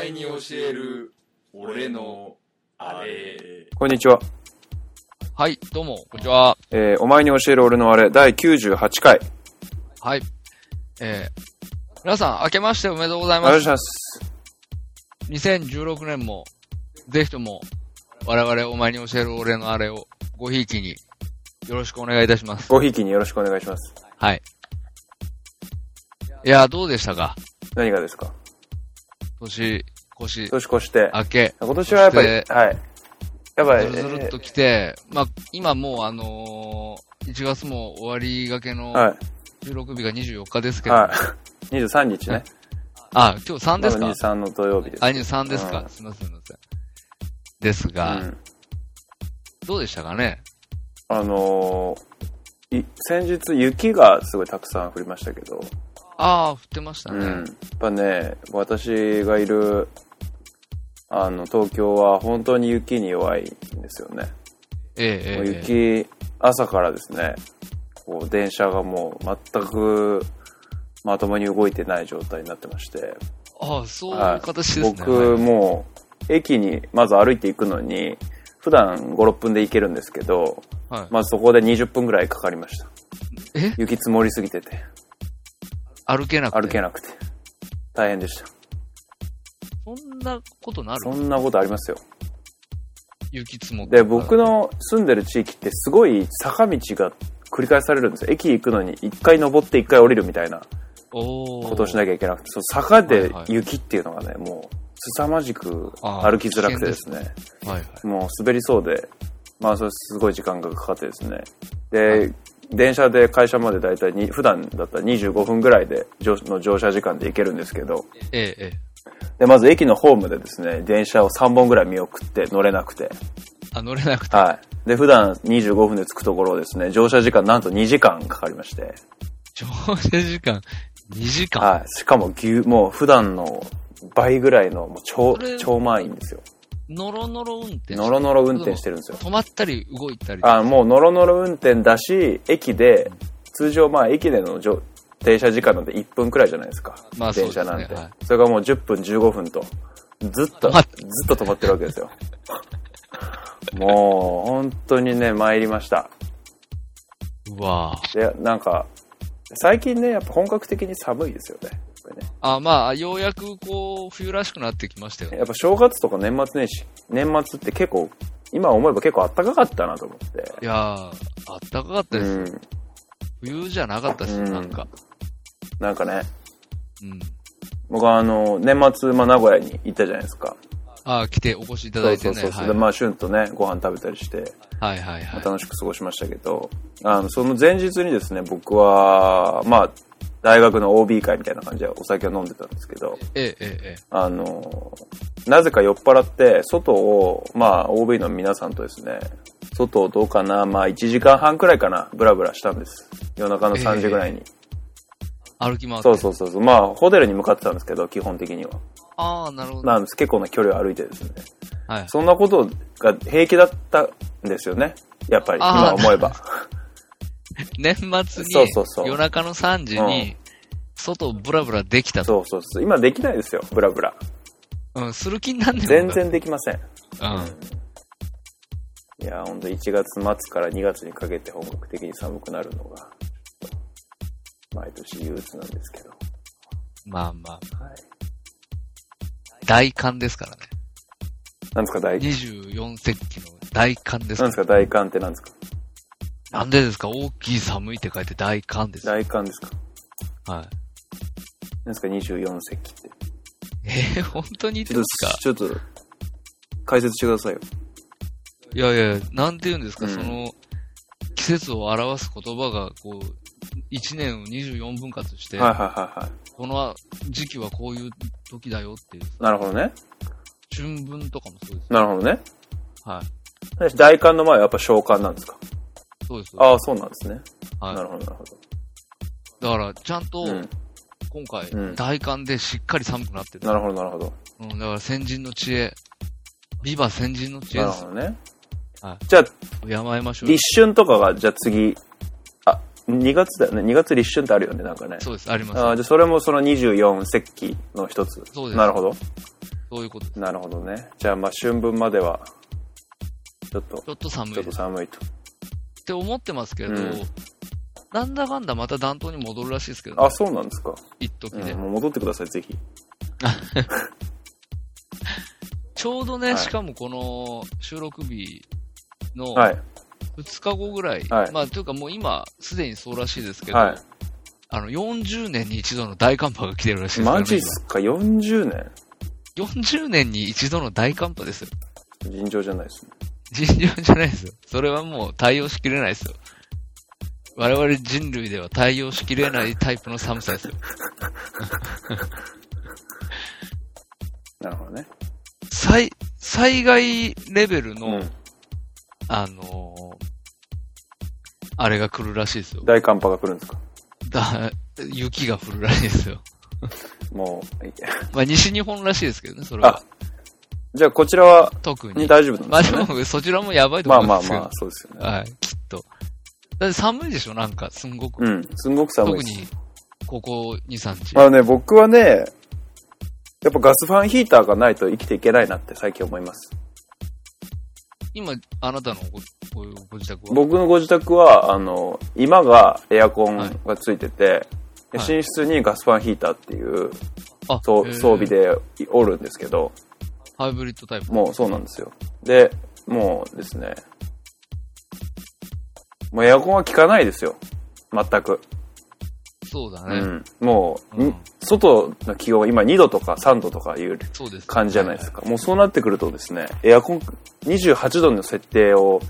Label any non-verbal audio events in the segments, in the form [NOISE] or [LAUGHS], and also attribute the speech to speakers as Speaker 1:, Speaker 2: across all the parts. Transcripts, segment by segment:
Speaker 1: える俺のあれ
Speaker 2: こんにちは。
Speaker 3: はい、どうも、こんにちは。
Speaker 2: えーお前に教える俺のあれ、第98回。
Speaker 3: はい。えー、皆さん、明けましておめでとうござい
Speaker 2: お願
Speaker 3: ま
Speaker 2: いし
Speaker 3: す。
Speaker 2: ます。
Speaker 3: 2016年も、ぜひとも、我々お前に教える俺のあれを、ごひいきに、よろしくお願いいたします。
Speaker 2: ごひいきによろしくお願いします。
Speaker 3: はい。いやー、どうでしたか
Speaker 2: 何がですか
Speaker 3: 年、越
Speaker 2: 年越して。
Speaker 3: 明け、
Speaker 2: 今年はやっぱり、
Speaker 3: そし
Speaker 2: はい。やっぱり、
Speaker 3: ずるっと
Speaker 2: え
Speaker 3: 来て、まあ、今もうあのー、1月も終わりがけの
Speaker 2: ーは
Speaker 3: 収録日が24日です
Speaker 2: い。
Speaker 3: けど、
Speaker 2: はい。23日ね。
Speaker 3: あ、今日3
Speaker 2: ま
Speaker 3: で
Speaker 2: だ
Speaker 3: すか
Speaker 2: 23の土曜日です。
Speaker 3: あ、23ですか、
Speaker 2: うん
Speaker 3: すいません、すいません。です
Speaker 2: う
Speaker 3: が、
Speaker 2: ん。
Speaker 3: どうでしたかね
Speaker 2: あのーい先日雪がすごいたくさん降りましたけど、
Speaker 3: ああ、降ってました
Speaker 2: う
Speaker 3: ね。
Speaker 2: ん。やっぱね、私がいる、あの、東京は本当に雪に弱いんですよね。
Speaker 3: ええ
Speaker 2: もう
Speaker 3: ええええ。
Speaker 2: 雪、朝からですね、こう、電車がもう全くまともに動いてない状態になってまして、
Speaker 3: ああ、そうい
Speaker 2: は
Speaker 3: う
Speaker 2: い
Speaker 3: 形ですね。
Speaker 2: 僕もう、駅にまず歩いていくのに、普段5、6分で行けるんですけど、
Speaker 3: はいはい
Speaker 2: まずそこで20分ぐらいかかりました。
Speaker 3: え
Speaker 2: 雪積もりすぎてて、
Speaker 3: 歩けなくて。
Speaker 2: 歩けなくて。大変でした。
Speaker 3: そんなことなる
Speaker 2: そんなことありますよ。
Speaker 3: 雪積もって。
Speaker 2: で、僕の住んでる地域ってすごい坂道が繰り返されるんですよ。駅行くのに1回登って1回降りるみたいな。
Speaker 3: おー
Speaker 2: ことをしなきゃいけなくて、その坂
Speaker 3: は
Speaker 2: で
Speaker 3: いはい
Speaker 2: 雪っていうのがね、もう、凄まじく
Speaker 3: あー
Speaker 2: 歩きづらくてですね、
Speaker 3: はいはい。
Speaker 2: もう滑りそうで、まあ、それすごい時間がかかってですね。で、電車で会社までだいたいに、普段だったら25分ぐらいで、乗の乗車時間で行けるんですけど、
Speaker 3: ええええ。
Speaker 2: で、まず駅のホームでですね、電車を3本ぐらい見送って乗れなくて、
Speaker 3: あ、乗れなくて。 [LAUGHS]
Speaker 2: はい。で、普段25分で着くところをですね、乗車時間なんと2時間かかりまして、
Speaker 3: 乗車時間、2時間。
Speaker 2: はい。しかも、ぎゅうもう普段の倍ぐらいの、もう超
Speaker 3: それ、
Speaker 2: 超満員ですよ。
Speaker 3: ノロノロ運転。
Speaker 2: ノロノロ運転してるんですよ。
Speaker 3: 止まったり動いたり。
Speaker 2: あもうノロノロ運転だし、駅で、通常まあ駅での乗停車時間なんて1分くらいじゃないですか。
Speaker 3: まあそう
Speaker 2: 電
Speaker 3: ですね
Speaker 2: 車なんて、
Speaker 3: はい
Speaker 2: それがもう10分15分と、ずっと、
Speaker 3: ま
Speaker 2: ずっと止まってるわけですよ。 [LAUGHS] もう、本当にね、参りました。
Speaker 3: うわー
Speaker 2: で、なんか、最近ね、やっぱ本格的に寒いですよね。これね
Speaker 3: あ、まあ、ようやくこう、冬らしくなってきましたよね。
Speaker 2: やっぱ正月とか年末年始、年末って結構、今思えば結構暖かかったなと思って。
Speaker 3: いやー、あったかかった
Speaker 2: う
Speaker 3: です。
Speaker 2: ん。
Speaker 3: 冬じゃなかったです、
Speaker 2: うん
Speaker 3: なんか。
Speaker 2: なんかね、
Speaker 3: うん。
Speaker 2: 僕はあの、年末、まあ、名古屋に行ったじゃないですか。
Speaker 3: あー来てお越しいただいてね。
Speaker 2: そうそうそう。
Speaker 3: はい
Speaker 2: で、まあ、旬とね、ご飯食べたりして、
Speaker 3: はいはいはい。
Speaker 2: 楽しく過ごしましたけど、あの、その前日にですね、僕は、まあ、大学の OB 会みたいな感じでお酒を飲んでたんですけど、
Speaker 3: ええ、ええ、
Speaker 2: あの、なぜか酔っ払って、外を、まあ、OB の皆さんとですね、外をどうかな、まあ、1時間半くらいかな、ブラブラしたんです。夜中の3時ぐらいに。
Speaker 3: 歩き回って。
Speaker 2: そうそうそうそう。まあ、ホテルに向かってたんですけど、基本的には。
Speaker 3: ああ、なるほど。
Speaker 2: なんです。結構な距離を歩いてですね。
Speaker 3: はい。
Speaker 2: そんなことが平気だったんですよね。やっぱり、
Speaker 3: あ
Speaker 2: 今
Speaker 3: ー
Speaker 2: 思えば。
Speaker 3: 年末に、
Speaker 2: そうそうそう
Speaker 3: 夜中の3時に、外をブラブラできたと。
Speaker 2: そうそうそう。今できないですよ、ブラブラ。
Speaker 3: うん、する気になんねん。
Speaker 2: 全。然できません。
Speaker 3: うん。
Speaker 2: いやー、ほんと1月末から2月にかけて本格的に寒くなるのが、毎年憂鬱なんですけど。
Speaker 3: まあまあ、
Speaker 2: はい。
Speaker 3: 大寒ですからね。
Speaker 2: なんですか、大、
Speaker 3: 24節気の大寒です
Speaker 2: なん
Speaker 3: か
Speaker 2: ですか、大寒ってなんですか
Speaker 3: ら。なんでですか大きい寒いって書いて大寒です。はい。
Speaker 2: 大寒ですかなんですか、24世紀って。
Speaker 3: えー、本当に言って
Speaker 2: ちょ
Speaker 3: ま
Speaker 2: っ
Speaker 3: すか
Speaker 2: と、ちょっと、解説してくださいよ。
Speaker 3: いやいや、なんて言うんですか、
Speaker 2: うん
Speaker 3: その、季節を表す言葉が、こう、1年を24分割して、
Speaker 2: はいはいはいはい。
Speaker 3: この時期はこういう時だよっていう、
Speaker 2: なるほどね。
Speaker 3: 春分とかもそうです。
Speaker 2: なるほどね。
Speaker 3: はい。
Speaker 2: 私大寒の前はやっぱ小寒なんですか
Speaker 3: そうです。
Speaker 2: ああ、そうなんですね。
Speaker 3: はい、
Speaker 2: なるほど、なるほど。
Speaker 3: だから、ちゃんと、
Speaker 2: うん。
Speaker 3: 今回、
Speaker 2: うん
Speaker 3: 大寒でしっかり寒くなってる。
Speaker 2: なるほど、なるほど。
Speaker 3: うん、だから先人の知恵。ビバ先人の知恵
Speaker 2: なる
Speaker 3: です
Speaker 2: ほ。どね
Speaker 3: は。
Speaker 2: じゃあ、
Speaker 3: 敬いましょうよ。
Speaker 2: 立春とかが、じゃあ次、あ、2月だよね。2月立春ってあるよね、なんかね。
Speaker 3: そうです、あります。
Speaker 2: ああ、じゃあそれもその24節気の一つ。
Speaker 3: そうです
Speaker 2: なるほど。
Speaker 3: そういうことです。
Speaker 2: なるほどね。じゃあ、まあ、春分までは、ちょっと
Speaker 3: ち、ょっと寒い
Speaker 2: ちょっ
Speaker 3: で
Speaker 2: と
Speaker 3: す
Speaker 2: 寒いと。
Speaker 3: って思ってますけど、
Speaker 2: うん
Speaker 3: なんだかんだまた暖冬に戻るらしいですけど、ね、
Speaker 2: あ、そうなんですか。
Speaker 3: 一時
Speaker 2: うん
Speaker 3: で、
Speaker 2: もう戻ってください、ぜひ。
Speaker 3: ちょうど
Speaker 2: は
Speaker 3: ね、
Speaker 2: い
Speaker 3: しかもこの収録日の
Speaker 2: はい。
Speaker 3: 2日後ぐらい、
Speaker 2: はい
Speaker 3: まあというかもう今、すでにそうらしいですけど、
Speaker 2: は
Speaker 3: あの40年に一度の大寒波が来てるらしい
Speaker 2: い。
Speaker 3: ですから、
Speaker 2: マ
Speaker 3: ね、
Speaker 2: ジっすか、40年
Speaker 3: 今40年に一度の大寒波ですよ。
Speaker 2: 尋常じゃないですね。
Speaker 3: 尋常じゃないですよ。それはもう対応しきれないですよ。我々人類では対応しきれないタイプの寒さですよ。
Speaker 2: なるほどね。
Speaker 3: 災、災害レベルの、
Speaker 2: うん。
Speaker 3: あのーあれが来るらしいですよ。
Speaker 2: 大寒波が来るんですか。
Speaker 3: だ、雪が降るらしいですよ。
Speaker 2: もう、いや
Speaker 3: まあ、西日本らしいですけどね、それは
Speaker 2: あ。、じゃあ、こちらは、
Speaker 3: 特
Speaker 2: ね
Speaker 3: に。
Speaker 2: 大丈夫
Speaker 3: ま
Speaker 2: な
Speaker 3: あ
Speaker 2: んです
Speaker 3: で
Speaker 2: か、ね、
Speaker 3: も、そちらもやばいと
Speaker 2: まあ
Speaker 3: 思い
Speaker 2: ま
Speaker 3: ま
Speaker 2: あ
Speaker 3: すけど。
Speaker 2: まあ、そうですよね。
Speaker 3: はい、きっと。だって寒いでしょ、なんか、すんごく。
Speaker 2: うん、すんごく寒い
Speaker 3: 特
Speaker 2: です。
Speaker 3: に、ここ2、3日。
Speaker 2: あのね、僕はね、やっぱガスファンヒーターがないと生きていけないなって最近思います。
Speaker 3: 今、あなたのごごご自宅は
Speaker 2: 僕のご自宅は、あの、今がエアコ
Speaker 3: は
Speaker 2: ン
Speaker 3: い
Speaker 2: がついてて、で
Speaker 3: はい
Speaker 2: 寝室にガスファンヒーターっていう
Speaker 3: あ
Speaker 2: そう
Speaker 3: へー
Speaker 2: 装備でおるんですけど、
Speaker 3: ハイブリッドタイプ。
Speaker 2: もうそうなんですよ。で、もうですね、もうエアコンは効かないですよ。全く。
Speaker 3: そうだ
Speaker 2: う
Speaker 3: ね。
Speaker 2: ん。もう、
Speaker 3: うん
Speaker 2: に外の気温は今2度とか3度とかいう
Speaker 3: そうです、
Speaker 2: 感じじゃないですか。もうそうなってくるとですね、エアコン28度の設定を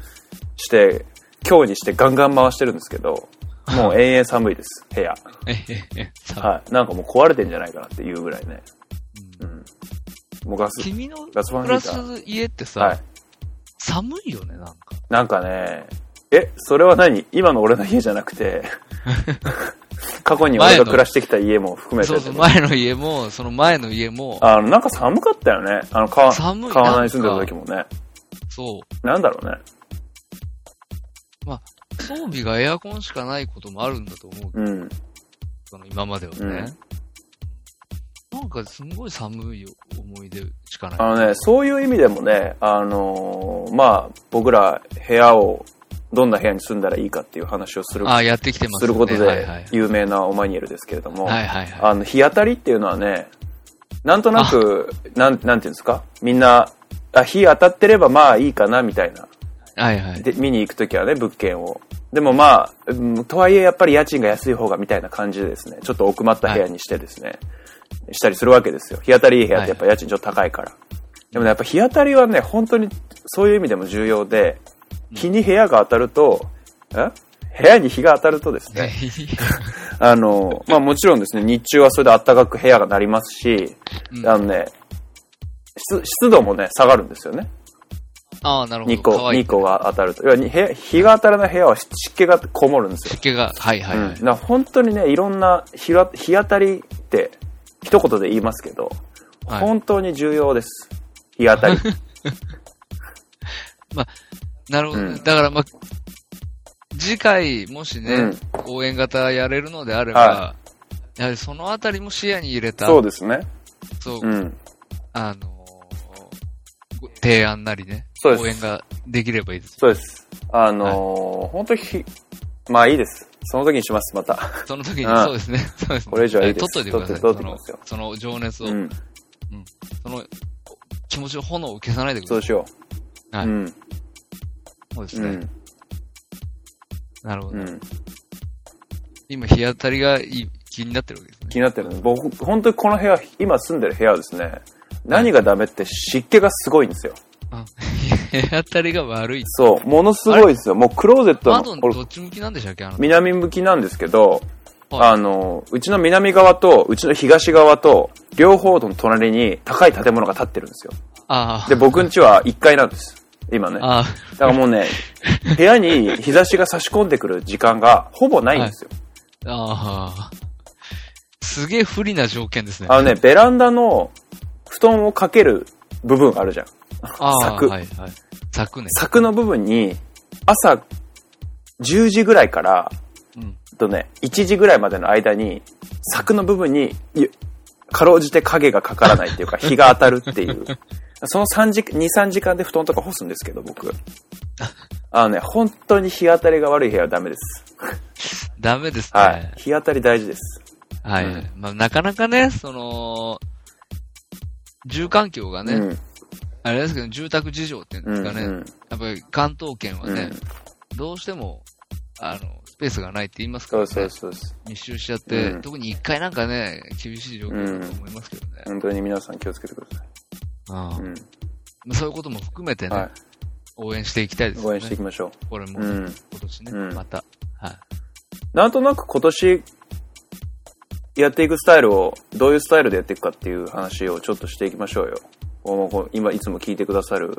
Speaker 2: して、今日にしてガンガン回してるんですけど、もう延々寒いです、部屋。
Speaker 3: はいはい。えへへさあ
Speaker 2: はい。なんかもう壊れてんじゃないかなっていうぐらいね。
Speaker 3: うん
Speaker 2: うん。もうガス、
Speaker 3: 君の
Speaker 2: ガスファン
Speaker 3: 暮
Speaker 2: ヒ
Speaker 3: ら
Speaker 2: ー
Speaker 3: す
Speaker 2: ター。
Speaker 3: 家ってさ、
Speaker 2: はい。
Speaker 3: 寒いよね、なんか。
Speaker 2: なんかね、え、それは何今の俺の家じゃなく
Speaker 3: [LAUGHS]
Speaker 2: て、過去に俺が暮らしてきた家も含めて
Speaker 3: そ
Speaker 2: ね、
Speaker 3: うそう、前の家も、その前の家も、
Speaker 2: あの、なんか寒かったよね。あの、川、川
Speaker 3: 寒い
Speaker 2: 内に住んでた時もね。
Speaker 3: そ
Speaker 2: なんだろうね。
Speaker 3: う、装備がエアコンしかないこともあるんだと思うけ
Speaker 2: うん。
Speaker 3: ど、の今まではね。なんかすごい寒い思い出しかない。
Speaker 2: あのね、そういう意味でもね、あのーまあ、僕ら部屋を、どんな部屋に住んだらいいかっていう話をする、
Speaker 3: あやってきてます
Speaker 2: す
Speaker 3: よ
Speaker 2: る
Speaker 3: ね。
Speaker 2: こと
Speaker 3: はいはい
Speaker 2: で。有名なオマニエルですけれども、
Speaker 3: はいはいはい。
Speaker 2: あの、日当たりっていうのはね、なんとなく、なん、なんていうんですかみんな、あ、日当たってればまあいいかなみたいな。
Speaker 3: はいはい。
Speaker 2: で、見に行くときはね、物件を。でもまあ、うんとはいえやっぱり家賃が安い方がみたいな感じでですね、ちょっと奥まった部屋にしてですね、したりするわけですよ。日当たりいい部屋ってやっぱ家賃ちょっと高いから。でもね、やっぱ日当たりはね、本当にそういう意味でも重要で、日に部屋が当たると、え部屋に日が当たるとですね、あの、まあもちろんですね、日中はそれで暖かく部屋がなりますし、
Speaker 3: うん
Speaker 2: あのね、湿湿度もね、下がるんですよね。
Speaker 3: [LAUGHS] ああ、なるほど。
Speaker 2: 日光、
Speaker 3: 乾
Speaker 2: 日
Speaker 3: いて
Speaker 2: 光が当たると。要はに部屋日が当たらない部屋は湿気がこもるんですよ。
Speaker 3: 湿気が、はいはいは
Speaker 2: うん
Speaker 3: い。
Speaker 2: だから本当にね、いろんな日が日当たりって、一言で言いますけど、
Speaker 3: はい
Speaker 2: 本当に重要です。日当た
Speaker 3: [LAUGHS]
Speaker 2: り。
Speaker 3: なるほどね、
Speaker 2: うん
Speaker 3: だから、まあ、次回、もしね、
Speaker 2: うん
Speaker 3: 応援型やれるのであれば、
Speaker 2: は
Speaker 3: やはりそのあたりも視野に入れた、
Speaker 2: そうですね。
Speaker 3: そう
Speaker 2: うん。
Speaker 3: あのーご提案なりね、
Speaker 2: そうです
Speaker 3: 応援ができればいいです。
Speaker 2: そうです。あのー本当に日、まあいいです。その時にします、また。
Speaker 3: その時に、
Speaker 2: うん
Speaker 3: そうですね、 [LAUGHS] そうですね。
Speaker 2: これ以上はいいです
Speaker 3: 取っといてください。
Speaker 2: 取っ
Speaker 3: そ
Speaker 2: て取っ
Speaker 3: の
Speaker 2: てきます
Speaker 3: その情熱を、
Speaker 2: うん。
Speaker 3: その気持ちの炎を消さないでくだ
Speaker 2: そ
Speaker 3: さ
Speaker 2: う
Speaker 3: い。
Speaker 2: しよう。
Speaker 3: はい
Speaker 2: うん。
Speaker 3: そうです
Speaker 2: う
Speaker 3: ね。
Speaker 2: ん。
Speaker 3: なるほど、
Speaker 2: うん。
Speaker 3: 今、日当たりがいい気になってるわけです
Speaker 2: 気
Speaker 3: ね。
Speaker 2: になってるんです。僕、本当にこの部屋、今住んでる部屋はですね、何がダメって湿気がすごいんですよ。
Speaker 3: あ日 [LAUGHS] 当たりが悪い。
Speaker 2: そう、ものすごいですよ。もうクローゼット
Speaker 3: 窓
Speaker 2: の、これ
Speaker 3: どっち向きなんでしたっけあの、
Speaker 2: 南向きなんですけど、
Speaker 3: はい
Speaker 2: あの、うちの南側と、うちの東側と、両方の隣に高い建物が建ってるんですよ。
Speaker 3: ああ。
Speaker 2: で、僕ん家は1階なんです。今ね。だ
Speaker 3: [LAUGHS] あ
Speaker 2: からもう
Speaker 3: [LAUGHS]
Speaker 2: ね、部屋に日差しが差し込んでくる時間がほぼないんですよ。
Speaker 3: あ、ああ。すげえ不利な条件ですね。
Speaker 2: あのね、ベランダの布団をかける部分あるじゃん。
Speaker 3: ああ
Speaker 2: 柵
Speaker 3: はいはい。柵ね。
Speaker 2: 柵の部分に朝10時ぐらいから
Speaker 3: うん。
Speaker 2: えっとね1時ぐらいまでの間に柵の部分にゆかろうじて影がかからないっていう
Speaker 3: [LAUGHS]
Speaker 2: か、日が当たるっていう。その3時、2、3時間で布団とか干すんですけど、
Speaker 3: [LAUGHS]
Speaker 2: 僕。あのね、本当に日当たりが悪い部屋はダメです。
Speaker 3: ダメですね。
Speaker 2: はい。日当たり大事です。
Speaker 3: はい。
Speaker 1: うん
Speaker 3: まあ、なかなかね、その、住環境がね、
Speaker 2: うん。
Speaker 3: あれですけど、住宅事情っていうん
Speaker 2: う
Speaker 3: です
Speaker 2: ん。
Speaker 3: かね、
Speaker 2: う
Speaker 3: や
Speaker 2: ん
Speaker 3: っぱり関東圏は
Speaker 2: う
Speaker 3: ね
Speaker 2: ん、。
Speaker 3: どうしても、あの、スペースがないって言いますか
Speaker 2: そ
Speaker 3: ら、
Speaker 2: う
Speaker 3: ね、
Speaker 2: そうそうそう。
Speaker 3: 密集しちゃって、
Speaker 2: うん
Speaker 3: 特に1回なんかね、厳しい状況だと思いますけどね。
Speaker 2: 本当に皆さん気をつけてください。
Speaker 3: うん
Speaker 2: うん。
Speaker 3: まあそういうことも含めてね、
Speaker 2: は
Speaker 3: 応援していきたいで
Speaker 2: い。
Speaker 3: す
Speaker 2: 応
Speaker 3: よ
Speaker 2: 援してい
Speaker 3: ね。
Speaker 2: きましょ
Speaker 3: これも、
Speaker 2: う。うん。
Speaker 3: 今年ね、
Speaker 2: うん
Speaker 3: また。はい。
Speaker 2: なんとなく今年、やっていくスタイルを、どういうスタイルでやっていくかっていう話をちょっとしていきましょうよ。おこう今、いつも聞いてくださる、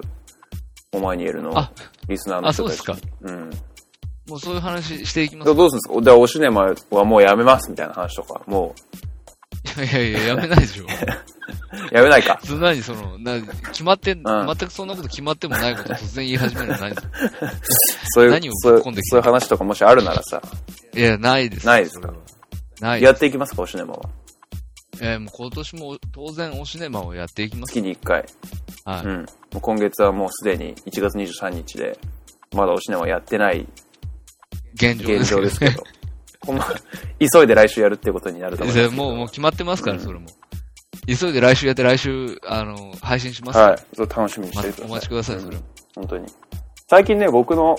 Speaker 2: お前にエルの
Speaker 3: あ、
Speaker 2: リスナーの
Speaker 3: あ、
Speaker 2: 人
Speaker 3: そう
Speaker 2: た
Speaker 3: で
Speaker 2: ち。
Speaker 3: すか。
Speaker 2: うん。
Speaker 3: もうそういう話していきます
Speaker 2: どどうするんですかじゃあ、おシネマはもうやめますみたいな話とか。も
Speaker 3: いやいやいや、やめないで
Speaker 2: [LAUGHS]
Speaker 3: しょ。
Speaker 2: う、やめない
Speaker 3: [LAUGHS]。
Speaker 2: か
Speaker 3: そんなにその、な、決まってん、全くそんなこと決まってもないことを突然言い始めるのはない
Speaker 2: [LAUGHS]
Speaker 3: です。
Speaker 2: そういう
Speaker 3: 何を、
Speaker 2: そう
Speaker 3: ぶ
Speaker 2: い
Speaker 3: っ
Speaker 2: う
Speaker 3: 込んでき
Speaker 2: そういう
Speaker 3: た
Speaker 2: 話とかもしあるならさ、
Speaker 3: いや、ないです。
Speaker 2: ないですか
Speaker 3: ないで
Speaker 2: や
Speaker 3: す。
Speaker 2: っていきますか、おシネマは。
Speaker 3: えーもう今年も当然おシネマをやっていきます。
Speaker 2: 月に1回。
Speaker 3: は
Speaker 2: う
Speaker 3: い。
Speaker 2: ん。もう今月はもうすでに1月23日で、まだおシネマやってない
Speaker 3: 現状で
Speaker 2: 現
Speaker 3: す
Speaker 2: 状
Speaker 3: けどね
Speaker 2: ですけど。 [LAUGHS] ほんま、急いで来週やるってことになると思い
Speaker 3: [LAUGHS] い
Speaker 2: ま
Speaker 3: や
Speaker 2: す。
Speaker 3: もう、もう決まってますから、
Speaker 2: うん
Speaker 3: それも。急いで来週やって、来週、あの、配信しますから。
Speaker 2: はい。そう楽しみにし
Speaker 3: ま
Speaker 2: ててください。
Speaker 3: お待ちください、
Speaker 2: う
Speaker 3: それ
Speaker 2: ん
Speaker 3: も。
Speaker 2: 本当に。最近ね、僕の、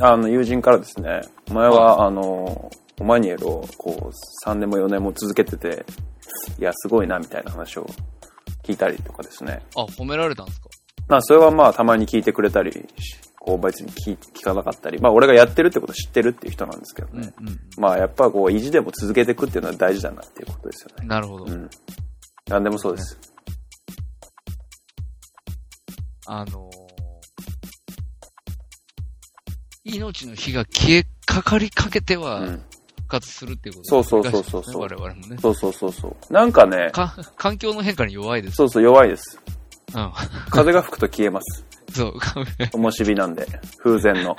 Speaker 2: あの、友人からですね、前は、あの、オマニエルを、こう、3年も4年も続けてて、いや、すごいな、みたいな話を聞いたりとかですね。
Speaker 3: あ、褒められたんですか
Speaker 2: まあ、それはまあ、たまに聞いてくれたりし、こう、別に聞聞かなかったり、まあ、俺がやってるってこと知ってるっていう人なんですけど
Speaker 3: うん、う
Speaker 2: ね。
Speaker 3: ん。
Speaker 2: まあ、やっぱこう、意地でも続けていくっていうのは大事だなっていうことですよね。
Speaker 3: なるほど。
Speaker 2: うん。何でもそうです。
Speaker 3: あのー命の火が消えかかりかけて
Speaker 2: う
Speaker 3: は復
Speaker 2: ん。
Speaker 3: 活するっていうこと
Speaker 2: そうそうそうそうそう
Speaker 3: 繰り返してますね我々もね。
Speaker 2: そうそうそうそう。なんかね、
Speaker 3: か、環境の変化に弱いです。
Speaker 2: そうそう、弱いです。
Speaker 3: うん。
Speaker 2: 風が吹くと消えます。
Speaker 3: そう。 [LAUGHS] か
Speaker 2: 灯火なんで、風前の。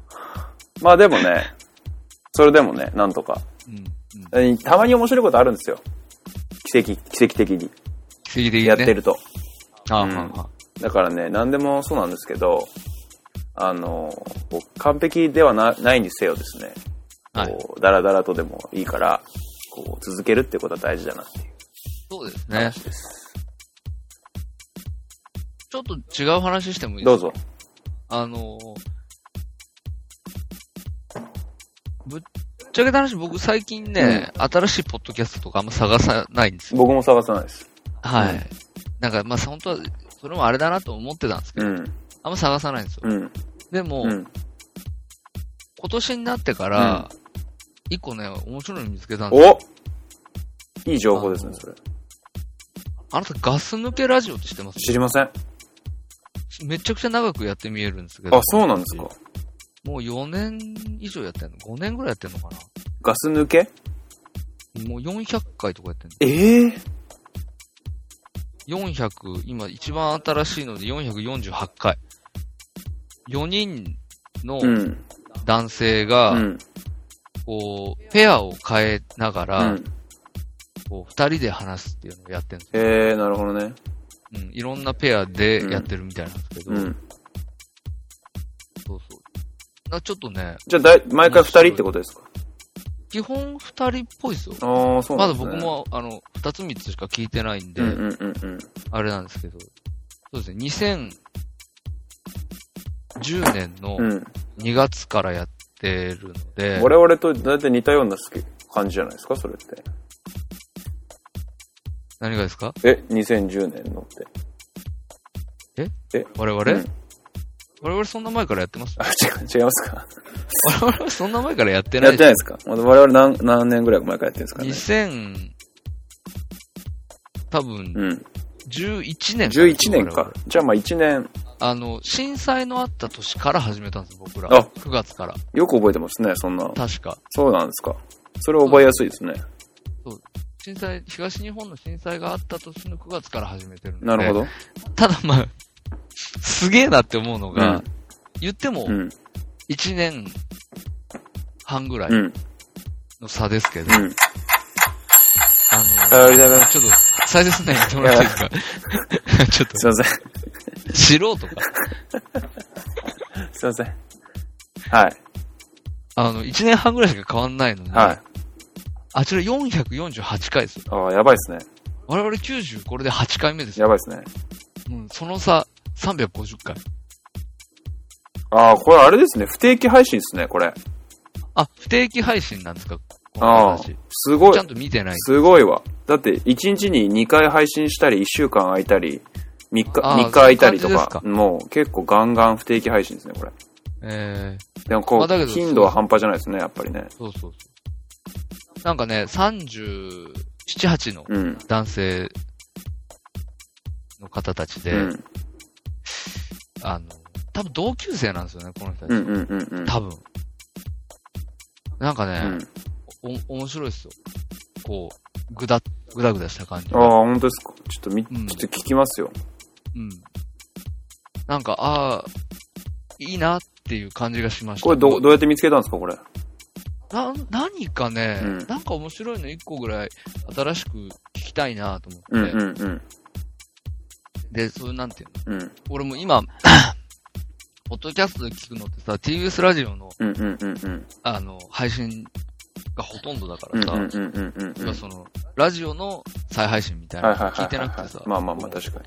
Speaker 2: [LAUGHS] まあでもね、それでもね、なんとか。
Speaker 3: うん。うん。
Speaker 2: えたまに面白いことあるんですよ。奇跡、奇跡的に
Speaker 3: 奇跡的にね。
Speaker 2: やってると。
Speaker 3: ああ、
Speaker 2: うん
Speaker 3: はんはん
Speaker 2: だからね、何でもそうなんですけど、あの、こう完璧ではなないにせよですね、
Speaker 3: はい。
Speaker 2: こう、だらだらとでもいいから、こう、続けるってことは大事だなっていう
Speaker 3: そうですね。
Speaker 2: 話です。
Speaker 3: ちょっと違う話してもいい
Speaker 2: ど
Speaker 3: で
Speaker 2: う
Speaker 3: す
Speaker 2: ぞ。
Speaker 3: かあのーぶっちゃけた話、僕最近ね、新しいポッドキャストとかあんま探さないんですよ。
Speaker 2: 僕も探さないです。
Speaker 3: は
Speaker 2: うん
Speaker 3: い。なんか、まあ、本当は、それもあれだなと思ってたんですけ
Speaker 2: う
Speaker 3: ど、
Speaker 2: ん。
Speaker 3: あんま探さないんですよ。
Speaker 2: うん。
Speaker 3: でも、
Speaker 2: うん。
Speaker 3: 今年になってから、一個ね、面白いの見つけたんですよ。
Speaker 2: おいい情報ですね、それ。
Speaker 3: あなたガス抜けラジオって知ってます
Speaker 2: 知りません。あ、
Speaker 3: めちゃくちゃ長くやって見えるんですけど。
Speaker 2: そうなんですか。
Speaker 3: もう4年以上やってんの ?5 年ぐらいやってんのか
Speaker 2: ガス抜け
Speaker 3: なもう400回とかやってん
Speaker 2: ええ
Speaker 3: の ?400、今一番新しいので448回。4人の
Speaker 2: うん。
Speaker 3: 男性
Speaker 2: う
Speaker 3: が、
Speaker 2: ん。
Speaker 3: こう、ペアを変えなが
Speaker 2: う
Speaker 3: ら、
Speaker 2: ん。
Speaker 3: こう、二人で話すっていうのをやってんですよ。
Speaker 2: ええなるほどね。
Speaker 3: うん、いろんなペアでやってるみたいなんですけど、
Speaker 2: うん。
Speaker 3: そうそう。なちょっとね、
Speaker 2: じゃあ、だい、毎回二人ってことですか
Speaker 3: 基本二人っぽいですよ。
Speaker 2: ああ、そうな
Speaker 3: ま
Speaker 2: ん
Speaker 3: だ
Speaker 2: ですね。
Speaker 3: 僕。も、あの、二つ三つしか聞いてないんで、
Speaker 2: うんうんうんうん。
Speaker 3: あれなんですけど、そうですね、2010年の
Speaker 2: うん。
Speaker 3: 2月からやってるので、
Speaker 2: 我々と大体似たような好き感じじゃないですか、それって。
Speaker 3: 何がですか
Speaker 2: え、2010年のって。
Speaker 3: 我々、
Speaker 2: うん
Speaker 3: 我々そんな前からやってます
Speaker 2: あ、違う、違いますか
Speaker 3: 我々 [LAUGHS] そんな前からやってな
Speaker 2: やっ
Speaker 3: い
Speaker 2: てないですかまだ我々何、何年ぐらい前からやってるんですかね。
Speaker 3: 2000、多分、
Speaker 2: うん。
Speaker 3: 11年
Speaker 2: 11年
Speaker 3: 我
Speaker 2: か
Speaker 3: 々。
Speaker 2: じゃあまあ1年、
Speaker 3: あの、震災のあった年から始めたんですよ、僕ら。
Speaker 2: あ
Speaker 3: 9月から。
Speaker 2: よく覚えてますね、そんな。
Speaker 3: 確か。
Speaker 2: そうなんですか。それ覚えやすいですね。
Speaker 3: 震災、東日本の震災があった年の9月から始めてるので。
Speaker 2: なるほど。
Speaker 3: ただまあ、すげえなって思うの
Speaker 2: う
Speaker 3: が、
Speaker 2: ん
Speaker 3: 言っても
Speaker 2: うん。
Speaker 3: 1年半ぐらい
Speaker 2: うん。
Speaker 3: の差ですけど、
Speaker 2: うん。
Speaker 3: あの、
Speaker 2: ありがとうございます
Speaker 3: ちょっと、再生すんのやめてもらっていいですか [LAUGHS] ちょっ
Speaker 2: すいません。
Speaker 3: と、素人か。
Speaker 2: すいません。はい。
Speaker 3: あの、1年半ぐらいしか変わんないのに、
Speaker 2: はい。
Speaker 3: あちら448回ですよ。
Speaker 2: ああ、やばいですね。
Speaker 3: 我々90、これで8回目ですよ。
Speaker 2: やばいですね。
Speaker 3: うん、その差、350回。
Speaker 2: ああ、これあれですね。不定期配信ですね、これ。
Speaker 3: あ、不定期配信なんですかこの
Speaker 2: ああ
Speaker 3: 話。ち、
Speaker 2: すごい
Speaker 3: ゃん。と見てない。
Speaker 2: すごいわ。だって、1日に2回配信したり、1週間空いたり、3日、
Speaker 3: ああ
Speaker 2: 三日空いたりと
Speaker 3: そういう
Speaker 2: か
Speaker 3: 感じで
Speaker 2: もう結構ガンガン不定期配信ですね、これ。
Speaker 3: え
Speaker 2: でもこ
Speaker 3: まあだけ
Speaker 2: う、
Speaker 3: ど
Speaker 2: 頻度は半端じゃないですね、やっぱりね。
Speaker 3: ー、そうそうそう。なんかね、37、8の
Speaker 2: うん。
Speaker 3: 男性の方たち
Speaker 2: う
Speaker 3: で、
Speaker 2: ん。
Speaker 3: あの、多分同級生なんですよね、この人たち。
Speaker 2: うんうんうんうん。
Speaker 3: 多分。なんか
Speaker 2: う
Speaker 3: ね
Speaker 2: ん、
Speaker 3: お、面白いですよ。こう、ぐだ、ぐだぐだした感じ
Speaker 2: あ。あ、本当ですか。ちょっとみ、
Speaker 3: うん
Speaker 2: ちょっと聞きますよ。
Speaker 3: うん。なんか、ああ、いいなっていう感じがしました。
Speaker 2: これど、どうやって見つけたんですか、これ。
Speaker 3: な、何かね、
Speaker 2: うん
Speaker 3: なんか面白いの一個ぐらい新しく聞きたいなと思って、
Speaker 2: うんうんうん。
Speaker 3: で、そういうなんていうの
Speaker 2: うん
Speaker 3: 俺も
Speaker 2: [LAUGHS]
Speaker 3: 今、ポッドキャストで聞くのってさ、TBS ラジオの、
Speaker 2: うんうんうんうん。
Speaker 3: あの、配信がほとんどだか
Speaker 2: う
Speaker 3: ら
Speaker 2: ん
Speaker 3: さ、
Speaker 2: うんうんうんうんうん。
Speaker 3: 今その、ラジオの再配信みたい
Speaker 2: は
Speaker 3: ないの
Speaker 2: はいはいはいはい。
Speaker 3: 聞いてなくてさ、
Speaker 2: まあまあまあ、確か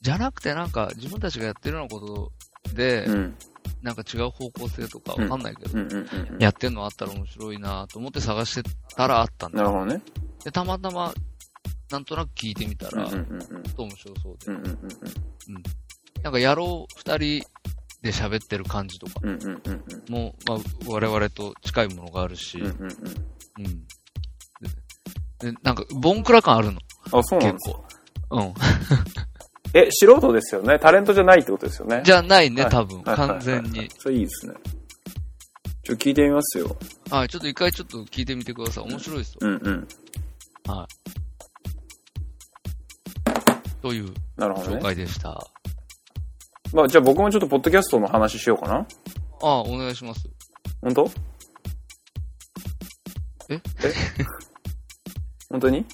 Speaker 3: じゃなくてなんか自分たちがやってるようなことで、
Speaker 2: に。うん。
Speaker 3: なんか違う方向性とかわかんないけど、
Speaker 2: うんうんうんうん。
Speaker 3: やってんのあったら面白いなと思って探してたらあったんだ
Speaker 2: な
Speaker 3: よ
Speaker 2: るほどね。
Speaker 3: で、たまたま、なんとなく聞いてみた
Speaker 2: うんう
Speaker 3: ら、
Speaker 2: ん
Speaker 3: ち
Speaker 2: う
Speaker 3: ょっ
Speaker 2: んうん。
Speaker 3: と面白そう
Speaker 2: う
Speaker 3: で。
Speaker 2: んうん
Speaker 3: なんか、野郎二人で喋ってる感じとか
Speaker 2: うんうんうんうんうん。
Speaker 3: も、まあ、我々と近いものがあるし、
Speaker 2: うん
Speaker 3: う。
Speaker 2: うんんうん。
Speaker 3: ででなんか、ボンクラ感あるの、
Speaker 2: あ、そうなん
Speaker 3: 結
Speaker 2: ですか
Speaker 3: 構。うん。
Speaker 2: え、素人ですよね。タレントじゃないってことですよね。
Speaker 3: じゃないね、
Speaker 2: はい
Speaker 3: 多分。
Speaker 2: はいはい
Speaker 3: 完全に。
Speaker 2: それいいですね。ちょ、聞いてみますよ。
Speaker 3: はい、ちょっと一回ちょっと聞いてみてください。面白いですよ。
Speaker 2: うんうん。
Speaker 3: という
Speaker 2: なるほど
Speaker 3: 紹
Speaker 2: ね。
Speaker 3: 介でした。あ
Speaker 2: まあ、じゃあ僕もちょっとポッドキャストの話しようかな。
Speaker 3: あ、お願いします。
Speaker 2: 本当
Speaker 3: え
Speaker 2: え [LAUGHS] 本当に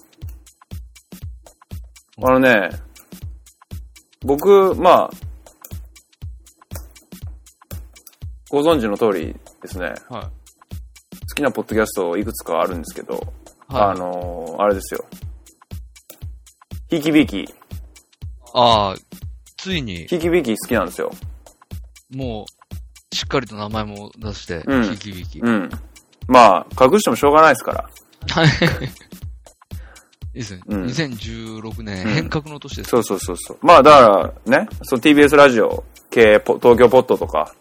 Speaker 2: あのね、僕、まあ、ご存知の通りですね、
Speaker 3: はい。
Speaker 2: 好きなポッドキャストいくつかあるんですけど、あ
Speaker 3: はい。
Speaker 2: のーあれですよ。ひきびき。
Speaker 3: ああ、ついに、
Speaker 2: ひきびき好きなんですよ。
Speaker 3: もう、しっかりと名前も出して、
Speaker 2: うん
Speaker 3: [LAUGHS] ひいきびき。
Speaker 2: うん。まあ、隠してもしょうがないですから。
Speaker 3: はい。いいですね。
Speaker 2: うん
Speaker 3: 2016年、
Speaker 2: うん
Speaker 3: 変革の年です。
Speaker 2: そうそうそうそう。まあ、だからね、その TBS ラジオ系、ポ東京ポッドとか、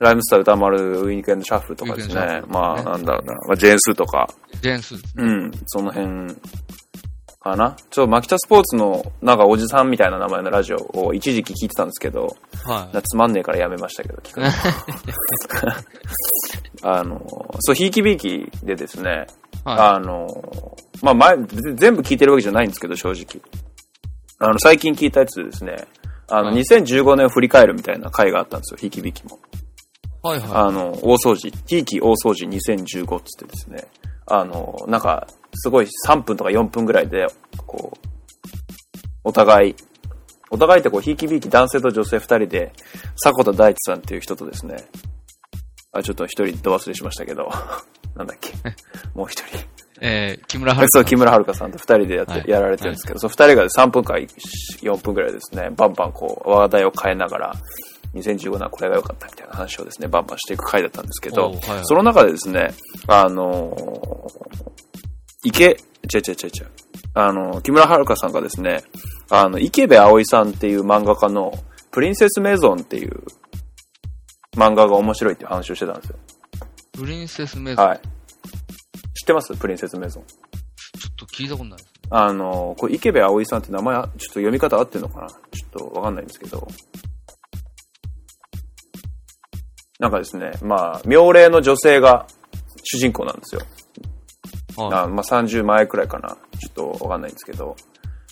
Speaker 2: ライムスター歌丸ウィークエンドシャッフルとかです
Speaker 3: ウィークエンドシャッ
Speaker 2: ね
Speaker 3: フ。ルとか
Speaker 2: ま
Speaker 3: ね
Speaker 2: あ、なんだろうな。まあ、ジェーンスーとか、
Speaker 3: ジェーンスーですね。
Speaker 2: うん、その辺かな。ちょっと、マキタスポーツの、なんかおじさんみたいな名前のラジオを一時期聞いてたんですけど、
Speaker 3: はい。
Speaker 2: なつまんねえからやめましたけど、聞く
Speaker 3: [LAUGHS]
Speaker 2: のあの、そう、ひいきびいきでですね、
Speaker 3: は
Speaker 2: あの、まあ前、別に全部聞いてるわけじゃないんですけど、正直。あの、最近聞いたやつでですね、あの、
Speaker 3: はい
Speaker 2: 2015年を振り返るみたいな回があったんですよ、ひいきびいきも。
Speaker 3: い。はいは
Speaker 2: あの、大掃除、ひいき大掃除2015っつってですね、あの、なんか、すごい3分とか4分ぐらいで、こう、お互い、お互いってこう、ひいきびいき男性と女性2人で、迫田大地さんっていう人とですね、あ、ちょっと1人ど忘れしましたけど、 [LAUGHS] なんだっけ、もう1人。
Speaker 3: [LAUGHS] い。えー、木村春
Speaker 2: そう、木村遥さんと2人でやって、
Speaker 3: はい
Speaker 2: やられてるんですけど、その2人が3分か4分ぐらいですね、バンバンこう、話題を変えながら、2015年はこれが良かったみたいな話をですね、バンバンしていく回だったんですけど、
Speaker 3: おうはいはい
Speaker 2: その中でですね、あのー池、違う違う違う違う、あのー木村遥さんがですね、あの、池部葵さんっていう漫画家の、プリンセスメゾンっていう漫画が面白いっていう話をしてたんですよ。
Speaker 3: プリンセスメゾン。
Speaker 2: はい。知ってますプリンセスメゾン。
Speaker 3: ちょっと聞いたことないです。
Speaker 2: あの、これ、池部葵さんって名前、ちょっと読み方合ってるのかなちょっとわかんないんですけど。なんかですね、まあ、妙齢の女性が主人公なんですよ。
Speaker 3: は
Speaker 2: あまあ、30前くらいかな。ちょっとわかんないんですけど。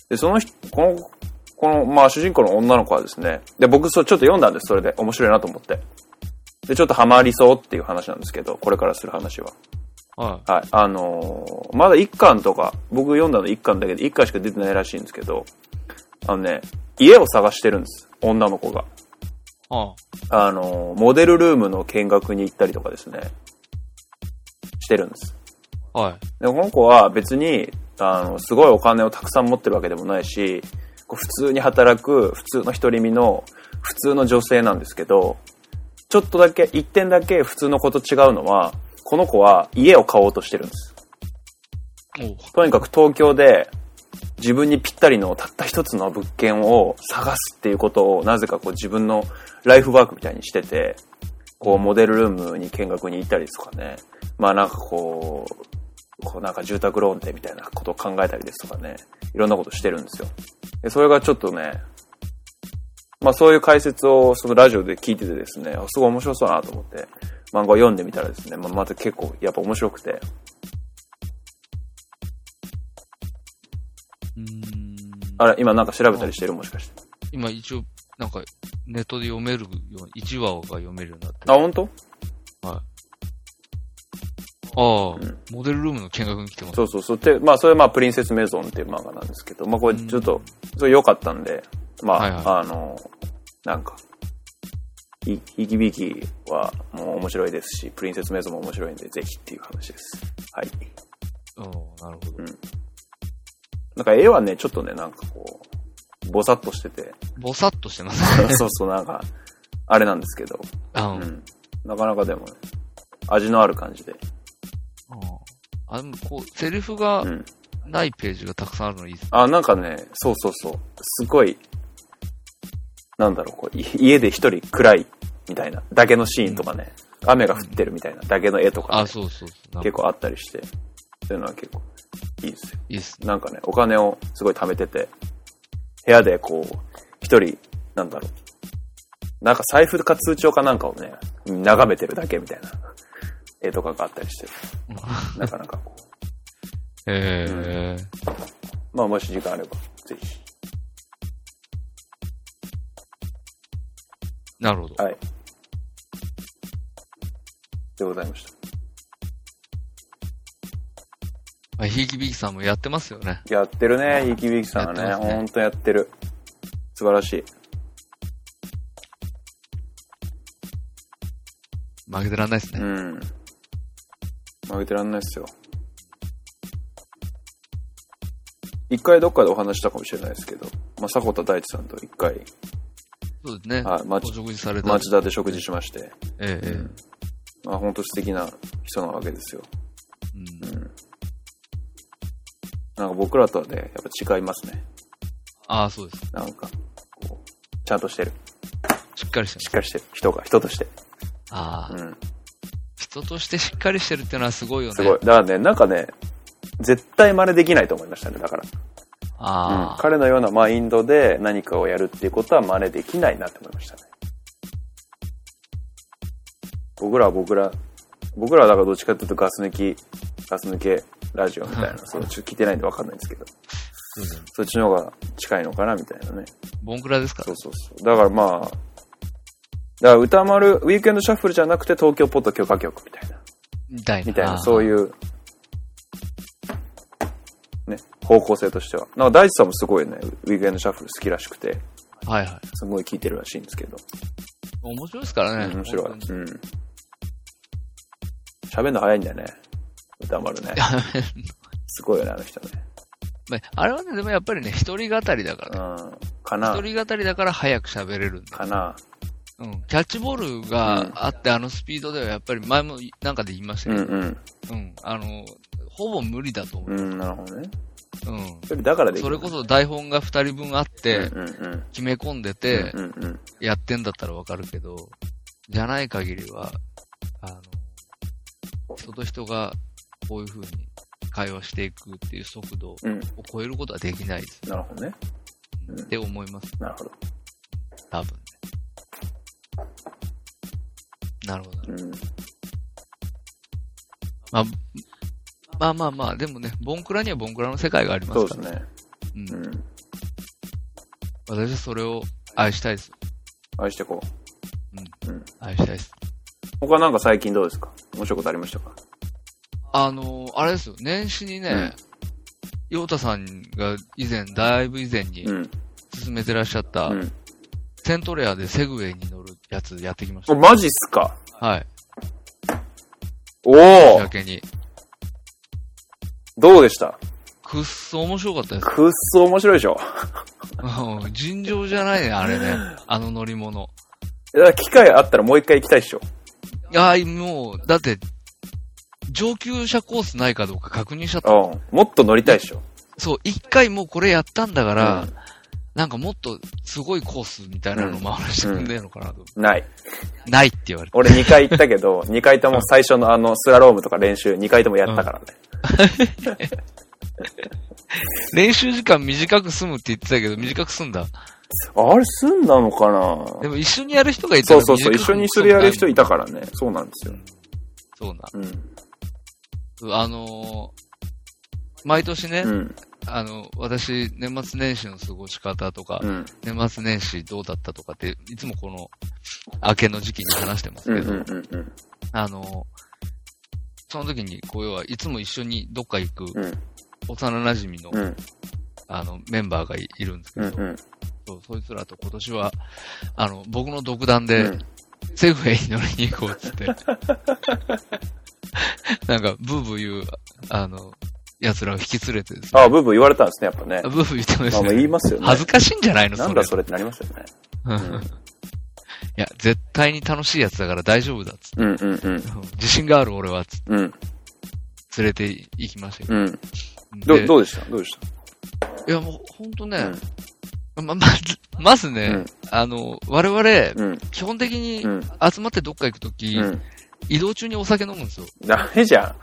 Speaker 2: で、その人、この、この、まあ、主人公の女の子はですね、で、僕、そう、ちょっと読んだんです、それで。面白いなと思って。で、ちょっとハマりそうっていう話なんですけど、これからする話は。
Speaker 3: は
Speaker 2: はい。あのーまだ1巻とか、僕読んだの1巻だけで1巻しか出てないらしいんですけど、あのね、家を探してるんです。女の子が。
Speaker 3: い。は
Speaker 2: あのーモデルルームの見学に行ったりとかですね、してるんです。
Speaker 3: い。はい。
Speaker 2: でもこの子は別に、あの、すごいお金をたくさん持ってるわけでもないし、こう普通に働く普通の独り身の普通の女性なんですけど、ちょっとだけ、一点だけ普通の子と違うのは、この子は家を買おうとしてるんです。
Speaker 3: おう
Speaker 2: とにかく東京で自分にぴったりのたった一つの物件を探すっていうことをなぜかこう自分のライフワークみたいにしてて、こうモデルルームに見学に行ったりですとかね。まあなんかこう、こうなんか住宅ローンでみたいなことを考えたりですとかね。いろんなことしてるんですよ。でそれがちょっとね、まあそういう解説をそのラジオで聞いててですね、あすごい面白そうだなと思って漫画を読んでみたらですね、まあまた結構やっぱ面白くて、
Speaker 3: うーん。
Speaker 2: あれ今なんか調べたりしてるもしかして。
Speaker 3: 今一応、なんか、ネットで読めるように、1話が読めるようになって
Speaker 2: あ、本当？
Speaker 3: る。はい。ああ、
Speaker 2: ん
Speaker 3: モデルルームの見学に来てます。
Speaker 2: そうそうそう。で、まあ、それまあ、プリンセスメゾンっていう漫画なんですけど、まあ、これちょっと、それ良かったんで、まあ、
Speaker 3: はいはい
Speaker 2: あの、なんか、ひひきびきはもう面白いですし、プリンセスメゾンも面白いんで、ぜひっていう話です。はい。
Speaker 3: うん、なるほど。
Speaker 2: なんか絵はね、ちょっとね、なんかこう、ぼさっとして
Speaker 3: [LAUGHS]
Speaker 2: て、
Speaker 3: ぼさっとしてますね。
Speaker 2: そうそう、なんか、あれなんですけど、
Speaker 3: あ
Speaker 2: う
Speaker 3: うん
Speaker 2: ん。なかなかでもね、味のある感じで、
Speaker 3: あでもこう、セリフが
Speaker 2: うん。
Speaker 3: ないページがたくさんあるのいいですね。
Speaker 2: あ、なんかね、そうそうそう。すごい、なんだろう、こうい家で一人暗いみたいな、だけのシーンとかね、雨が降ってるみたいな、だけの絵とかね、
Speaker 3: あ、そうそうそう。なん
Speaker 2: 結
Speaker 3: か
Speaker 2: 構あったりして、そういうのは結構いいですよ。
Speaker 3: いいですね。
Speaker 2: なんかね、お金をすごい貯めてて、部屋でこう、一人、なんだろう、なんか財布か通帳かなんかをね、眺めてるだけみたいな絵とかがあったり
Speaker 3: [LAUGHS]
Speaker 2: して、なかなかこう、
Speaker 3: ええ
Speaker 2: まあもし時間あれば、ぜひ。
Speaker 3: なるほど。
Speaker 2: はい。でございました。
Speaker 3: まあひいきびきさんもやってますよね。
Speaker 2: やってるね、ひいきびきさんはね。
Speaker 3: やってますね
Speaker 2: ほんとやってる。素晴らしい。
Speaker 3: 負けてらんないですね。
Speaker 2: うん。負けてらんないっすよ。一回どっかでお話したかもしれないですけど、まあ、迫田大地さんと一回、
Speaker 3: そうですね。
Speaker 2: はい
Speaker 3: お
Speaker 2: 町
Speaker 3: 食事された。
Speaker 2: 町田で食事しまして、
Speaker 3: ええええ
Speaker 2: まあ、ほんと素敵な人なわけですよ。
Speaker 3: うん
Speaker 2: なんか僕らとはね、やっぱ違いますね。
Speaker 3: ああ、そうです。
Speaker 2: なんか、こう、ちゃんとしてる。
Speaker 3: しっかりして
Speaker 2: し
Speaker 3: る
Speaker 2: っ。かりしてる。人が、人として。
Speaker 3: ああ、
Speaker 2: うん。
Speaker 3: 人としてしっかりしてるっていうのはすごいよね。
Speaker 2: すごい。だからね、なんかね、絶対真似できないと思いましたね、だから。うん
Speaker 3: ああ、
Speaker 2: 彼のようなマインドで何かをやるっていうことは真似できないなって思いましたね。僕らは僕ら、僕らはだからどっちかっていうとガス抜き、ガス抜けラジオみたいな、そう、ちょっと聞いてないんでわかんないんですけど、
Speaker 3: そうですね
Speaker 2: そっちの方が近いのかなみたいなね。
Speaker 3: ボンクラですか
Speaker 2: そうそうそう。だからまあ、だから歌丸、ウィークエンドシャッフルじゃなくて東京ポッド許可局みたいな。
Speaker 3: みたいな。
Speaker 2: みたい
Speaker 3: あ
Speaker 2: な、
Speaker 3: あ
Speaker 2: そういう、ね、方向性としては。なんか大地さんもすごいね、ウィークエンドシャッフル好きらしくて、
Speaker 3: はいはい。
Speaker 2: すごい聴いてるらしいんですけど、
Speaker 3: 面白いですからね。
Speaker 2: 面白い。
Speaker 3: 本当に
Speaker 2: うん。喋るの早いんだよね。歌丸ね。すごいよね、あの人ね。
Speaker 3: まあ [LAUGHS] あれはね、でもやっぱりね、一人語りだからね。
Speaker 2: うん。か
Speaker 3: 一
Speaker 2: な、
Speaker 3: 人語りだから早く喋れるんだ。
Speaker 2: かな。
Speaker 3: うん。キャッチボールがあって、あのスピードではやっぱり前もなんかで言いました
Speaker 2: うん
Speaker 3: け
Speaker 2: う
Speaker 3: ど、
Speaker 2: ん。
Speaker 3: うん。あの、ほぼ無理だと思
Speaker 2: う
Speaker 3: う。
Speaker 2: ん、なるほどね。
Speaker 3: うん。
Speaker 2: 一人だからでき
Speaker 3: そ
Speaker 2: る
Speaker 3: れこそ台本が二人分あっ
Speaker 2: うん
Speaker 3: て、
Speaker 2: うんうん。
Speaker 3: 決め込んでて
Speaker 2: う、んうん。
Speaker 3: やってんだったらわかるけど、じゃない限りは、あの、人と人がこういう風に会話していくっていう速度を
Speaker 2: うん。
Speaker 3: 超えることはできないです
Speaker 2: なるほどね。うん
Speaker 3: って思います、
Speaker 2: なるほど。
Speaker 3: 多分ね。なるほど。
Speaker 2: うん。
Speaker 3: まあ、まあまあまあ、でもね、ボンクラにはボンクラの世界がありま
Speaker 2: そ
Speaker 3: す
Speaker 2: う
Speaker 3: か
Speaker 2: で
Speaker 3: ら
Speaker 2: す、ね。
Speaker 3: うん
Speaker 2: うん。
Speaker 3: 私はそれを愛したいです。
Speaker 2: 愛してこう。
Speaker 3: 愛したいです。
Speaker 2: 他なんか最近どうですか面白いことありましたか
Speaker 3: あの、あれですよ、年始にね、ヨ太さんが以前、だいぶ以前に
Speaker 2: うん。
Speaker 3: 進めてらっしゃった、
Speaker 2: うん。
Speaker 3: セントレアでセグウェイに乗るやつやってきまし
Speaker 2: お、
Speaker 3: た。
Speaker 2: マジっすか
Speaker 3: はい。
Speaker 2: お
Speaker 3: 年
Speaker 2: お
Speaker 3: 明けに。
Speaker 2: どうでした
Speaker 3: くっそ面白かったです。
Speaker 2: くっそ面白いでしょ。
Speaker 3: うん尋常じゃないね、あれね。あの乗り物。
Speaker 2: いや機会あったらもう一回行きたいでしょ。
Speaker 3: いやー、もう、だって、上級者コースないかどうか確認しちゃった。
Speaker 2: うん。もっと乗りたいでしょ。
Speaker 3: そう、一回もうこれやったんだから、
Speaker 2: うん
Speaker 3: なんかもっとすごいコースみたいなの回らしてくんねえのかなと、
Speaker 2: ない。
Speaker 3: ないって言われて。
Speaker 2: 俺2回行ったけど、2回と [LAUGHS] も最初のあの、スラロームとか練習2回ともやったからね。
Speaker 3: 練習時間短く済むって言ってたけど、短く済んだ。
Speaker 2: あれ、済んだのかな
Speaker 3: でも一緒にやる人がいた
Speaker 2: そ
Speaker 3: ら
Speaker 2: うそうそう、一緒にそれやる人い
Speaker 3: た。
Speaker 2: たからね。そうなんですよ。
Speaker 3: そうな。
Speaker 2: うん。
Speaker 3: あのー毎年ね、
Speaker 2: うん。
Speaker 3: あの、私、年末年始の過ごし方とか、
Speaker 2: うん。
Speaker 3: 年末年始どうだったとかって、いつもこの、明けの時期に話してます
Speaker 2: うん。
Speaker 3: け
Speaker 2: う
Speaker 3: ど、
Speaker 2: ん。うん。うん。
Speaker 3: あの、その時に、こう、要はいつも一緒にどっか行く、
Speaker 2: うん。
Speaker 3: 幼馴染
Speaker 2: う
Speaker 3: の、
Speaker 2: ん。
Speaker 3: あの、メンバーがいいるんですけ
Speaker 2: う
Speaker 3: ど、
Speaker 2: ん。うん。
Speaker 3: そうそいつらと今年は、あの、僕の独断で、
Speaker 2: うん
Speaker 3: セグウェイに乗りに行こうっつって。なんか、ブーブー言う、あの、奴らを引き連れてですね。
Speaker 2: あ、ブーブー言われたんですね、やっぱね
Speaker 3: ブ。ーブー言ってま
Speaker 2: ま
Speaker 3: し
Speaker 2: あ、も
Speaker 3: た
Speaker 2: う
Speaker 3: ね
Speaker 2: 言いますよね。
Speaker 3: 恥ずかしいんじゃないの
Speaker 2: なんだそれってなりますよね。
Speaker 3: うん
Speaker 2: うん
Speaker 3: いや、絶対に楽しいやつだから大丈夫だっつって。
Speaker 2: うんうんうん。
Speaker 3: 自信がある俺はっつっ
Speaker 2: うん。
Speaker 3: て連れて行きましたけ
Speaker 2: うん。
Speaker 3: ど。
Speaker 2: ど、ど
Speaker 3: う
Speaker 2: うでしたどうでし
Speaker 3: いや、もうほんとね、ま、まず、まずね、
Speaker 2: うん
Speaker 3: あの、我々、
Speaker 2: たうん。
Speaker 3: 基本的に
Speaker 2: うん
Speaker 3: 集まってどっか行くとき、
Speaker 2: うん。
Speaker 3: 移動中にお酒飲むんですよ。
Speaker 2: ダメじゃん。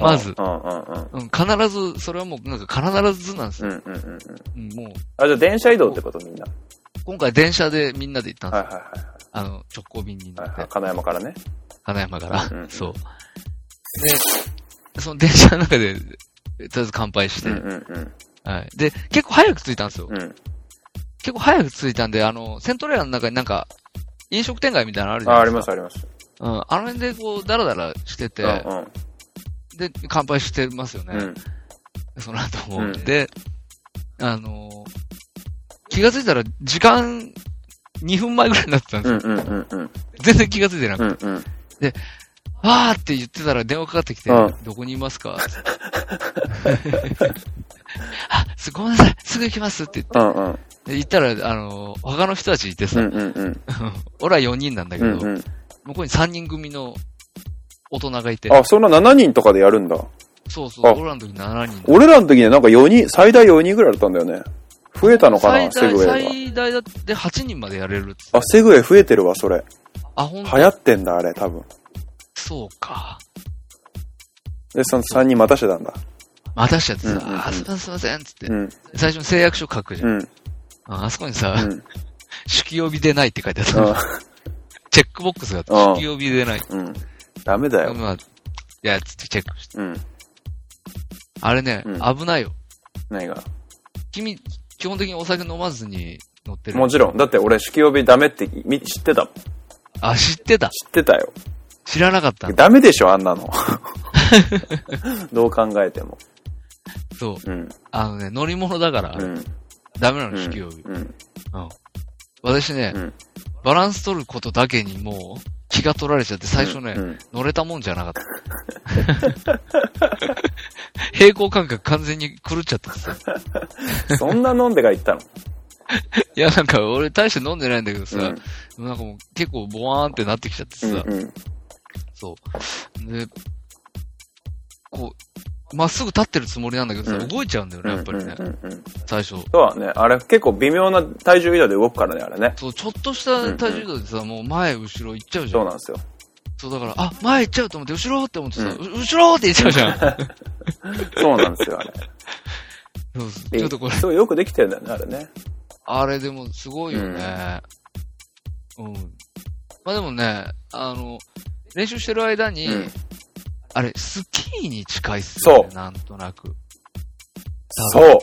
Speaker 3: まず。
Speaker 2: うんうんうん。
Speaker 3: うん、必ず、それはもう、なんか必ずなんです
Speaker 2: うん
Speaker 3: よ。
Speaker 2: うんうんうん。
Speaker 3: うん、もう、
Speaker 2: あ、じゃあ電車移動ってことみんな。
Speaker 3: 今回電車でみんなで行ったんです
Speaker 2: はい
Speaker 3: よ。
Speaker 2: はいはい。
Speaker 3: あの、直行便に乗
Speaker 2: はい
Speaker 3: っ
Speaker 2: はい、
Speaker 3: て、
Speaker 2: 金山からね。
Speaker 3: 花山から。
Speaker 2: うん
Speaker 3: そう。で、その電車の中で、とりあえず乾杯して、
Speaker 2: うんうん
Speaker 3: はい。で、結構早く着いたんですよ。
Speaker 2: うん。うん。
Speaker 3: 結構早く着いたんで、あの、セントレアの中になんか、飲食店街みたいなのあるじゃ
Speaker 2: あ、
Speaker 3: な
Speaker 2: あ
Speaker 3: い
Speaker 2: り
Speaker 3: ですか。
Speaker 2: ますあります。
Speaker 3: うん、あの辺でこう、ダラダラしてて、
Speaker 2: うん
Speaker 3: で、乾杯してますよね。
Speaker 2: うん。うん。
Speaker 3: その後も。
Speaker 2: うん
Speaker 3: で、あのー気がついたら時間2分前ぐらいになってたんです
Speaker 2: う
Speaker 3: よ。
Speaker 2: んうんうんうん。
Speaker 3: 全然気がついてなく
Speaker 2: う
Speaker 3: て。
Speaker 2: んうん。
Speaker 3: わーって言ってたら電話かかってきて、
Speaker 2: うん
Speaker 3: どこにいますかあ、すごめんなさい、すぐ行きますって言って
Speaker 2: うんうん。
Speaker 3: で行ったら、あのー他の人たちいて
Speaker 2: う
Speaker 3: さ、
Speaker 2: んうんうん。
Speaker 3: 俺は4人なんだけ
Speaker 2: う
Speaker 3: ど、
Speaker 2: んうん。
Speaker 3: 向こうに3人組の大人がいて、
Speaker 2: あ、そんな7人とかでやるんだ。
Speaker 3: そうそう
Speaker 2: あ、
Speaker 3: 俺らの時7人。
Speaker 2: 俺らの時ね、なんか4人、最大4人ぐらいだったんだよね。増えたのか
Speaker 3: 最
Speaker 2: な、セ
Speaker 3: 大、
Speaker 2: グウェイ
Speaker 3: 最大だって8人までやれるっつって
Speaker 2: が。あ、セグウェイ増えてるわ、それ。
Speaker 3: あ、ほん
Speaker 2: 流行ってんだ、あれ、多分。
Speaker 3: そうか。
Speaker 2: で、その3人待たせたんだ。
Speaker 3: 待たしちゃってさ、
Speaker 2: うんうんうん
Speaker 3: あ、すいません、すいません、つって
Speaker 2: う。ん。
Speaker 3: 最初に誓約書書くじゃ。
Speaker 2: うんん。
Speaker 3: ああそこにさ、
Speaker 2: うん。
Speaker 3: 酒気帯びでないって書いてあっ
Speaker 2: う
Speaker 3: た。
Speaker 2: ん。
Speaker 3: チェックボックスがあって、
Speaker 2: うん
Speaker 3: 酒気帯びでない。
Speaker 2: うん。ダメだよ。
Speaker 3: まあ、いや、つってチェックして。
Speaker 2: うん。
Speaker 3: あれね、
Speaker 2: うん
Speaker 3: 危ないよ。
Speaker 2: 何が
Speaker 3: 君、基本的にお酒飲まずに乗ってる。
Speaker 2: もちろん。だって俺、酒気帯びダメってみ知ってたもん。知
Speaker 3: あ、知ってた。
Speaker 2: ってたよ。
Speaker 3: 知らなかった。
Speaker 2: ダメでしょ、あんなの。 [LAUGHS] どう考えても。
Speaker 3: そ
Speaker 2: う
Speaker 3: う。
Speaker 2: ん。
Speaker 3: あのね、乗り物だから、
Speaker 2: うん。
Speaker 3: ダメな
Speaker 2: う
Speaker 3: の、
Speaker 2: ん
Speaker 3: 酒気帯び。
Speaker 2: うん。
Speaker 3: うん。私ね、
Speaker 2: うん
Speaker 3: バランス取ることだけにもう、気が取られちゃって、最初ね、
Speaker 2: うん
Speaker 3: 乗れたもんじゃなかった。 [LAUGHS] 平行感覚完全に狂っちゃったんですよ。
Speaker 2: そんな飲んでから行った
Speaker 3: [LAUGHS]
Speaker 2: の。
Speaker 3: いや、なんか俺大して飲んでないんだけどさ、
Speaker 2: うん
Speaker 3: なんかもう結構ボワーンってなってきちゃってさ、
Speaker 2: うんうん。
Speaker 3: そう。で、こう、まっすぐ立ってるつもりなんだけどさ、
Speaker 2: うん
Speaker 3: 動いちゃうんだよね、やっぱりね、
Speaker 2: うんうんうんうん
Speaker 3: 最初。
Speaker 2: そうはね、あれ結構微妙な体重移動で動くからね、あれね。
Speaker 3: そう、ちょっとした体重移動でさ、もう前、後ろ行っちゃうじゃ。
Speaker 2: そうんなんですよ。
Speaker 3: そう、だから、あ、前行っちゃうと思って、後ろって思ってさ、
Speaker 2: う
Speaker 3: う後ろって言っちゃうじゃん。
Speaker 2: そうなんですよ、あれ。
Speaker 3: [LAUGHS] そうそう
Speaker 2: で
Speaker 3: ちょっとこれ、
Speaker 2: そう、よくできてるんだよね、あれね。
Speaker 3: あれでもすごいよね。うん。まあでもね、あの、練習してる間に、
Speaker 2: うん
Speaker 3: あれ、スキーに近いっすよね、
Speaker 2: そう
Speaker 3: なんとなく。。
Speaker 2: そうう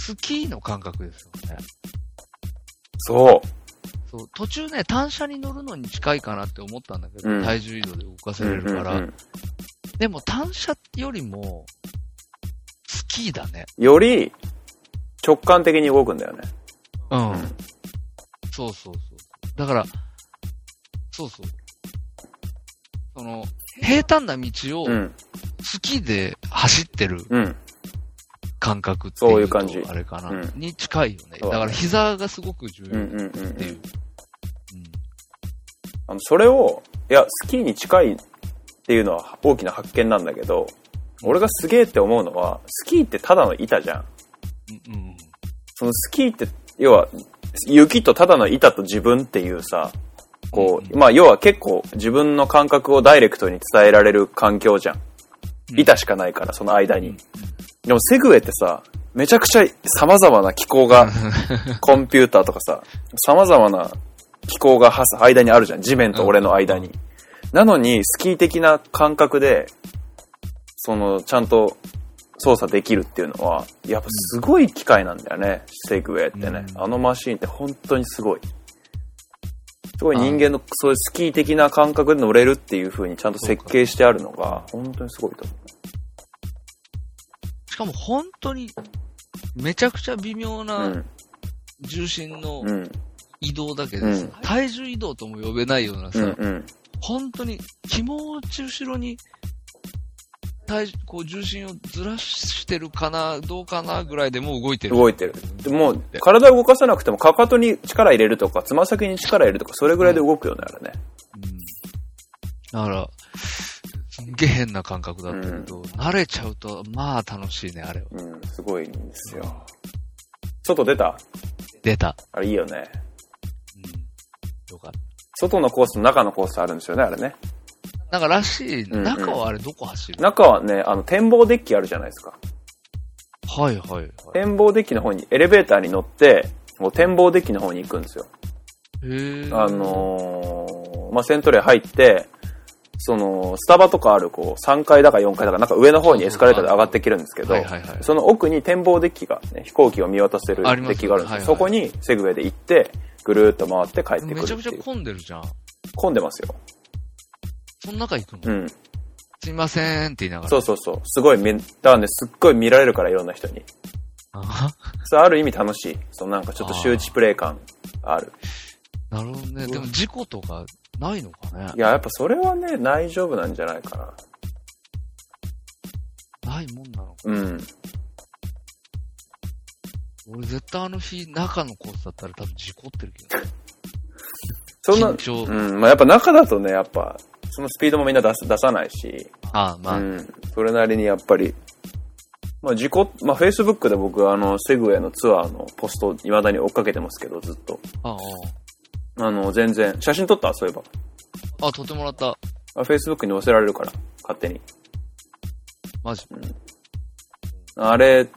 Speaker 3: スキーの感覚ですよね。
Speaker 2: そう
Speaker 3: そう途中ね、単車に乗るのに近いかなって思ったんだけど、
Speaker 2: うん
Speaker 3: 体重移動で動かせれるから、
Speaker 2: うんうん
Speaker 3: でも単車よりも、スキーだね。
Speaker 2: うんより直感的に動くんだよね。
Speaker 3: うん。
Speaker 2: うん
Speaker 3: そうそうそう。だから、そうそう。その、平坦な道を
Speaker 2: うん。
Speaker 3: スキーで走ってる
Speaker 2: うん。
Speaker 3: 感覚っていうと
Speaker 2: そういう感じ
Speaker 3: あれかな、
Speaker 2: うん
Speaker 3: に近いよね。
Speaker 2: そ
Speaker 3: だ
Speaker 2: うだね
Speaker 3: から膝がすごく重
Speaker 2: うん。う
Speaker 3: 要っ
Speaker 2: ん。うん
Speaker 3: ていう。うん
Speaker 2: あのそれを、いや、スキーに近いっていうのは大きな発見なんだけど、俺がすげえって思うのは、スキーってただの板じゃん。
Speaker 3: うんうん。
Speaker 2: そのスキーって、要は、雪とただの板と自分っていうさ、こ
Speaker 3: うんう
Speaker 2: う、まあ要は結構自分の感覚をダイレクトに伝えられる環境じゃん。
Speaker 3: うん
Speaker 2: 板しかないから、その間
Speaker 3: う
Speaker 2: に
Speaker 3: ん。
Speaker 2: でもセグウェイってさ、めちゃくちゃ様々な機構
Speaker 3: [LAUGHS]
Speaker 2: が、コンピューターとかさ、様々な機構がはす間にあるじゃん。地面と俺の間に。なのに、スキー的な感覚で、その、ちゃんと操作できるっていうのは、やっぱすごい機械なんだよね。セグウェイってね。
Speaker 3: うん
Speaker 2: あのマシーンって本当にすごい。すごい人間のそういうスキー的な感覚で乗れるっていう風にちゃんと設計してあるのが、本当にすごいと思う。
Speaker 3: しかも本当に、めちゃくちゃ微妙な重心の
Speaker 2: うん。うん。
Speaker 3: 移動だけで
Speaker 2: う
Speaker 3: さ、
Speaker 2: ん
Speaker 3: 体重移動とも呼べないようなさ、
Speaker 2: うん。うん。
Speaker 3: 本当に気持ち後ろに体重こう重心をずらしてるかな、どうかなぐらいでもう動いてる。
Speaker 2: 動いてる。でもう、体を動かさなくても、かかとに力入れるとか、つま先に力入れるとか、それぐらいで動くよね、あれね。
Speaker 3: うんだから、すんげえ変な感覚だったけど、慣れちゃうと、まあ楽しいね、あれは。
Speaker 2: うん、すごいんですよ。外出た
Speaker 3: 出た。
Speaker 2: あれいいよね。
Speaker 3: うん。よかっ
Speaker 2: 外のコースと中のコースあるんですよね、あれね。
Speaker 3: た。なんからしいね、
Speaker 2: うんうん
Speaker 3: 中はあれどこ走る
Speaker 2: 中はね、あの、展望デッキあるじゃないですか。
Speaker 3: はいはいはい。
Speaker 2: 展望デッキの方に、エレベーターに乗って、もう展望デッキの方に行くんですよ。
Speaker 3: へー
Speaker 2: あ、のー、まあ、セントレア入って、その、スタバとかある、こう、3階だか4階だか、なんか上の方にエスカレーターで上がっていけるんですけど、
Speaker 3: はいはいはい。
Speaker 2: その奥に展望デッキが、ね、飛行機を見渡せるデ
Speaker 3: あります
Speaker 2: ッキがあるんですよ
Speaker 3: はいはい
Speaker 2: そこにセグウェイで行って、ぐるーっと回って帰って
Speaker 3: め
Speaker 2: く
Speaker 3: ち
Speaker 2: る
Speaker 3: ゃくち
Speaker 2: っ
Speaker 3: ゃ
Speaker 2: ていう。
Speaker 3: 混んでるじゃん。
Speaker 2: 混んでますよ。
Speaker 3: その中行くの、
Speaker 2: うん。
Speaker 3: すいませんって言いながら。
Speaker 2: そうそうそう。すごい見、だからね、すっごい見られるから、いろんな人に。
Speaker 3: あ
Speaker 2: それある意味楽しい。そのなんかちょっと周知プレイ感ある。
Speaker 3: なるほどね。でも事故とかないのかね
Speaker 2: いや、やっぱそれはね、大丈夫なんじゃないかな。
Speaker 3: ないもんなのか。
Speaker 2: うん。
Speaker 3: 俺絶対あの日、中のコースだったら多分事故ってるけど。
Speaker 2: そんな
Speaker 3: 緊、張
Speaker 2: うん。まあ、やっぱ中だとね、やっぱ、そのスピードもみんな出す出さないし、
Speaker 3: ああ、まあ、
Speaker 2: うん、それなりにやっぱり、まあ、事故、まあ、Facebook で僕、あの、セグウェイのツアーのポストを未だに追っかけてますけど、ずっと。
Speaker 3: ああ、
Speaker 2: あの、全然、写真撮ったそういえば。
Speaker 3: ああ、撮ってもらった。
Speaker 2: あ Facebook に載せられるから、勝手に。
Speaker 3: マジ。
Speaker 2: あれ、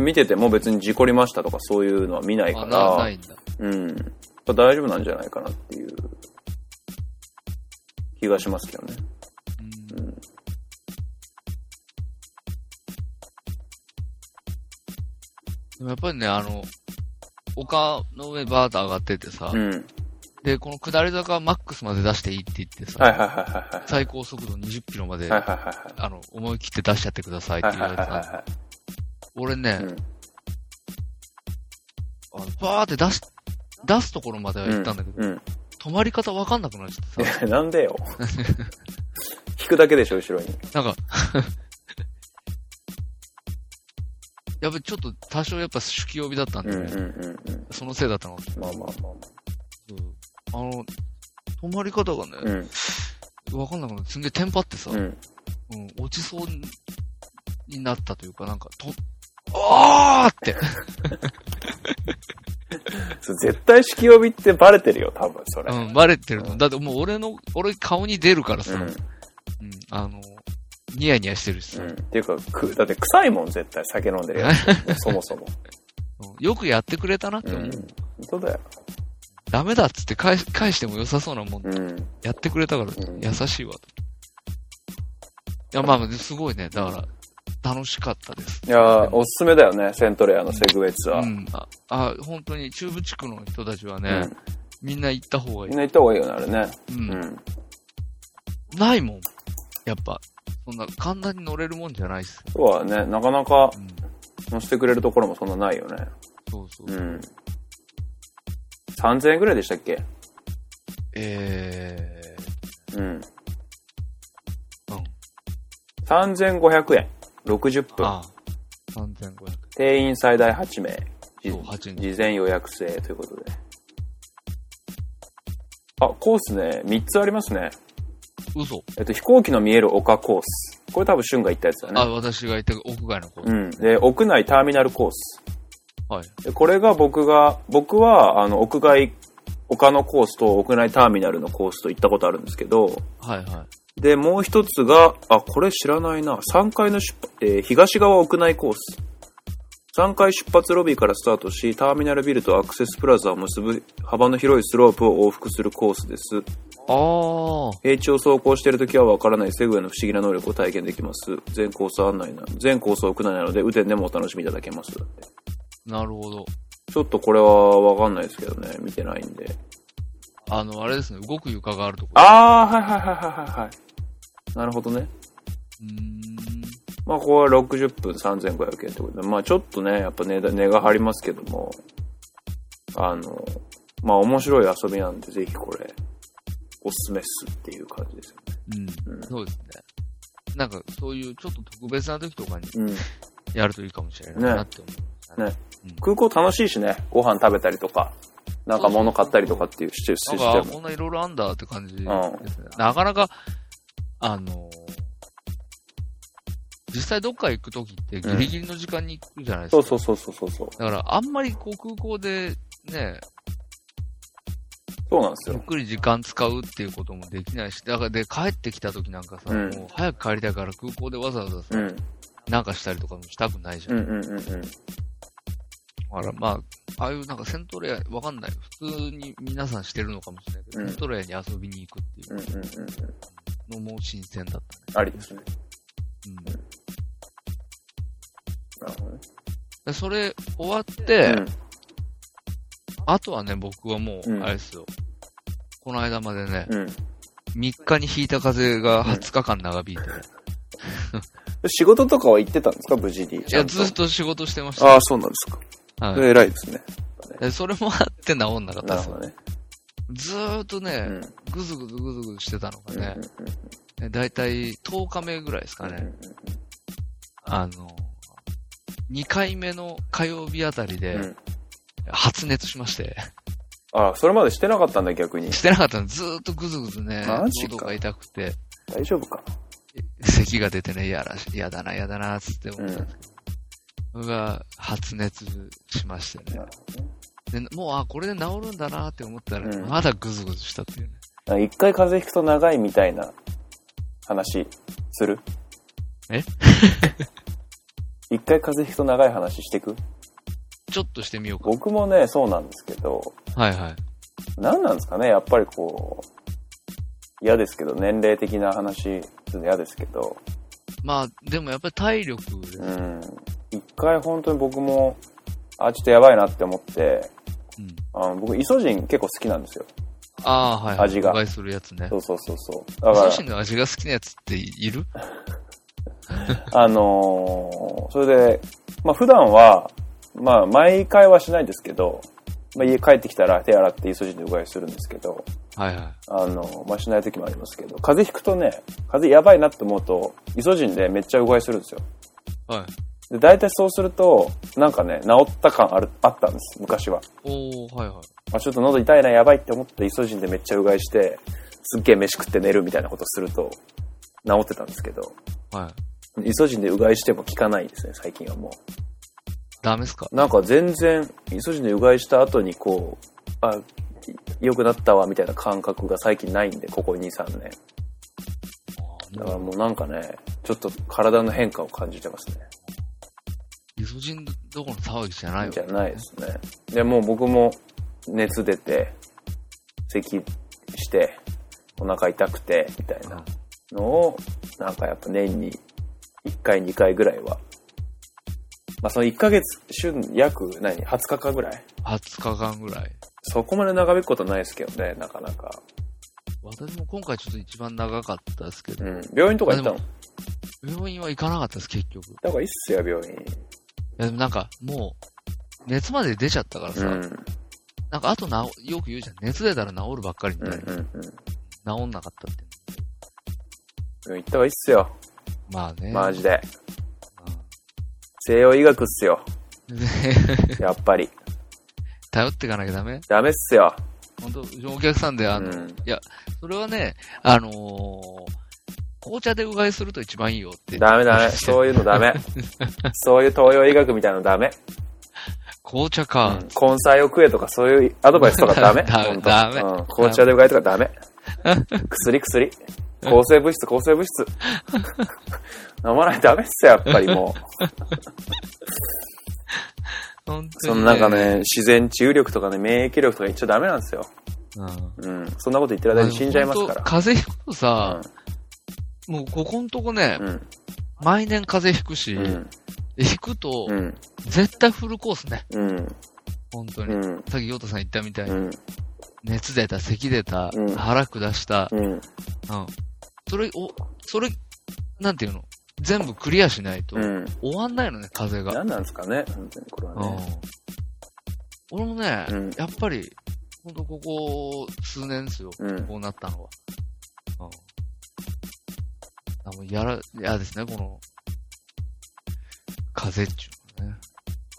Speaker 2: 見てても別に事故りましたとかそういうのは見ないか
Speaker 3: あなな
Speaker 2: ら
Speaker 3: い、んだ。
Speaker 2: うん。やっぱ大丈夫なんじゃないかなっていう気がしますけどね。
Speaker 3: うん。でもやっぱりね、あの、丘の上バーッと上がっててさ、
Speaker 2: うん。
Speaker 3: で、この下り坂はマックスまで出していいって言ってさ、
Speaker 2: はいはいはいはいはい。
Speaker 3: 最高速度20キロまで、
Speaker 2: はいはいはい
Speaker 3: あの、思い切って出しちゃってくださいって
Speaker 2: はい。
Speaker 3: 言
Speaker 2: は
Speaker 3: わ
Speaker 2: いはい
Speaker 3: れて
Speaker 2: は
Speaker 3: さ、
Speaker 2: いは
Speaker 3: 俺ね
Speaker 2: い。う、ん。
Speaker 3: あのバーって出し、出すところまでは行ったんだけど、
Speaker 2: うん。
Speaker 3: 止まり方わかんなくなっちゃってさ、
Speaker 2: なんでよ。 [LAUGHS] 引くだけでしょ、後ろに。
Speaker 3: なんか、やべ、ちょっと多少やっぱ酒気帯びだったん
Speaker 2: うん
Speaker 3: で、
Speaker 2: うん
Speaker 3: ね
Speaker 2: うんうん。
Speaker 3: そのせいだったのか
Speaker 2: まあまあまあ
Speaker 3: あの、止まり方が
Speaker 2: まあ。う
Speaker 3: ね、
Speaker 2: ん。
Speaker 3: わかんなくなって、すんげえテンパってさ、
Speaker 2: うん。
Speaker 3: うん、落ちそうになったというか、なんか、と、あーって、
Speaker 2: それ絶対酒気帯びってバレてるよ、多分それ。
Speaker 3: うん、バレてるの。だってもう俺の、俺顔に出るからさ、
Speaker 2: う。
Speaker 3: うんん、あの、ニヤニヤしてるしさ、
Speaker 2: うん。っていうか、く、だって臭いもん、絶対酒飲んでるやつ。そもそも。
Speaker 3: うんよくやってくれたなって
Speaker 2: う
Speaker 3: 思う。
Speaker 2: ん。本当だよ。
Speaker 3: ダメだっつって返し返しても良さそうなもん、
Speaker 2: うん。
Speaker 3: やってくれたから
Speaker 2: うん
Speaker 3: 優しいわ。いや、まあまあ、すごいね。だから、楽しかったです。
Speaker 2: いやーおすすめだよね、セントレアのセグウェイツア
Speaker 3: う
Speaker 2: ー。
Speaker 3: ん。あ、あ本当に中部地区の人たちはね、
Speaker 2: うん
Speaker 3: みんな行った方がい
Speaker 2: みんな行った方がいいよね、あれね。
Speaker 3: い。
Speaker 2: う
Speaker 3: う。
Speaker 2: んん。
Speaker 3: ないもん。やっぱ。そんな簡単に乗れるもんじゃないっす。
Speaker 2: そうはね、なかなか
Speaker 3: うん。
Speaker 2: 乗せてくれるところもそんなないよね。
Speaker 3: そうそう。
Speaker 2: うん。3000円ぐらいでしたっけ
Speaker 3: え
Speaker 2: うん。
Speaker 3: ー、うん。
Speaker 2: 3500円。60分。
Speaker 3: ああ。3500。
Speaker 2: 定員最大8名。じ
Speaker 3: そう8人
Speaker 2: 事前予約制ということで。あ、コースね、3つありますね。
Speaker 3: 嘘。
Speaker 2: えっと、飛行機の見える丘コース。これ多分、シュンが行ったやつだ
Speaker 3: あ、
Speaker 2: ね。
Speaker 3: 私がいた屋外の子。
Speaker 2: うん。で、屋内ターミナルコース。
Speaker 3: はい。
Speaker 2: でこれが僕が、僕は、あの、屋外、丘のコースと屋内ターミナルのコースと行ったことあるんですけど、
Speaker 3: はいは
Speaker 2: で、もう一つが、あ、これ知らないな。3階の出発、えー東側屋内コース。3階出発ロビーからスタートし、ターミナルビルとアクセスプラザを結ぶ幅の広いスロープを往復するコースです。
Speaker 3: い。ああ。
Speaker 2: 平地を走行しているときはわからないセグウェイの不思議な能力を体験できます。全コース案内な、全コースは屋内なので、雨天でもお楽しみいただけます。
Speaker 3: なるほど。
Speaker 2: ちょっとこれはわかんないですけどね。見てないんで。
Speaker 3: あの、あれですね、動く床があるところ。
Speaker 2: あー、はいはいはいはいはい。なるほどね。
Speaker 3: うーん。
Speaker 2: まあ、ここは60分3500円ってことで、まあ、ちょっとね、やっぱ値段値が張りますけども、あの、まあ、面白い遊びなんで、ぜひこれ、おすすめっすっていう感じです
Speaker 3: う
Speaker 2: うん
Speaker 3: ん。そうですね。なんか、そういうちょっと特別な時とかに
Speaker 2: よね。うん。
Speaker 3: やるといいかもしれないなって思う。
Speaker 2: ね
Speaker 3: うん
Speaker 2: 空港楽しいしね、ご飯食べたりとか、なんか物買ったりとかっていうシチュ
Speaker 3: な
Speaker 2: エー
Speaker 3: ん
Speaker 2: ション
Speaker 3: か、
Speaker 2: も
Speaker 3: こんないろいろあんだって感じですね。なかなか、あのー実際どっか行く時ってギリギリの時間に行くじゃないですか。
Speaker 2: そうそうそうそうそうそう。
Speaker 3: だから、あんまりこう空港でね、
Speaker 2: そうなんです
Speaker 3: ゆっ
Speaker 2: よ。
Speaker 3: くり時間使うっていうこともできないし、だからで、帰ってきた時なんかさ、
Speaker 2: うん
Speaker 3: もう早く帰りたいから空港でわざわざさ、
Speaker 2: うん。
Speaker 3: なんかしたりとかもしたくないじゃ。
Speaker 2: うんんうんうんうん。
Speaker 3: だからまあ、ああいうなんかセントレア、わかんない。普通に皆さんしてるのかもしれないけど、
Speaker 2: うん
Speaker 3: セントレアに遊びに行くってい
Speaker 2: うんうんうんうん。
Speaker 3: うのも新鮮だったね。
Speaker 2: ありですね。
Speaker 3: うん。
Speaker 2: なるほどね。
Speaker 3: でそれ終わって、あとはね、僕はもう
Speaker 2: う、ん
Speaker 3: あれですよ。この間までね、
Speaker 2: うん。うん。
Speaker 3: 3日に引いた風が20日間長引いて、
Speaker 2: 仕事とかは行ってたんですか無事に。い
Speaker 3: いや、ずっと仕事してまし
Speaker 2: あ
Speaker 3: た。
Speaker 2: あ、そうなんですか。
Speaker 3: はい
Speaker 2: それ偉いですね。
Speaker 3: でそれもあって治んなかった
Speaker 2: な
Speaker 3: で
Speaker 2: る
Speaker 3: す
Speaker 2: ほど
Speaker 3: よ。
Speaker 2: ね。
Speaker 3: ずーっと
Speaker 2: う
Speaker 3: ね
Speaker 2: ん、。
Speaker 3: ぐずぐずぐずぐずしてたのがね
Speaker 2: うん、
Speaker 3: ねだいたい10日目ぐらいですかね。あの、2回目の火曜日あたり
Speaker 2: う
Speaker 3: で
Speaker 2: ん、
Speaker 3: 発熱しまして、 [LAUGHS]
Speaker 2: あ、それまでしてなかったんだ、逆に。
Speaker 3: してなかったの、ずーっとぐずぐずね、
Speaker 2: マジか
Speaker 3: 喉が痛くて、
Speaker 2: 大丈夫か。
Speaker 3: 咳が出てね、やらし、やだな、やだな、つって思ったんですけど。僕が発熱しましてね
Speaker 2: なる。
Speaker 3: でもう、あ、これで治るんだなって思ったら、
Speaker 2: うん
Speaker 3: まだぐずぐずしたっていうね。
Speaker 2: なんか一回風邪ひくと長いみたいな話する
Speaker 3: え
Speaker 2: [LAUGHS] 一回風邪ひくと長い話してく
Speaker 3: ちょっとしてみようか。
Speaker 2: 僕もね、そうなんですけど、
Speaker 3: はいはい。
Speaker 2: 何なんですかね、やっぱりこう、嫌ですけど、年齢的な話、ちょっと嫌ですけど、
Speaker 3: まあ、でもやっぱり体力です。
Speaker 2: うん。一回本当に僕も、あ、ちょっとやばいなって思って、
Speaker 3: うん。
Speaker 2: あの僕、イソジン結構好きなんですよ。
Speaker 3: ああ、はい、はい。
Speaker 2: 味が
Speaker 3: お買いするやつね
Speaker 2: そ。うそうそうそう。だ
Speaker 3: お
Speaker 2: か
Speaker 3: 寿
Speaker 2: ら
Speaker 3: 司、の味が好きなやつっている
Speaker 2: あのーそれで、まあ普段は、まあ毎回はしないですけど、まあ家帰ってきたら手洗ってイソジンでうがいするんですけど、
Speaker 3: はいはい。
Speaker 2: あのーまあしない時もありますけど、風邪ひくとね、風邪やばいなって思うと、イソジンでめっちゃうがいするんですよ。
Speaker 3: はい。
Speaker 2: で、大体そうすると、なんかね、治った感ある、あったんです、昔は。
Speaker 3: おー、はいはい。
Speaker 2: あ、ちょっと喉痛いな、やばいって思って、イソジンでめっちゃうがいして、すっげえ飯食って寝るみたいなことすると、治ってたんですけど、
Speaker 3: はい。
Speaker 2: イソジンでうがいしても効かないですね、最近はもう。
Speaker 3: ダメっすか
Speaker 2: なんか全然、イソジンでうがいした後にこう、あ、良くなったわみたいな感覚が最近ないんで、ここ2、3年。だからもうなんかね、ちょっと体の変化を感じてますね。
Speaker 3: イソジンどころの騒ぎじゃないわ
Speaker 2: じゃないですね。で、もう僕も熱出て、咳して、お腹痛くて、みたいなのを、なんかやっぱ年に1回、2回ぐらいは。まあその1ヶ月、週、約何 ?20 日間ぐらい
Speaker 3: 20日間ぐらい。
Speaker 2: そこまで長引くことないですけどね、なかなか。
Speaker 3: 私も今回ちょっと一番長かったですけ
Speaker 2: う
Speaker 3: ど、
Speaker 2: ん。病院とか行ったの
Speaker 3: あ病院は行かなかったです、結局。い
Speaker 2: だからいいっすよ、病院。
Speaker 3: や、でもなんか、もう、熱まで出ちゃったから
Speaker 2: う
Speaker 3: さ、
Speaker 2: ん。うん
Speaker 3: なんかあとなお、よく言うじゃん、熱出たら治るばっかりみ
Speaker 2: うん
Speaker 3: た
Speaker 2: う
Speaker 3: いな、
Speaker 2: ん。
Speaker 3: 治んなかったって。
Speaker 2: 病院行った方がいいっすよ、
Speaker 3: まあね。
Speaker 2: マジで。
Speaker 3: うん
Speaker 2: 西洋医学っすよ、
Speaker 3: で
Speaker 2: やっぱ
Speaker 3: [LAUGHS]
Speaker 2: り。
Speaker 3: [LAUGHS] 頼っていかなきゃダメ
Speaker 2: ダメっすよ。
Speaker 3: 本当うちのお客さんで、あ
Speaker 2: う
Speaker 3: の、
Speaker 2: ん。
Speaker 3: それはね、あのー紅茶でうがいすると一番いいよって。
Speaker 2: ダメダ
Speaker 3: [LAUGHS]
Speaker 2: メ。そういうのダメ。そういう東洋医学みたいなのダメ。
Speaker 3: 紅茶
Speaker 2: う
Speaker 3: か
Speaker 2: ん。。根菜を食えとかそういうアドバイスとかダメ。
Speaker 3: [LAUGHS] ダメ
Speaker 2: ほんと
Speaker 3: ダメ
Speaker 2: うん。紅茶でうがいとかダメ。薬薬。抗生物質、抗生物
Speaker 3: [LAUGHS]
Speaker 2: 質。飲まないとダメっすよ、やっぱりもう。
Speaker 3: 本当
Speaker 2: そ
Speaker 3: に
Speaker 2: のなんか。ね、自然治癒力とかね、免疫力とか言っちゃダメなんですよ。
Speaker 3: うん。
Speaker 2: うん。そんなこと言ってる間に死んじゃいますか
Speaker 3: あの
Speaker 2: ら。
Speaker 3: 風邪ひくとさ、もうここんとこね、
Speaker 2: うん。
Speaker 3: 毎年風邪ひくし、
Speaker 2: うん。
Speaker 3: ひくと、
Speaker 2: うん。
Speaker 3: 絶対フルコースね。
Speaker 2: うん。
Speaker 3: 本当
Speaker 2: う
Speaker 3: に。
Speaker 2: ん。
Speaker 3: さっきヨウタさん言ったみたいに、
Speaker 2: うん。
Speaker 3: 熱出た、咳出た、
Speaker 2: うん
Speaker 3: 腹下した、
Speaker 2: うん。
Speaker 3: うん。それ、お、それ、なんていうの全部クリアしないと、
Speaker 2: うん。
Speaker 3: 終わんないのね、風が。
Speaker 2: 何なんですかね、本当にこれは
Speaker 3: うん
Speaker 2: ね。。
Speaker 3: 俺もね、
Speaker 2: うん
Speaker 3: やっぱり、ほんとここ数年ですよ。
Speaker 2: うん
Speaker 3: こうなったのは。うん。あもうやら、嫌ですね、この、風っちゅうのね。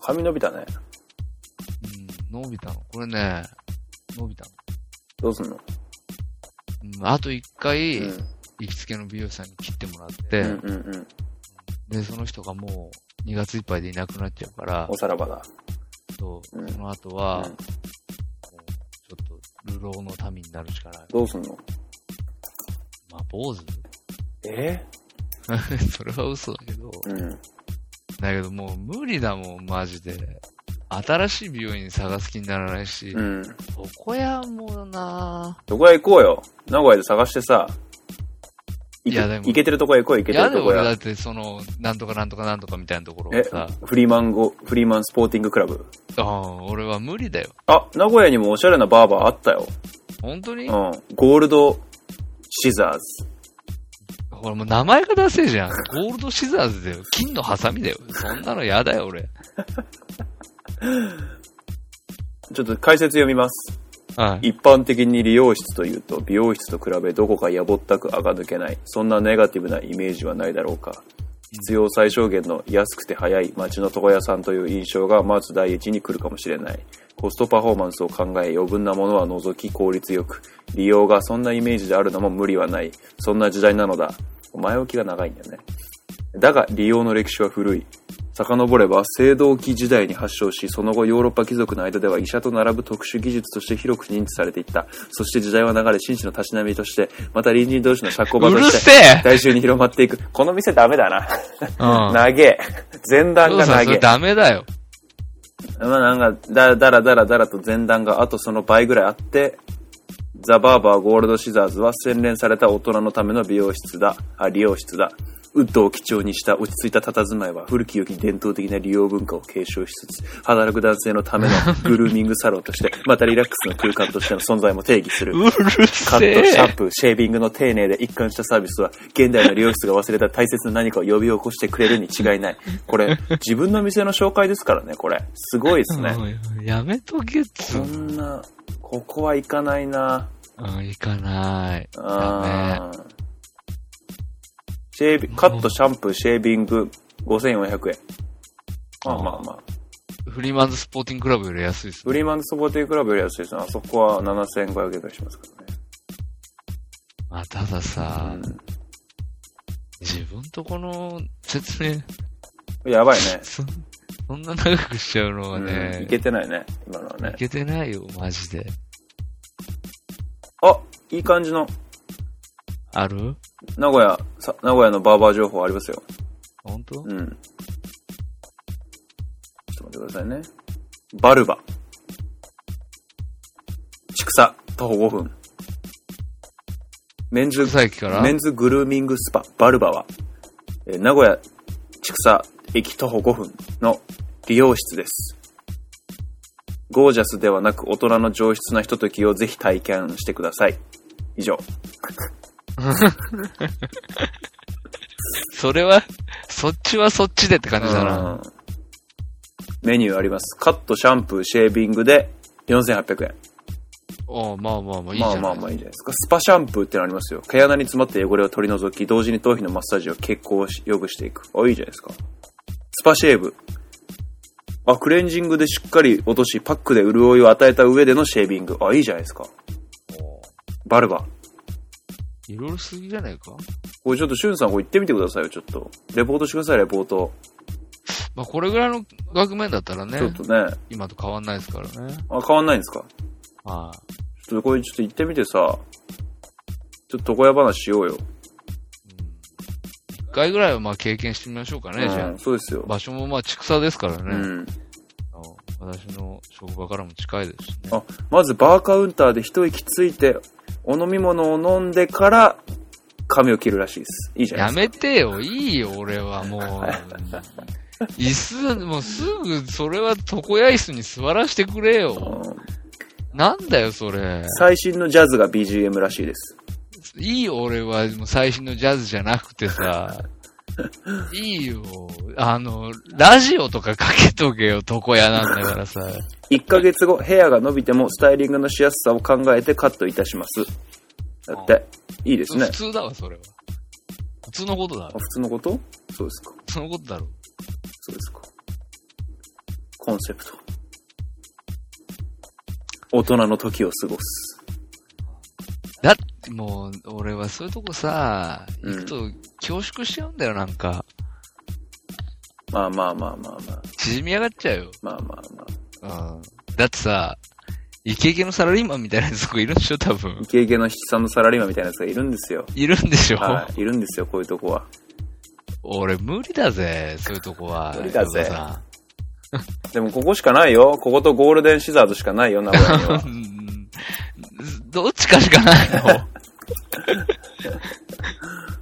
Speaker 2: 髪伸びたね。
Speaker 3: うん、伸びたの。これね、伸びたの。
Speaker 2: どうすんの
Speaker 3: うん、あと一回、
Speaker 2: うん。
Speaker 3: 行きつけの美容師さんに切ってもらって、
Speaker 2: うんうんうん。
Speaker 3: で、その人がもう2月いっぱいでいなくなっちゃうから
Speaker 2: お、さらばだ。
Speaker 3: そううんその後は、
Speaker 2: うん
Speaker 3: もうちょっと、流浪の民になるしかない。
Speaker 2: どうすんの
Speaker 3: まあ、坊主 [LAUGHS]
Speaker 2: え
Speaker 3: それは嘘だけど。
Speaker 2: うん。
Speaker 3: だけどもう無理だもん、マジで。新しい美容院探す気にならないし、
Speaker 2: うん。
Speaker 3: 床屋もな
Speaker 2: どこへ行こうよ。名古屋で探してさ。い
Speaker 3: い
Speaker 2: け
Speaker 3: やでも
Speaker 2: 行けてるとこへ行こう、行けて
Speaker 3: ぁ。
Speaker 2: る
Speaker 3: やだ
Speaker 2: とこ
Speaker 3: 俺だ
Speaker 2: へ
Speaker 3: っ。て、その、なんとかなんとかなんとかみたいなところ
Speaker 2: え
Speaker 3: をさ、、
Speaker 2: フリーマンゴ、フリーマンスポーティングクラブ。
Speaker 3: ああ俺は無理だよ。
Speaker 2: あ、名古屋にもおしゃれなバーバーあったよ。
Speaker 3: 本当に、
Speaker 2: うん。ゴールドシザーズ。
Speaker 3: ほらもう名前がダセえじゃん。ゴールドシザーズだよ。金のハサミだよ。そんなのやだよ、俺。
Speaker 2: ちょっと解説読みます。
Speaker 3: はい。
Speaker 2: 一般的に理容室というと美容室と比べどこかやぼったく垢抜けないそんなネガティブなイメージはないだろうか必要最小限の安くて早い町の床屋さんという印象がまず第一に来るかもしれないコストパフォーマンスを考え余分なものは除き効率よく利用がそんなイメージであるのも無理はないそんな時代なのだ前置きが長いんだよねだが利用の歴史は古い遡れば青銅器時代に発祥しその後ヨーロッパ貴族の間では医者と並ぶ特殊技術として広く認知されていったそして時代は流れ紳士のたしなみとしてまた隣人同士の社交場
Speaker 3: う
Speaker 2: と
Speaker 3: る
Speaker 2: して
Speaker 3: せえ
Speaker 2: 大衆に広まっていく。この店ダメだな。
Speaker 3: うん。
Speaker 2: 投げ。前段
Speaker 3: そう
Speaker 2: が
Speaker 3: さ、
Speaker 2: 投
Speaker 3: それ
Speaker 2: げ。
Speaker 3: ダメだよ。
Speaker 2: まあなんか、だ、だらだらだらと前段があとその倍ぐらいあって、ザ・バーバー・ゴールド・シザーズは洗練された大人のための美容室だ、あ、理容室だ。ウッドを基調にした落ち着いた佇まいは古き良き伝統的な利用文化を継承しつつ、働く男性のためのグルーミングサロンとして、またリラックスの空間としての存在も定義する。
Speaker 3: うる
Speaker 2: カ
Speaker 3: せ
Speaker 2: ット、シャン
Speaker 3: え
Speaker 2: プー、シェービングの丁寧で一貫したサービスは、現代の利用室が忘れた大切な何かを呼び起こしてくれるに違いない。こ
Speaker 3: [LAUGHS]
Speaker 2: れ、自分の店の紹介ですからね、これ。すごいですね。
Speaker 3: うんやめとけっつ
Speaker 2: こ
Speaker 3: うの
Speaker 2: んな、ここは行かないな
Speaker 3: うん、行かない。だね。
Speaker 2: あーシェービカット、シャンプー、シェービング、5400円。まあまあまあ。
Speaker 3: フリーマンズスポーティングクラブより安いです
Speaker 2: フ。リーマンドソポーティークラブより安いですねあそこは7500円くらいしますからね。
Speaker 3: まあ、たださ、
Speaker 2: う
Speaker 3: 自分とこの説明、
Speaker 2: んやばいね。
Speaker 3: [LAUGHS] そそんな長くしちゃうのは
Speaker 2: うん、
Speaker 3: ね
Speaker 2: い、けてないね、今のはね
Speaker 3: い。けてないよ、マジで。
Speaker 2: あ、いい感じの
Speaker 3: ある
Speaker 2: 名古屋、さ名古屋のバーバー情報ありますよ。
Speaker 3: 本当
Speaker 2: うん。ちょっと待ってくださいね。バルバ。ちくさ、徒歩5分。メンズ、
Speaker 3: 草駅から
Speaker 2: メンズグルーミングスパ、バルバは、えー名古屋、ちくさ、駅徒歩5分の利用室です。ゴージャスではなく大人の上質なひとときをぜひ体験してください。以上。
Speaker 3: それは、そっちはそっちでって感じだな。
Speaker 2: うんメニューあります。カット、シャンプー、シェービングで4800円。
Speaker 3: おうまあまあまあ、いいじ
Speaker 2: ま
Speaker 3: ゃ
Speaker 2: あ
Speaker 3: ん。
Speaker 2: まあまあいいんじゃないですか。スパシャンプーってのありますよ。毛穴に詰まった汚れを取り除き、同時に頭皮のマッサージを血行をし良くしていく。あ、いいじゃないですか。スパシェーブ。あ、クレンジングでしっかり落とし、パックで潤いを与えた上でのシェービング。あ、いいじゃないですか。バルバ。
Speaker 3: いろいろすぎじゃないか
Speaker 2: これちょっとしゅんさんこれ行ってみてくださいよ、ちょっと。レポートしてください、レポート。
Speaker 3: まあ、これぐらいの額面だったらね
Speaker 2: ちょ、っとね。
Speaker 3: 今と変わんないですからね。
Speaker 2: あ、変わんないんですか
Speaker 3: は
Speaker 2: ちょっとこれちょっと行ってみてさ、ちょっと床屋話しようよ。
Speaker 3: い。うん一回ぐらいはまあ経験してみましょうかね、じゃ
Speaker 2: うん、そうですよ
Speaker 3: あ。。場所もまあ、畜産ですからね。
Speaker 2: うん。
Speaker 3: あの私の職場からも近いですしね。
Speaker 2: あ、まずバーカウンターで一息ついて、お飲み物を飲んでから、髪を切るらしいです。いいじゃな
Speaker 3: や
Speaker 2: い
Speaker 3: めてよ、いいよ、俺はもう。椅子、もうすぐ、それは床屋椅子に座らせてくれ
Speaker 2: です
Speaker 3: よ。
Speaker 2: か。うん
Speaker 3: なんだよ、それ。
Speaker 2: 最新のジャズが BGM らしいです。
Speaker 3: いいよ、俺は、もう最新のジャズじゃなくてさ。いいよ。あの、ラジオとかかけとけよ、床屋なんだからさ。
Speaker 2: 1ヶ月後、ヘアが伸びてもスタイリングのしやすさを考えてカットいたします。だって、いいですね
Speaker 3: 普。通だわ、それは。普通のことだ
Speaker 2: あ。普通のことそうですか。
Speaker 3: 普通のことだろ。
Speaker 2: そうですか。コンセプト。大人の時を過ごす。
Speaker 3: だってもう、俺はそういうとこさ、
Speaker 2: うん
Speaker 3: 行くと恐縮しちゃうんだよ、なんか。
Speaker 2: まあまあまあまあまあ。
Speaker 3: 縮み上がっちゃうよ。
Speaker 2: まあまあまあ。
Speaker 3: うん。だってさ、イケイケのサラリーマンみたいなやつとかいるんでしょ、多分
Speaker 2: イ。ケイケの引きさんのサラリーマンみたいなやつがいるんですよ。
Speaker 3: いるんでしょ、
Speaker 2: はい。いるんですよ、こういうとこは。
Speaker 3: 俺無理だぜ、そういうとこは。
Speaker 2: 無理だぜ
Speaker 3: ヨガ
Speaker 2: でもここしかないよ。こことゴールデンシザーズしかないよ、名古屋には
Speaker 3: [LAUGHS] さん。うんどっちかしかないの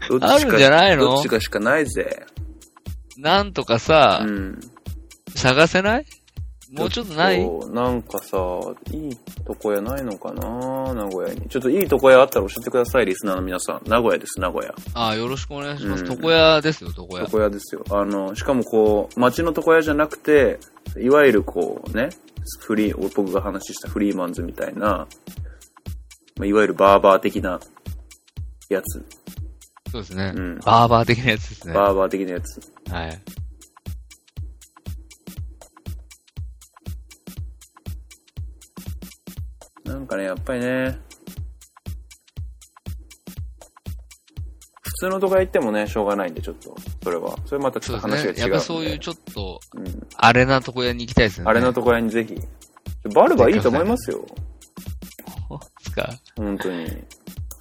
Speaker 2: どっちか
Speaker 3: あるんじゃないの
Speaker 2: どっちかしかないぜ。
Speaker 3: なんとかさ、
Speaker 2: うん。
Speaker 3: 探せないもうちょっとない
Speaker 2: そうなんかさ、いいとこやないのかな名古屋に。ちょっといいとこやあったら教えてください、リスナーの皆さん。名古屋です、名古屋。
Speaker 3: あよろしくお願いします。
Speaker 2: うん
Speaker 3: 床屋ですよ、床屋。
Speaker 2: 床屋ですよ。あの、しかもこう、街の床屋じゃなくて、いわゆるこうね、フリー、僕が話したフリーマンズみたいな、まあいわゆるバーバー的なやつ。
Speaker 3: そうですね、
Speaker 2: うん
Speaker 3: バーバー的なやつですね。は
Speaker 2: バーバー的なやつ。
Speaker 3: い。
Speaker 2: なんかね、やっぱりね、普通のとか行ってもね、しょうがないんで、ちょっと、それは。それまたち
Speaker 3: そ
Speaker 2: ょ
Speaker 3: う
Speaker 2: っ
Speaker 3: で
Speaker 2: と
Speaker 3: す
Speaker 2: 話が違うんで。
Speaker 3: ね。やっぱそういうちょっと、
Speaker 2: うん
Speaker 3: あれな床屋に行きたいですね。
Speaker 2: あれのとこ屋にぜひ。バルバいいと思いますよ。
Speaker 3: こですか。
Speaker 2: 本当に。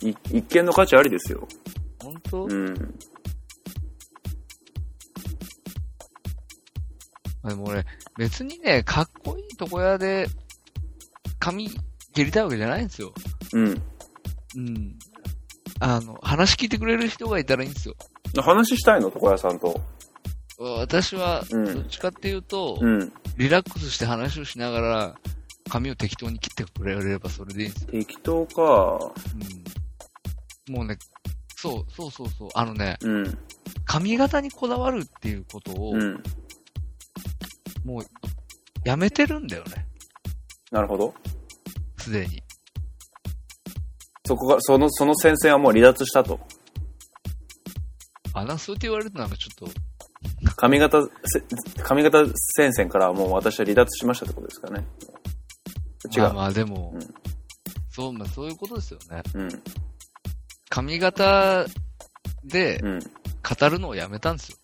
Speaker 2: い一見の価値ありですよ。
Speaker 3: 本当、
Speaker 2: うん。
Speaker 3: でも俺、別にね、かっこいい床屋で、髪切りたいわけじゃないんですよ。
Speaker 2: うん。
Speaker 3: うん。あの、話聞いてくれる人がいたらいいんですよ。
Speaker 2: 話したいの、床屋さんと。
Speaker 3: 私は、
Speaker 2: うん
Speaker 3: どっちかっていうと、
Speaker 2: うん。
Speaker 3: リラックスして話をしながら、髪を適当に切ってくれればそれでいいんですよ。
Speaker 2: 適当か。
Speaker 3: うん。もうね、そう、そうそうそう。あのね、
Speaker 2: うん。
Speaker 3: 髪型にこだわるっていうことを、
Speaker 2: うん。
Speaker 3: もう、やめてるんだよね。
Speaker 2: なるほど。
Speaker 3: すでに。
Speaker 2: そこが、その、その戦線はもう離脱したと。
Speaker 3: あ、な、そうやって言われるとなんかちょっと、
Speaker 2: 髪型せ、髪型戦線からはもう私は離脱しましたってことですかね。違う。
Speaker 3: まあまあでも、
Speaker 2: うん
Speaker 3: そう、まあそういうことですよね。
Speaker 2: うん。
Speaker 3: 髪型で
Speaker 2: うん。
Speaker 3: 語るのをやめたんですよ。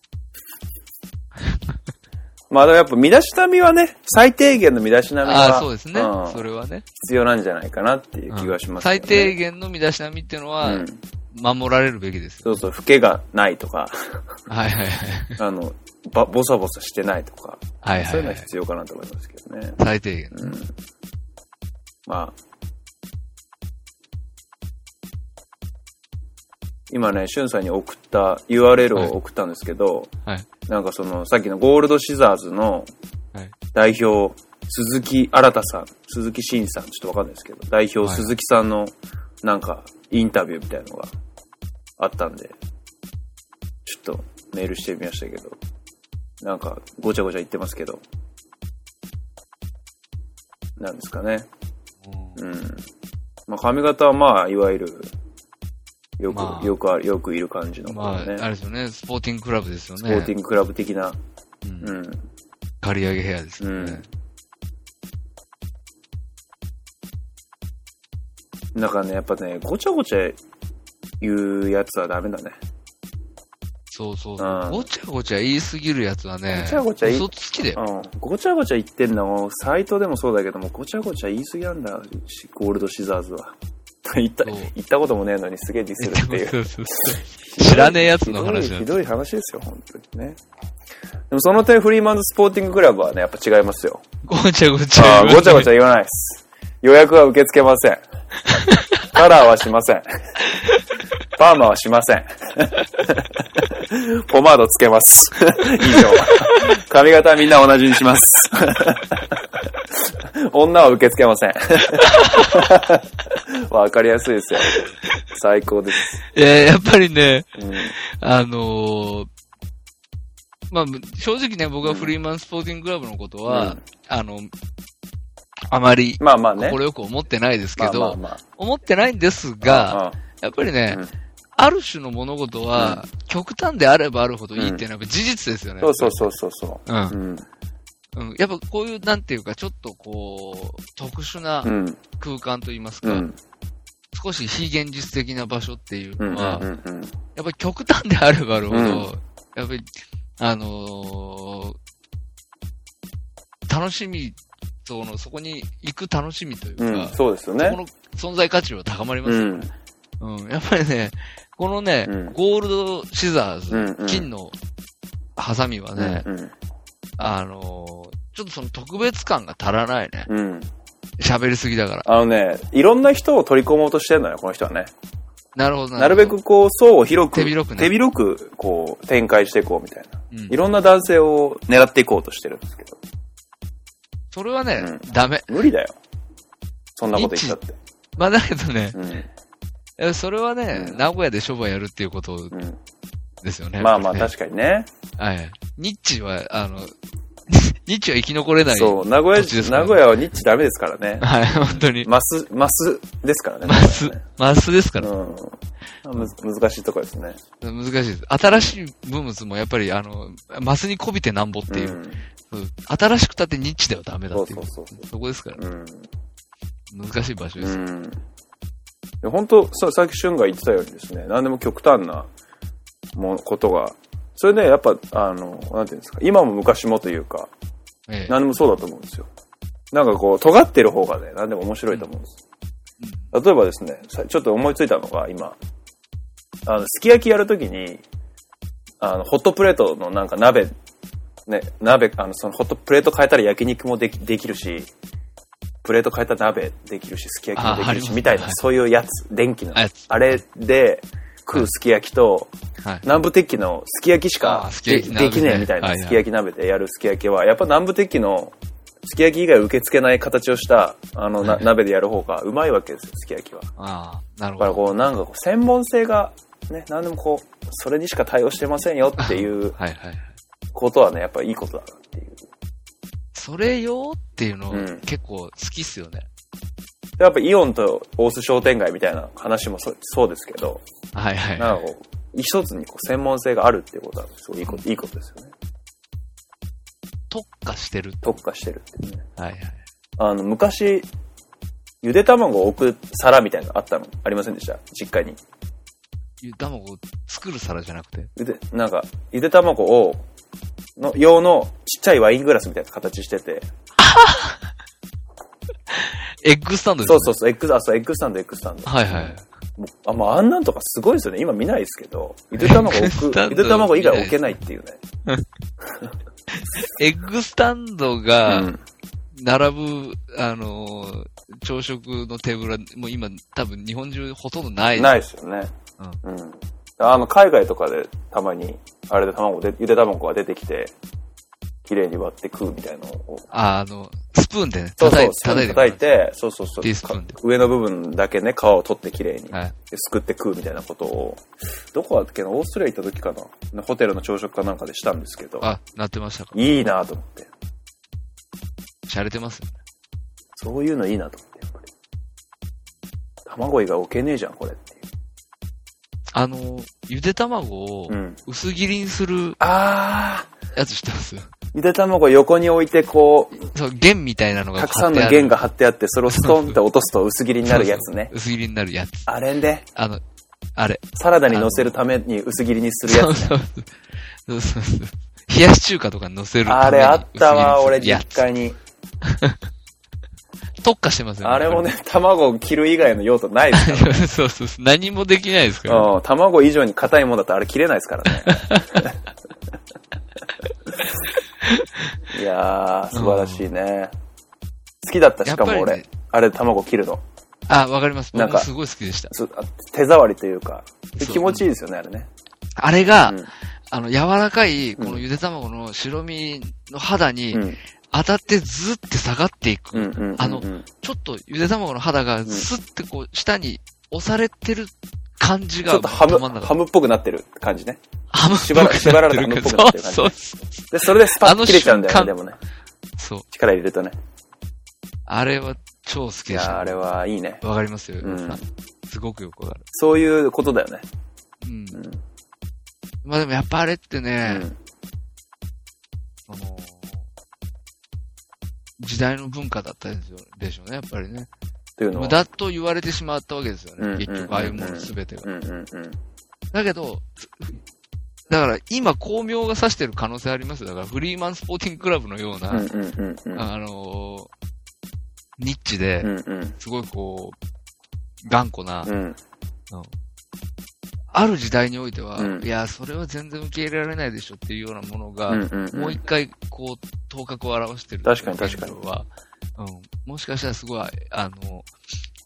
Speaker 2: まあ、だからやっぱ身だしなみはね、最低限の身だしなみ
Speaker 3: ああ、
Speaker 2: は、
Speaker 3: そうですね。
Speaker 2: うん
Speaker 3: それはね。
Speaker 2: 必要なんじゃないかなっていう気がします、ね
Speaker 3: 最低限の身だしなみっていうのは、
Speaker 2: うん。
Speaker 3: 守られるべきですよ。
Speaker 2: そうそう、老けがないとか、 [LAUGHS]
Speaker 3: はいはいはい。
Speaker 2: あの、ば、ボサボサしてないとか、
Speaker 3: はいは
Speaker 2: そうい
Speaker 3: いうは。
Speaker 2: のはい必要かなと思いますけどね。
Speaker 3: 最低限。
Speaker 2: うん。まあ。今ね、しゅんさんに送った URL を送ったんですけど、
Speaker 3: はい。
Speaker 2: なんかその、さっきのゴールドシザーズの
Speaker 3: はい
Speaker 2: 代表鈴木新さん、鈴木真さん、ちょっとわかんないですけど、代表
Speaker 3: はい
Speaker 2: 鈴木さんの、なんか、インタビューみたいのがあったんで、ちょっとメールしてみましたけど、なんか、ごちゃごちゃ言ってますけど、なんですかね。うん。まあ、髪型はまあ、いわゆる、よく、
Speaker 3: まあ
Speaker 2: よくある、よくいる感じの
Speaker 3: うん
Speaker 2: も
Speaker 3: ま
Speaker 2: の
Speaker 3: あ、
Speaker 2: ね。
Speaker 3: あれですよね、スポーティングクラブですよね。
Speaker 2: スポーティングクラブ的な、
Speaker 3: うん
Speaker 2: うん。
Speaker 3: 刈り上げヘアですよね。
Speaker 2: なんかね、やっぱね、ごちゃごちゃ言うやつはダメだね。
Speaker 3: そうそう
Speaker 2: うん
Speaker 3: ごちゃごちゃ言いすぎるやつはね、
Speaker 2: ごちゃごちゃ言い
Speaker 3: 嘘つきだよ。
Speaker 2: うん。ごちゃごちゃ言ってんの、サイトでもそうだけども、ごちゃごちゃ言い過ぎなんだ、しゴールドシザーズは。言った、
Speaker 3: そう
Speaker 2: 言ったこともねえのにすげえディ
Speaker 3: [LAUGHS]
Speaker 2: スるっていう。
Speaker 3: 知らねえやつの話
Speaker 2: ひどいひ
Speaker 3: だ
Speaker 2: どい話ですよ、本当にね。でもその点、フリーマンズスポーティングクラブはね、やっぱ違いますよ。
Speaker 3: ごちゃご [LAUGHS] ち
Speaker 2: あ
Speaker 3: ゃ。
Speaker 2: あー、ごちゃごちゃ
Speaker 3: ゃ。
Speaker 2: 言わないです。予約は受け付けま
Speaker 3: [LAUGHS]
Speaker 2: せん。カラーはしません。パーマはしま
Speaker 3: [LAUGHS]
Speaker 2: せん。ポマードつけます。以上。髪型はみんな同じにします。女は受け付けま
Speaker 3: [LAUGHS]
Speaker 2: せん。わかりやすいですよ。最高です。
Speaker 3: いや、やっぱりね、
Speaker 2: うん
Speaker 3: あのーまあ、正直ね、僕はフリーマンスポーティングクラブのことは、
Speaker 2: うん
Speaker 3: あの、あまり、
Speaker 2: まあまあね。
Speaker 3: 心よく思ってないですけど、
Speaker 2: まあまあま
Speaker 3: 思ってないんです
Speaker 2: あ
Speaker 3: が、やっぱりね、
Speaker 2: うん
Speaker 3: ある種の物事は、極端であればあるほどいいっていうのはやっぱ事実ですよね。
Speaker 2: うんそうそうそうそう
Speaker 3: う
Speaker 2: そう。
Speaker 3: ん。
Speaker 2: うん。
Speaker 3: うん。やっぱこういう、なんていうか、ちょっとこう、特殊な
Speaker 2: うん。
Speaker 3: 空間といいます
Speaker 2: う
Speaker 3: か、
Speaker 2: ん。
Speaker 3: 少し非現実的な場所っていう
Speaker 2: うん。
Speaker 3: のは、
Speaker 2: うんうんうん
Speaker 3: やっぱり極端であればあるほど、
Speaker 2: うん
Speaker 3: やっぱり、あのー楽しみ、その、そこに行く楽しみというか、
Speaker 2: うん。
Speaker 3: そ
Speaker 2: そうですよ
Speaker 3: こ
Speaker 2: ね。
Speaker 3: の存在価値は高まります
Speaker 2: う
Speaker 3: よ
Speaker 2: ん。
Speaker 3: うん、やっぱりね、このね、
Speaker 2: うん
Speaker 3: ゴールドシザーズ、
Speaker 2: うんうん
Speaker 3: 金のハサミはね、
Speaker 2: うん。
Speaker 3: あのーちょっとその特別感が足らないね。
Speaker 2: うん。
Speaker 3: 喋りすぎだから。
Speaker 2: あのね、いろんな人を取り込もうとしてるのよ、この人はね。
Speaker 3: なるほど
Speaker 2: なるべ、くこう、層を広く、
Speaker 3: 手広くね
Speaker 2: くこう、展開していこうみたいな。
Speaker 3: うん
Speaker 2: いろんな男性を狙っていこうとしてるんですけど。
Speaker 3: それはね、
Speaker 2: うん
Speaker 3: ダメ。
Speaker 2: 無理だよ。そんなこと言ったって。
Speaker 3: まあだけどね、
Speaker 2: うん。
Speaker 3: えそれはね、
Speaker 2: うん
Speaker 3: 名古屋で商売やるっていうこと
Speaker 2: う
Speaker 3: ですよね。
Speaker 2: ん。まあまあ、
Speaker 3: やっ
Speaker 2: 確かにね。
Speaker 3: ぱりねはい。ニッチは、あの、 [LAUGHS] ニッチは生き残れない。
Speaker 2: そう、名古屋
Speaker 3: 土地で、すか
Speaker 2: 名
Speaker 3: らね
Speaker 2: 古屋はニッチダメですから
Speaker 3: [LAUGHS]
Speaker 2: ね。
Speaker 3: はい、本当に。
Speaker 2: マス、マスですからね。
Speaker 3: マス
Speaker 2: 名古、
Speaker 3: マスですから
Speaker 2: 屋。はねうん。むず難しいとこですね。
Speaker 3: 難しいです。新しいブームズもやっぱり、あの、マスにこびてなんぼっていうう。
Speaker 2: ん。
Speaker 3: うん新しくたってニッチではダメだっていう。
Speaker 2: そうそうそう
Speaker 3: こですから、
Speaker 2: うん。
Speaker 3: 難しい場所で
Speaker 2: う
Speaker 3: す。
Speaker 2: ん。本当さ、さっき俊が言ってたようにですね、何でも極端なもことが、それね、やっぱ、あの、なんていうんですか、今も昔もというか、
Speaker 3: ええ
Speaker 2: 何でもそうだと思うんですよ。なんかこう、尖ってる方がね、何でも面白いと思うんです。例えばですね、さちょっと思いついたのが、今、あの、すき焼きやるときに、あの、ホットプレートのなんか鍋、ね、鍋、あの、そのホットプレート変えたら焼肉もできできるし、プレート変えたら鍋できるし、すき焼きもで
Speaker 3: ああ
Speaker 2: きる
Speaker 3: りま
Speaker 2: し、
Speaker 3: すね
Speaker 2: みたい
Speaker 3: は
Speaker 2: な、
Speaker 3: い
Speaker 2: そういうやつ、電気の
Speaker 3: あやつ。
Speaker 2: あれで食うすき焼きと、
Speaker 3: はい。
Speaker 2: 南部鉄器のすき焼きし
Speaker 3: あ
Speaker 2: か
Speaker 3: ーすき
Speaker 2: で
Speaker 3: 焼き
Speaker 2: できねえみたい
Speaker 3: は
Speaker 2: ない
Speaker 3: はい
Speaker 2: すき焼き鍋でやるすき焼きは、やっぱ南部鉄器のすき焼き以外受け付けない形をしたあのな
Speaker 3: はい
Speaker 2: 鍋でやる方がうまいわけですよ、すき焼きは。だ
Speaker 3: ああ、なるほ
Speaker 2: から
Speaker 3: ど。
Speaker 2: こうなんかこう専門性がね、なんでもこう、それにしか対応してませんよっていう
Speaker 3: はいはいはい。
Speaker 2: ことはね、やっぱいいことだなっていう。
Speaker 3: それよっていうの、
Speaker 2: うん
Speaker 3: 結構好きっすよね。
Speaker 2: やっぱイオンと大須商店街みたいな話もそそうですけど、
Speaker 3: はいはい。
Speaker 2: なんかこう、一つにこう専門性があるっていうことはすごいいいこといいことですよね。
Speaker 3: 特化してる。
Speaker 2: 特化してるっていうね。
Speaker 3: はいはい。
Speaker 2: あの、昔、ゆで卵を置く皿みたいなのあったのありませんでした実家に。
Speaker 3: ゆ卵を作る皿じゃなくて。
Speaker 2: ゆで、なんか、ゆで卵を、の、用のちっちゃいワイングラスみたいな形してて。
Speaker 3: エッグスタンドです、
Speaker 2: そ
Speaker 3: ね
Speaker 2: う。そうそう、エッグ、あ、そう、エッグスタンド、エッグスタンド。
Speaker 3: はいはい。
Speaker 2: もうあ、もうあんなんとかすごいですよね。今見ないですけど。ゆで卵を [LAUGHS]
Speaker 3: エッグ
Speaker 2: 置
Speaker 3: スタ
Speaker 2: く、
Speaker 3: ンド
Speaker 2: ゆで卵以外置けないっていうね。
Speaker 3: エッグスタンド
Speaker 2: う
Speaker 3: が、
Speaker 2: ん。
Speaker 3: 並ぶ、あのー朝食のテーブルは、もう今、多分日本中ほとんどない。。
Speaker 2: ないいですよね。うん。あの、海外とかでたまに、あれで卵で、ゆで卵が出てきて、綺麗に割って食うみたいなのを
Speaker 3: あ、あの、スプーンでね、
Speaker 2: そうそう、スプー
Speaker 3: 叩い
Speaker 2: ン
Speaker 3: て、
Speaker 2: 叩いて、そうそうそう。
Speaker 3: ティースプーンで
Speaker 2: か上の部分だけね、皮を取ってきれいに、
Speaker 3: はい
Speaker 2: ですくって食うみたいなことを、どこだっけな、オーストラリア行った時かな、ホテルの朝食かなんかでしたんですけど、
Speaker 3: あ、なってましたか。
Speaker 2: いいなと思って。
Speaker 3: 洒落てますよね。
Speaker 2: そういうのいいなと思って、やっぱり。卵以外置けねえじゃん、これってい
Speaker 3: あの、ゆで卵を
Speaker 2: う。うん。
Speaker 3: 薄切りにする
Speaker 2: あー、
Speaker 3: やつ知ってますよ。
Speaker 2: ゆで卵横に置いて、こう、
Speaker 3: そう、弦みたいなのが
Speaker 2: たくさんの
Speaker 3: 買ってある
Speaker 2: 弦が張ってあって、それをストンって落とすと薄切りになるやつね。
Speaker 3: そうそう薄切りになるやつ。
Speaker 2: あれね、
Speaker 3: あの、あれ。
Speaker 2: サラダに乗せるために薄切りにするや
Speaker 3: そう
Speaker 2: つね。
Speaker 3: そうそうそうそう冷やし中華とかに乗せるために
Speaker 2: あれあったわ、
Speaker 3: 薄切
Speaker 2: 俺、
Speaker 3: りにするや
Speaker 2: 実
Speaker 3: つ
Speaker 2: 家に。
Speaker 3: 特化してますよね。
Speaker 2: あれもね、卵を切る以外の用途ないです
Speaker 3: や
Speaker 2: か。
Speaker 3: っぱり。 [LAUGHS] そうそうそう。何もできないです [LAUGHS] からら。
Speaker 2: うん、卵以上に硬いもんだとあれ切れないですから
Speaker 3: [LAUGHS]
Speaker 2: ね。いやー、素晴らしいね。好きだった、しかも
Speaker 3: やっぱ
Speaker 2: 俺。
Speaker 3: りね
Speaker 2: あれ、卵切るの。
Speaker 3: あ、わかります。
Speaker 2: なんか
Speaker 3: 僕もすごい好きでした。
Speaker 2: すあ手触りというか。で
Speaker 3: そう
Speaker 2: 気持ちいいですよね、あれね。
Speaker 3: あれが、
Speaker 2: うん
Speaker 3: あの、柔らかい、このゆで卵の白身の肌
Speaker 2: う
Speaker 3: に
Speaker 2: ん。
Speaker 3: 当たってずって下がっていく。
Speaker 2: うん。うん。
Speaker 3: あの
Speaker 2: うん
Speaker 3: ちょっとゆで卵の肌がスッてこう、下に押されてる感じ
Speaker 2: ち
Speaker 3: が、
Speaker 2: ょっとハム、
Speaker 3: 止まんなかっ
Speaker 2: ハムっぽくなってる感じね。
Speaker 3: たハムっぽ
Speaker 2: 縛ら縛られたハムっぽくなってる感じ
Speaker 3: そうそうそう。
Speaker 2: で、それでスパッと切れちゃうんだよね、
Speaker 3: あの
Speaker 2: で
Speaker 3: 瞬
Speaker 2: もね。
Speaker 3: そう。
Speaker 2: 力入れるとね。
Speaker 3: あれは超好き
Speaker 2: い
Speaker 3: で
Speaker 2: や
Speaker 3: し
Speaker 2: ー、
Speaker 3: た
Speaker 2: あ。れはいいね。
Speaker 3: わかりますよ、
Speaker 2: うん
Speaker 3: 皆さんすごくよくわかる。
Speaker 2: そういうことだよね。
Speaker 3: うん。
Speaker 2: うん。
Speaker 3: まあでもやっぱあれってね、
Speaker 2: うん
Speaker 3: あの時代の文化だったんですよでしょうね、やっぱりね。
Speaker 2: というのは
Speaker 3: 無駄と言われてしまったわけですよ
Speaker 2: うん
Speaker 3: ね。結
Speaker 2: うん
Speaker 3: 局、ああいうものすべてが。
Speaker 2: うんうんうん。
Speaker 3: だけど、だから今、巧妙が指してる可能性ありますよ。だから、フリーマンスポーティングクラブのような、
Speaker 2: うんうんうんうん。
Speaker 3: あのニッチ
Speaker 2: う
Speaker 3: で、
Speaker 2: んうん
Speaker 3: すごいこう、頑固な、
Speaker 2: うん。
Speaker 3: ある時代においては、
Speaker 2: うん
Speaker 3: いや、それは全然受け入れられないでしょっていうようなものが、
Speaker 2: うんうんうん
Speaker 3: もう一回、こう、頭角を表してる。
Speaker 2: 確かに確かに
Speaker 3: は、うん。もしかしたらすごい、あの、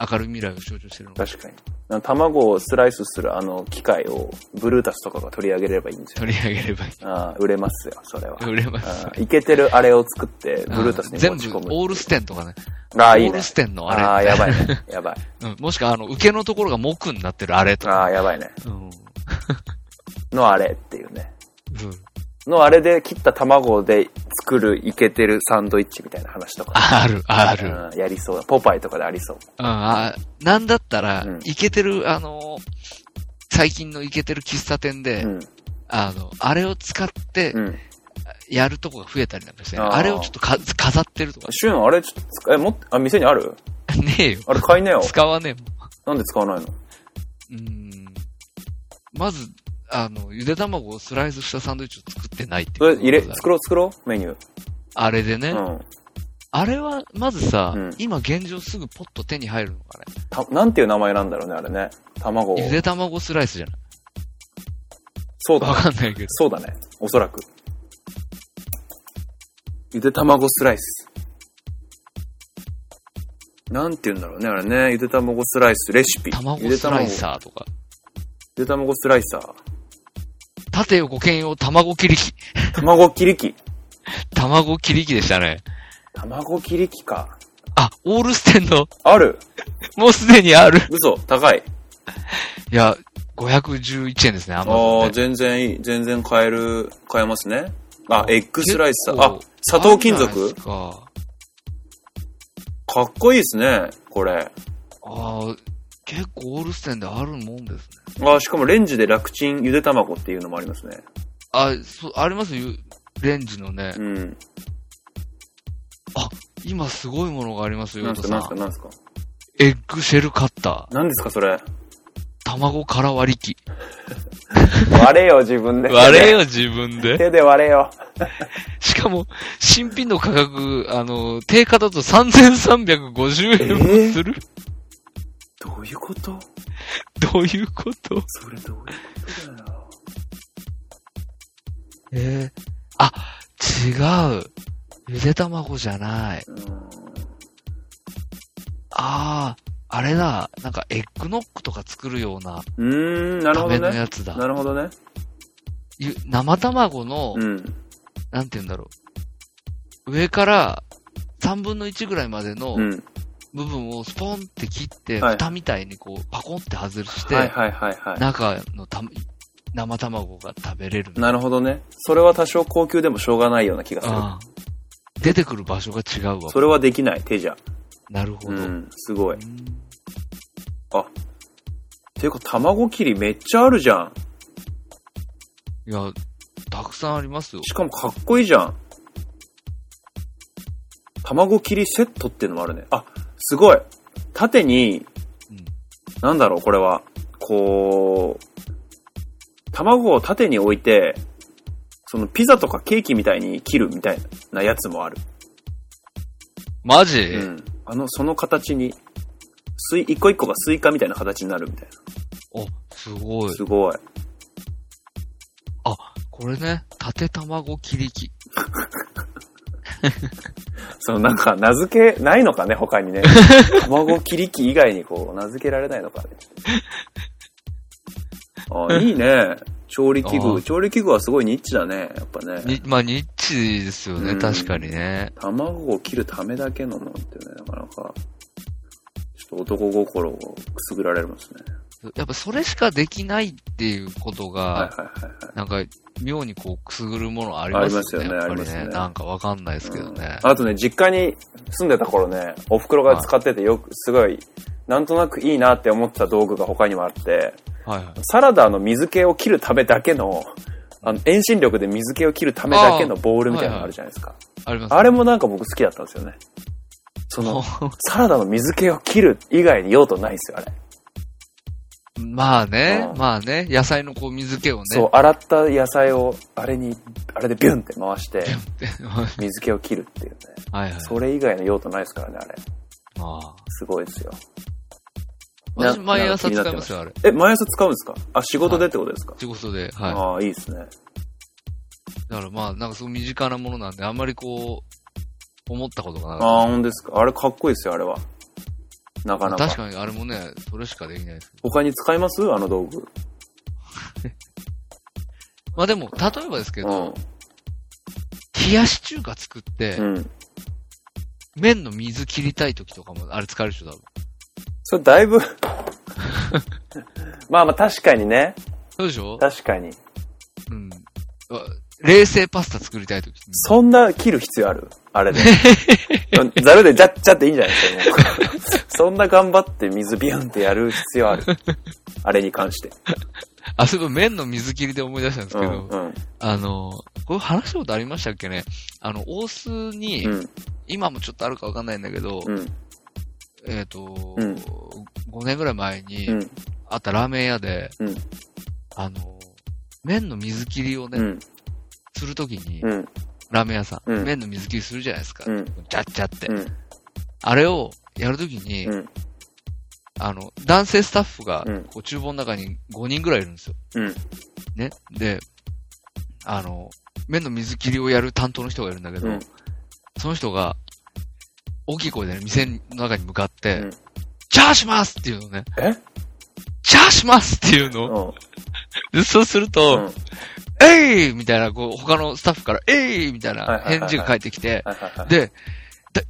Speaker 3: 明るい未来を象徴してるのか
Speaker 2: 確かに。あの卵をスライスするあの機械をブルータスとかが取り上げればいいんですよ。
Speaker 3: 取り上げればいい。
Speaker 2: ああ、売れますよ、それは。
Speaker 3: 売れます
Speaker 2: ああいけてるあれを作って、ブルータスに
Speaker 3: 全
Speaker 2: 持
Speaker 3: 部
Speaker 2: ち込、む。
Speaker 3: オールステンとかね。
Speaker 2: ああ、いい
Speaker 3: オー
Speaker 2: ね
Speaker 3: ル。ステンのあれ。
Speaker 2: ああ、やばい
Speaker 3: [LAUGHS]
Speaker 2: ね。やばい。
Speaker 3: うん、もしくは、あの、受けのところが木になってるあれとか。
Speaker 2: ああ、やばいね。
Speaker 3: うん。
Speaker 2: のあれっていうね。
Speaker 3: そう
Speaker 2: のあれで切った卵で作るいけてるサンドイッチみたいな話とか。
Speaker 3: ある、ある。う
Speaker 2: う
Speaker 3: ん、
Speaker 2: んやりそうだ。ポパイとかでありそう。
Speaker 3: あなんだったら
Speaker 2: うん、
Speaker 3: いけてる、あの、最近のいけてる喫茶店で、
Speaker 2: うん。
Speaker 3: あの、あれを使って
Speaker 2: うん。
Speaker 3: やるとこが増えたりなんかして、
Speaker 2: あー
Speaker 3: あれをちょっとか飾ってるとか、
Speaker 2: シュン、あれちょっと使え、もっあ、店にある
Speaker 3: [LAUGHS] ねえよ。
Speaker 2: あれ買いなよ。
Speaker 3: 使わねえもん。
Speaker 2: なんで使わないの
Speaker 3: うーん。まず、あの、ゆで卵をスライスしたサンドイッチを作ってないっていう
Speaker 2: それ
Speaker 3: こと
Speaker 2: 入れ、
Speaker 3: だ
Speaker 2: 作ろう作ろうメニュ
Speaker 3: あれでね、
Speaker 2: ー。うん。
Speaker 3: あれは、まずさ、
Speaker 2: うん
Speaker 3: 今現状すぐポッと手に入るのかね。
Speaker 2: た、なんていう名前なんだろうね、あれね。卵を
Speaker 3: ゆ。で卵スライスじゃない
Speaker 2: そうだ
Speaker 3: わ
Speaker 2: ね。
Speaker 3: かんないけど。
Speaker 2: そうだね。おそらく。ゆで卵スライス。なんていうんだろうね、あれね。ゆで卵スライスレシピ。ゆ
Speaker 3: 卵
Speaker 2: で
Speaker 3: スライ
Speaker 2: ー。
Speaker 3: サーとか。
Speaker 2: ゆで卵スライサー。
Speaker 3: 縦横兼用卵切り器。
Speaker 2: 卵切り器。
Speaker 3: 卵切り器でしたね。
Speaker 2: 卵切り器か。
Speaker 3: あ、オールステンの、
Speaker 2: ある
Speaker 3: もうすでにある。
Speaker 2: 嘘高い。
Speaker 3: いや、511円ですね、アマ
Speaker 2: あ
Speaker 3: ゾ
Speaker 2: あ、
Speaker 3: ンで。
Speaker 2: 全然いい。全然買える、買えますね。あ、エッグスライサー。あ
Speaker 3: 結構、
Speaker 2: 砂糖金
Speaker 3: あるんじゃない
Speaker 2: 属
Speaker 3: ですか
Speaker 2: かっこいいですね、これ。
Speaker 3: あー結構オールステンであるもんですね。
Speaker 2: あ、しかもレンジで楽チンゆで卵っていうのもありますね。
Speaker 3: あ、そう、ありますよ。レンジのね
Speaker 2: う。ん。
Speaker 3: 今すごいものがありますよ、
Speaker 2: な
Speaker 3: ヨ
Speaker 2: んす
Speaker 3: ト
Speaker 2: か、
Speaker 3: さ
Speaker 2: なんすか、
Speaker 3: ん。
Speaker 2: なんすか。
Speaker 3: エッグシェルカッター。
Speaker 2: なんですか、それ。
Speaker 3: 卵から割り器。
Speaker 2: 割れよ、自分で
Speaker 3: 割れよ、自分で。
Speaker 2: 手で割れよ。
Speaker 3: [LAUGHS] しかも、新品の価格、あの、定価だと3350円もする、
Speaker 2: どういうこと
Speaker 3: どういうこと
Speaker 2: それどういうことだよ。
Speaker 3: ええあ、違う。ゆで卵じゃない。ああ、あれだ。なんか、エッグノックとか作るような、
Speaker 2: うーん、なる
Speaker 3: た
Speaker 2: ほ
Speaker 3: め
Speaker 2: ど
Speaker 3: の
Speaker 2: ね。
Speaker 3: やつだ。
Speaker 2: なるほどね。
Speaker 3: ゆ生卵の、
Speaker 2: うん。
Speaker 3: なんて言うんだろう。上から、 3分の1ぐらいまでの
Speaker 2: うん。
Speaker 3: 部分をスポンって切って、
Speaker 2: はい
Speaker 3: 蓋みたいにこう、パコンって外して、
Speaker 2: はいはいはいは
Speaker 3: 中のた生卵が食べれる
Speaker 2: い。なるほどね。それは多少高級でもしょうがないような気がする。
Speaker 3: ああ出てくる場所が違うわ
Speaker 2: そ。れはできない、手じゃ。
Speaker 3: なるほ
Speaker 2: う
Speaker 3: ど。
Speaker 2: ん、すごい。
Speaker 3: うん
Speaker 2: あ、ていうか卵切りめっちゃあるじゃん。
Speaker 3: いや、たくさんありますよ。
Speaker 2: しかもかっこいいじゃん。卵切りセットっていうのもあるね。あ、すごい。縦に、
Speaker 3: うん
Speaker 2: なんだろう、これは。こう、卵を縦に置いて、そのピザとかケーキみたいに切るみたいなやつもある。
Speaker 3: マジ、
Speaker 2: うん。あの、その形に、スイ、一個一個がスイカみたいな形になるみたい
Speaker 3: お、すご
Speaker 2: な。
Speaker 3: い。
Speaker 2: すごい。
Speaker 3: あ、これね、縦卵切り器。
Speaker 2: そのなんか、名付けないのかね、他
Speaker 3: [LAUGHS]
Speaker 2: にね。卵切り器以外にこう、名付けられないのかね。あいいね。調理器具。
Speaker 3: あー
Speaker 2: 調理器具はすごいニッチだね、やっぱね。
Speaker 3: に、まあ、ニッチですよね、
Speaker 2: うん
Speaker 3: 確かにね。
Speaker 2: 卵を切るためだけのものってね、なかなか、ちょっと男心をくすぐられますね。
Speaker 3: やっぱそれしかできないっていうことが、
Speaker 2: はいはいはいはい。
Speaker 3: なんか、妙にこう、くすぐるものありますよね。
Speaker 2: ありますよね
Speaker 3: やっぱ
Speaker 2: ありますね
Speaker 3: なんかわかんないですけどね。
Speaker 2: あとね、実家に住んでた頃ね、お袋が使っててよく、すごい、なんとなくいいなって思ってた道具が他にもあって、
Speaker 3: はいはい。
Speaker 2: サラダの水気を切るためだけの、あの、遠心力で水気を切るためだけのボールみたいなのあるじゃないですか。
Speaker 3: あります、
Speaker 2: あれもなんか僕好きだったんですよね。その、
Speaker 3: も
Speaker 2: サラダの水気を切る以外に用途ないんですよ、あれ。
Speaker 3: う [LAUGHS] まあね
Speaker 2: う、ん
Speaker 3: まあね、野菜のこう、水気をね。
Speaker 2: そう、洗った野菜を、あれに、あれでビュンって回して、
Speaker 3: [LAUGHS]
Speaker 2: 水気を切るっていうね。
Speaker 3: はいはい。
Speaker 2: それ以外の用途ないですからね、あれ。
Speaker 3: まあ。
Speaker 2: すごいですよ。な
Speaker 3: 私、毎朝使いますよ、あれ。
Speaker 2: え、毎朝使うんですかあ、仕事でってことですか、
Speaker 3: 仕事で。はい。
Speaker 2: ああ、いいですね。
Speaker 3: だからまあ、なんかすごい身近なものなんで、あんまりこう、思ったことがな
Speaker 2: あ
Speaker 3: かっ
Speaker 2: あ、ほんですか。あれかっこいいですよ、あれは。なか
Speaker 3: た。
Speaker 2: な
Speaker 3: 確かにあれもね、それしかできないです。
Speaker 2: 他に使いますあの道具。
Speaker 3: まあでも、例えばですけ
Speaker 2: う
Speaker 3: ど、
Speaker 2: ん。
Speaker 3: 冷やし中華作って
Speaker 2: う、ん。
Speaker 3: 麺の水切りたい時とかも、あれ使えるでしょ、多分。
Speaker 2: それだいぶ。まあまあ確かにね。
Speaker 3: そうでしょ
Speaker 2: 確かに。
Speaker 3: うん。あ冷製パスタ作りたい時に。
Speaker 2: そんな切る必要あるあ
Speaker 3: [LAUGHS]
Speaker 2: れで。ざるでジャッジャっていいんじゃないですかもう [LAUGHS] そんな頑張って水ビュンってやる必
Speaker 3: [LAUGHS]
Speaker 2: 要ある。あれに関して。
Speaker 3: あ、そういえば麺の水切りで思い出したんです
Speaker 2: う
Speaker 3: けど、
Speaker 2: ん。うん。
Speaker 3: あの、これ話したことありましたっけねあの、大須に、
Speaker 2: うん。
Speaker 3: 今もちょっとあるかわかんないんだけど、
Speaker 2: うん。
Speaker 3: えっ、と、
Speaker 2: うん
Speaker 3: 5年ぐらい前に、
Speaker 2: うん。
Speaker 3: あったラーメン屋で、
Speaker 2: うん
Speaker 3: あの、麺の水切りをね、
Speaker 2: うん。
Speaker 3: するときに、
Speaker 2: うん。
Speaker 3: ラーメン屋さん、
Speaker 2: うん
Speaker 3: 麺の水切りするじゃないですか。
Speaker 2: うん
Speaker 3: ジャッジャって、
Speaker 2: うん。
Speaker 3: あれをやるときに、
Speaker 2: うん
Speaker 3: あの、男性スタッフが、
Speaker 2: うん
Speaker 3: こう厨房の中に5人ぐらいいるんですよ。
Speaker 2: うん。
Speaker 3: ね。で、あの、麺の水切りをやる担当の人がいるんだけど、
Speaker 2: うん
Speaker 3: その人が、大きい声でね、店の中に向かって、
Speaker 2: うん
Speaker 3: チャーしますっていうのね。
Speaker 2: え
Speaker 3: チャーしますっていう
Speaker 2: う
Speaker 3: の。
Speaker 2: ん。
Speaker 3: でそうする
Speaker 2: う
Speaker 3: と、
Speaker 2: ん。はい
Speaker 3: えいみたいな、こう、他のスタッフから、えいみたいな返事が返ってきて、
Speaker 2: はいはい。
Speaker 3: で、だい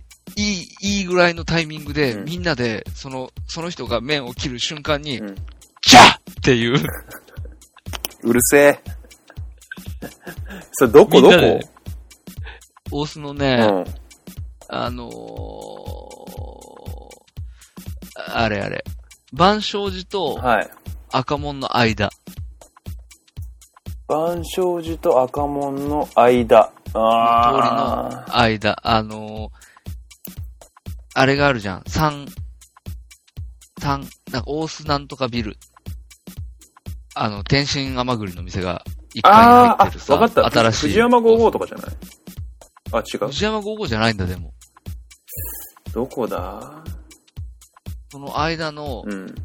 Speaker 3: い、いいぐらいのタイミングで、
Speaker 2: うん
Speaker 3: みんなで、その、その人が麺を切る瞬間に、
Speaker 2: うん
Speaker 3: じゃあっていう、
Speaker 2: うるせえ。それどこ
Speaker 3: みん
Speaker 2: ど
Speaker 3: な
Speaker 2: こ
Speaker 3: で大須の
Speaker 2: う
Speaker 3: ね、
Speaker 2: ん。
Speaker 3: あのーあれあれ、万象寺と
Speaker 2: はい。
Speaker 3: 赤門の間。
Speaker 2: 万象寺と赤門の間。
Speaker 3: 通り
Speaker 2: ああ。
Speaker 3: の間、あのーあれがあるじゃん。三、三、なんか大須なんとかビル。あの、天津甘栗の店が一階に入
Speaker 2: あ
Speaker 3: っ
Speaker 2: あ
Speaker 3: てる
Speaker 2: あ、
Speaker 3: さ。
Speaker 2: わかった。
Speaker 3: 新しい。
Speaker 2: 藤山55とかじゃないあ、違う。
Speaker 3: 藤山5号じゃないんだ、でも。
Speaker 2: どこだ
Speaker 3: その間の、
Speaker 2: うん。うん。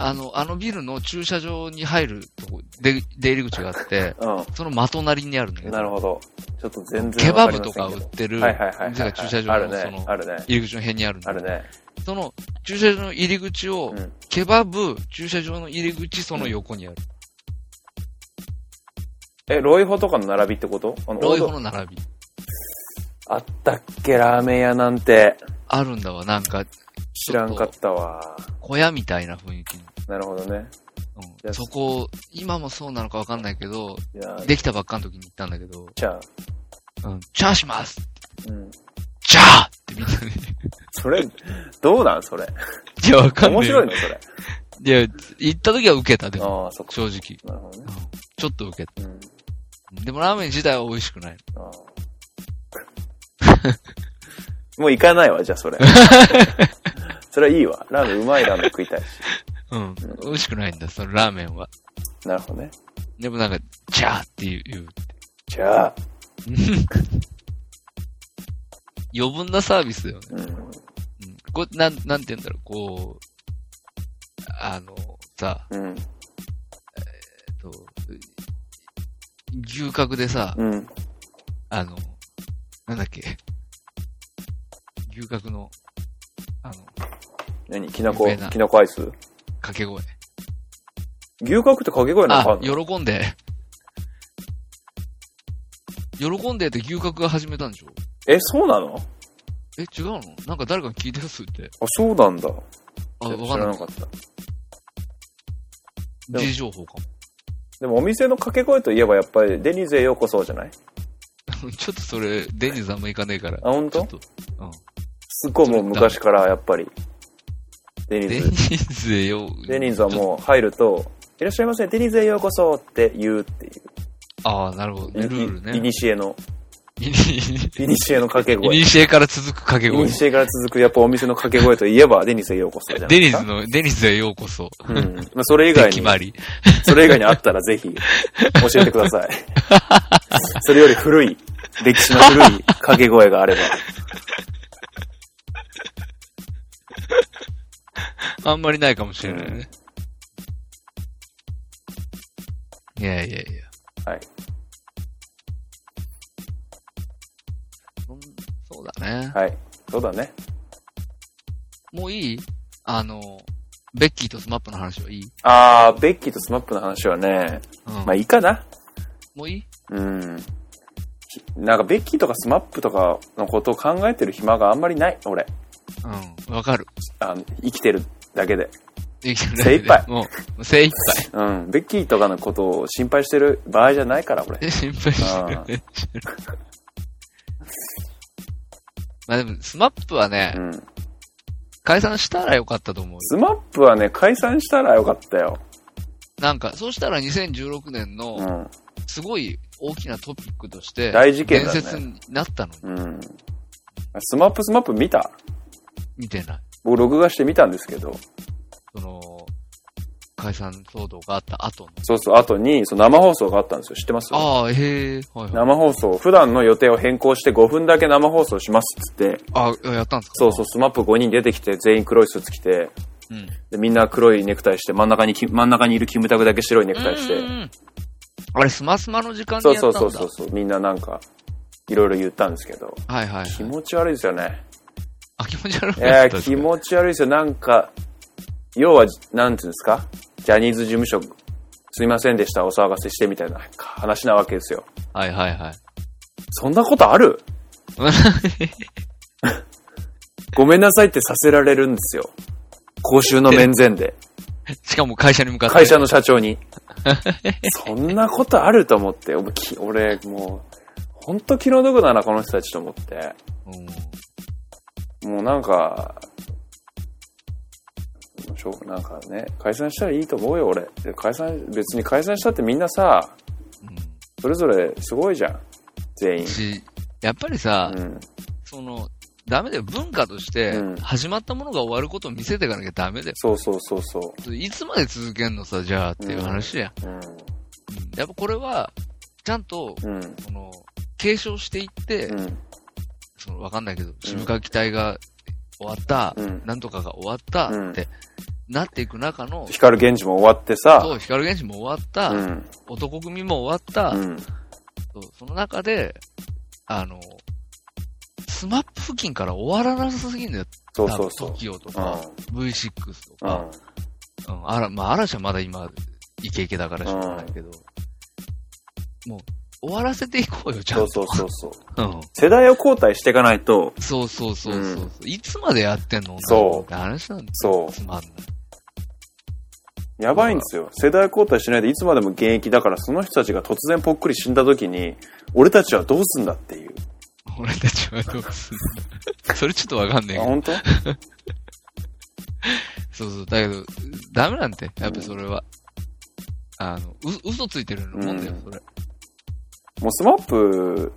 Speaker 3: あの、あのビルの駐車場に入るとこ、で、出入り口があって、その的なりにあるんだけど
Speaker 2: な、るほど。ちょっと全然
Speaker 3: ケ
Speaker 2: わ
Speaker 3: バ
Speaker 2: かり
Speaker 3: ブ
Speaker 2: ません
Speaker 3: と
Speaker 2: けど。
Speaker 3: か売ってる
Speaker 2: はいはいはいはい。
Speaker 3: 店が駐車
Speaker 2: あ
Speaker 3: 場
Speaker 2: る
Speaker 3: のそ
Speaker 2: ね
Speaker 3: の。
Speaker 2: あるね。
Speaker 3: 入り口の辺にあるん
Speaker 2: あ
Speaker 3: だけ
Speaker 2: る
Speaker 3: ど、
Speaker 2: ね。
Speaker 3: その駐車場の入り口を
Speaker 2: うん。
Speaker 3: ケバブ、駐車場の入り口、その横にある。
Speaker 2: え、ロイホとかの並びってことあの
Speaker 3: ロイホ
Speaker 2: 王道
Speaker 3: の並び。
Speaker 2: あったっけ、ラーメン屋なんて。
Speaker 3: あるんだわ、なんか、
Speaker 2: 知らんかったわ。
Speaker 3: 小屋みたいな雰囲気の。
Speaker 2: なるほどね。
Speaker 3: うん、そこ、今もそうなのかわかんないけど、
Speaker 2: いやー、
Speaker 3: できたばっかの時に行ったんだけど、
Speaker 2: じゃあ、
Speaker 3: うん、チャーします
Speaker 2: うん。
Speaker 3: チャーってみんなね。
Speaker 2: それ、どうなんそれ。
Speaker 3: いや、わかんない。
Speaker 2: 面白いのそれ。
Speaker 3: いや、行った時は受けた、でも、
Speaker 2: ああ、そっか。
Speaker 3: 正直。
Speaker 2: なるほどね。
Speaker 3: ちょっと受けた。
Speaker 2: うん。
Speaker 3: でもラーメン自体は美味しくない。
Speaker 2: ああ [LAUGHS] もう行かないわ、じゃあ
Speaker 3: [LAUGHS]
Speaker 2: それ。それはいいわ。ラーメンうまいラーメン食いたいし。
Speaker 3: うん。美味しくないんだ、そのラーメンは。
Speaker 2: なるほどね。
Speaker 3: でもなんか、チャーっていう、
Speaker 2: じゃあ、
Speaker 3: 余分なサービスだよね。
Speaker 2: うん。
Speaker 3: うん。こう、なん、なんて言うんだろう、こう、あの、さ、
Speaker 2: うん。
Speaker 3: えっと、牛角でさ、
Speaker 2: うん。
Speaker 3: あの、なんだっけ、牛角の、あの、
Speaker 2: 何きなこ
Speaker 3: 有名な、
Speaker 2: きなこアイス
Speaker 3: 掛け声。
Speaker 2: 牛角って掛け声なんかあ
Speaker 3: あ
Speaker 2: ん、の
Speaker 3: 喜んで。喜んでって牛角が始めたんでしょ
Speaker 2: え、そうなの
Speaker 3: え、違うのなんか誰かに聞いたやつって。
Speaker 2: あ、そうなんだ。
Speaker 3: あ、
Speaker 2: 知
Speaker 3: わかん
Speaker 2: ら
Speaker 3: な。
Speaker 2: ないかった。でも
Speaker 3: D 情報か
Speaker 2: でもお店の掛け声といえばやっぱりデニーズへようこそじゃない
Speaker 3: も。 [LAUGHS] ちょっとそれ、デニーズあんま行かねえから。
Speaker 2: あ、本
Speaker 3: ちょ
Speaker 2: 当
Speaker 3: っ？と。
Speaker 2: すっごいもう昔からやっぱり。デニ
Speaker 3: デ
Speaker 2: ー
Speaker 3: ニ
Speaker 2: ズ。
Speaker 3: ーズへよ。
Speaker 2: デニーズは
Speaker 3: ちょっ
Speaker 2: もう入ると、いらっしゃいませ、デニーズへようこそって言うっていう。
Speaker 3: と。ああ、なるほど。ルールね。
Speaker 2: いにしえの、
Speaker 3: イニ
Speaker 2: いにしえの掛け声。
Speaker 3: イ
Speaker 2: い
Speaker 3: ニシエから続く掛け声
Speaker 2: に。しえから続くやっぱお店の掛け声といえば、デニーズへようこそじゃない
Speaker 3: デニ
Speaker 2: です
Speaker 3: ー
Speaker 2: か
Speaker 3: ズの、デニーズへようこそ。
Speaker 2: うん。まあ、それ以
Speaker 3: [LAUGHS] で
Speaker 2: 外
Speaker 3: 決
Speaker 2: に、
Speaker 3: まり。
Speaker 2: それ以外にあったらぜひ、教えてくださ
Speaker 3: [LAUGHS]
Speaker 2: い。それより古い、歴史の古い掛け声があれば。
Speaker 3: あんまりないかもしれないね。いやいやいや。
Speaker 2: はい。
Speaker 3: そんそうだね。
Speaker 2: はい。そうだね。
Speaker 3: もういいあの、ベッキーとスマップの話はいい、
Speaker 2: あー、ベッキーとスマップの話はね、
Speaker 3: うん、
Speaker 2: まあいいかな。
Speaker 3: もういい
Speaker 2: うん。ひなんかベッキーとかスマップとかのことを考えてる暇があんまりない、俺。
Speaker 3: うん。わかる。
Speaker 2: あの生きてるだけで。
Speaker 3: できてるだけ
Speaker 2: 精
Speaker 3: で
Speaker 2: 一杯
Speaker 3: もう、精一杯。
Speaker 2: うん。ベッキーとかのことを心配してる場合じゃないから、俺。
Speaker 3: で、心配してる。 [LAUGHS] まあでも、スマップはね、
Speaker 2: うん。
Speaker 3: 解散したらよかったと思うよ。
Speaker 2: スマップはね、解散したらよかったよ。
Speaker 3: なんか、そうしたら2016年
Speaker 2: う
Speaker 3: の、
Speaker 2: ん。
Speaker 3: すごい大きなトピックとして、
Speaker 2: 大事件
Speaker 3: 伝
Speaker 2: だね
Speaker 3: 説になったのに、
Speaker 2: うん。スマップスマップ見た
Speaker 3: 見てない。
Speaker 2: 僕録画して見たんですけど、
Speaker 3: その、解散騒動があった後の。
Speaker 2: そうそう、後にその生放送があったんですよ。知ってます
Speaker 3: ああ、へえ、はいはい。
Speaker 2: 生放送、普段の予定を変更して5分だけ生放送しますっつって、
Speaker 3: ああ、やったんですか
Speaker 2: そうそう、スマップ5人出てきて、全員黒いスーツ着て、
Speaker 3: う。うん。
Speaker 2: で、みんな黒いネクタイして、真ん中にき、真ん中にいるキムタクだけ白いネクタイして
Speaker 3: うんう、んうんあれ、スマスマの時間に
Speaker 2: そ
Speaker 3: や
Speaker 2: う
Speaker 3: った
Speaker 2: そ
Speaker 3: ん
Speaker 2: う
Speaker 3: だ
Speaker 2: そうそうそう、みんななんか、いろいろ言ったんですけど、
Speaker 3: はいはい。
Speaker 2: 気持ち悪いですよね。
Speaker 3: あ、気持ち [LAUGHS] 悪い。
Speaker 2: えー、気持ち悪いですよ。なんか、要は、なんていうんですかジャニーズ事務所、すいませんでした、お騒がせしてみたいな話なわけですよ。
Speaker 3: はいはいはい。
Speaker 2: そんなことあ
Speaker 3: [LAUGHS]
Speaker 2: るごめんなさいってさせられるんですよ。公衆の面前で。
Speaker 3: しかも会社に向かって。
Speaker 2: 会社の社長に。そんなことあると思って、お前き俺、もう、ほんと気の毒だな、この人たちと思って。
Speaker 3: うん。
Speaker 2: もうなんか、しょうなんかね、解散したらいいと思うよ、俺。で解散、別に解散したってみんなさ、
Speaker 3: うん。
Speaker 2: それぞれすごいじゃん。全員。
Speaker 3: し、やっぱりさ、
Speaker 2: うん。
Speaker 3: その、ダメだよ。文化として
Speaker 2: うん、
Speaker 3: 始まったものが終わることを見せていかなきゃダメだよ。
Speaker 2: そうそうそうそ
Speaker 3: いつまで続けんのさ、じゃあっていう話や。
Speaker 2: う。
Speaker 3: うんやっぱこれは、ちゃんと、
Speaker 2: うん。うん。
Speaker 3: その、継承していって、
Speaker 2: うん。
Speaker 3: その、わかんないけど、シムカキ隊が終わった、
Speaker 2: うん
Speaker 3: なんとかが終わった
Speaker 2: うん
Speaker 3: って、なっていく中の、
Speaker 2: 光源氏も終わってさ、
Speaker 3: そう、光原始も終わった、
Speaker 2: うん。
Speaker 3: 男組も終わった、
Speaker 2: うん。
Speaker 3: そうその中で、あの、スマップ付近から終わらなさすぎんだよ。
Speaker 2: そうそうそう。
Speaker 3: TOKIO と
Speaker 2: う
Speaker 3: か、V6 と
Speaker 2: ん。う
Speaker 3: か、
Speaker 2: ん。
Speaker 3: うん、あら、まあ、嵐はまだ今、イケイケだからしょうがないけど、もう、終わらせていこうよ、ちゃ
Speaker 2: そ
Speaker 3: ん
Speaker 2: う
Speaker 3: と。
Speaker 2: そうそうそう。
Speaker 3: うん
Speaker 2: 世代を交代していかないと、
Speaker 3: そうそうそうそう
Speaker 2: うん
Speaker 3: いつまでやってんの
Speaker 2: そう
Speaker 3: って話なんです
Speaker 2: そ
Speaker 3: つまんない。
Speaker 2: う。やばいんですよ。世代交代しないでいつまでも現役だから、その人たちが突然ぽっくり死んだ時に、俺たちはどうすんだっていう。
Speaker 3: 俺たちはどうするそれちょっとわかん
Speaker 2: あ、
Speaker 3: ないけど。
Speaker 2: 本当？
Speaker 3: そうそう。だけど、ダメなんて、やっぱそれは。あの、う、嘘ついてるようなもんだよ
Speaker 2: うん、
Speaker 3: それ。
Speaker 2: もうスマップ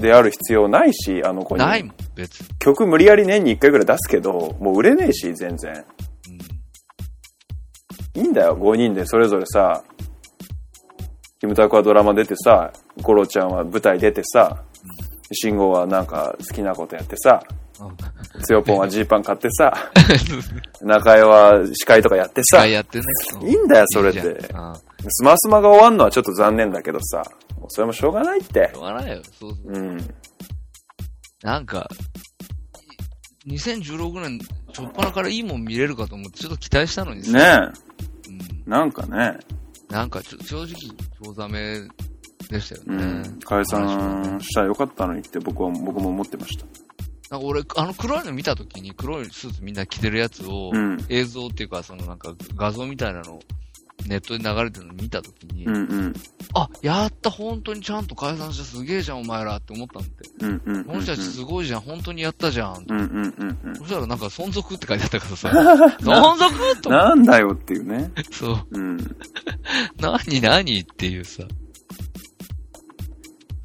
Speaker 2: である必要ないし、あの子に。
Speaker 3: ないもん、別に。
Speaker 2: 曲無理やり年に1回ぐらい出すけど、もう売れねえし、全然。
Speaker 3: うん
Speaker 2: いいんだよ、5人でそれぞれさ、キムタクはドラマ出てさ、ゴロちゃんは舞台出てさ、信号はなんか好きなことやってさ、
Speaker 3: うん。
Speaker 2: つよぽんはジーパン買って
Speaker 3: [LAUGHS]
Speaker 2: さ、中江は司会とかやって
Speaker 3: 一
Speaker 2: さ、
Speaker 3: 回
Speaker 2: い
Speaker 3: やってね。うん
Speaker 2: いんだよ、それっ
Speaker 3: いいじ
Speaker 2: て
Speaker 3: ゃ。んうん。し
Speaker 2: スマスマが終わんのはちょっと残念だけどさ、もうそれもしょうがないって
Speaker 3: ょ。うがないよ。そうそう。
Speaker 2: うん。
Speaker 3: なんか、い2016年、初っ端からいいもん見れるかと思って、ちょっと期待したのにさ。
Speaker 2: ね
Speaker 3: うん
Speaker 2: え、なんかね、
Speaker 3: なんかちょ、正直、興ざめでしたよ
Speaker 2: う
Speaker 3: ね。
Speaker 2: ん、解散したらよかったのにって僕は、僕も思ってました。
Speaker 3: なんか俺、あの黒いの見たときに、黒いスーツみんな着てるやつを、
Speaker 2: うん、
Speaker 3: 映像っていうか、そのなんか画像みたいなのをネットで流れてるの見たときに、
Speaker 2: うん、うん、
Speaker 3: あ、やった、本当にちゃんと解散してすげえじゃん、お前らって思ったんで。
Speaker 2: うん、うん。
Speaker 3: この人たちすごいじゃん、本当にやったじゃん。
Speaker 2: うん、うん、うん、うん。
Speaker 3: そしたらなんか存続って書いてあったか
Speaker 2: [LAUGHS]
Speaker 3: らさ、存続と思っ
Speaker 2: なんだよっていうね。
Speaker 3: てそう、
Speaker 2: うん。
Speaker 3: 何何っていうさ、そ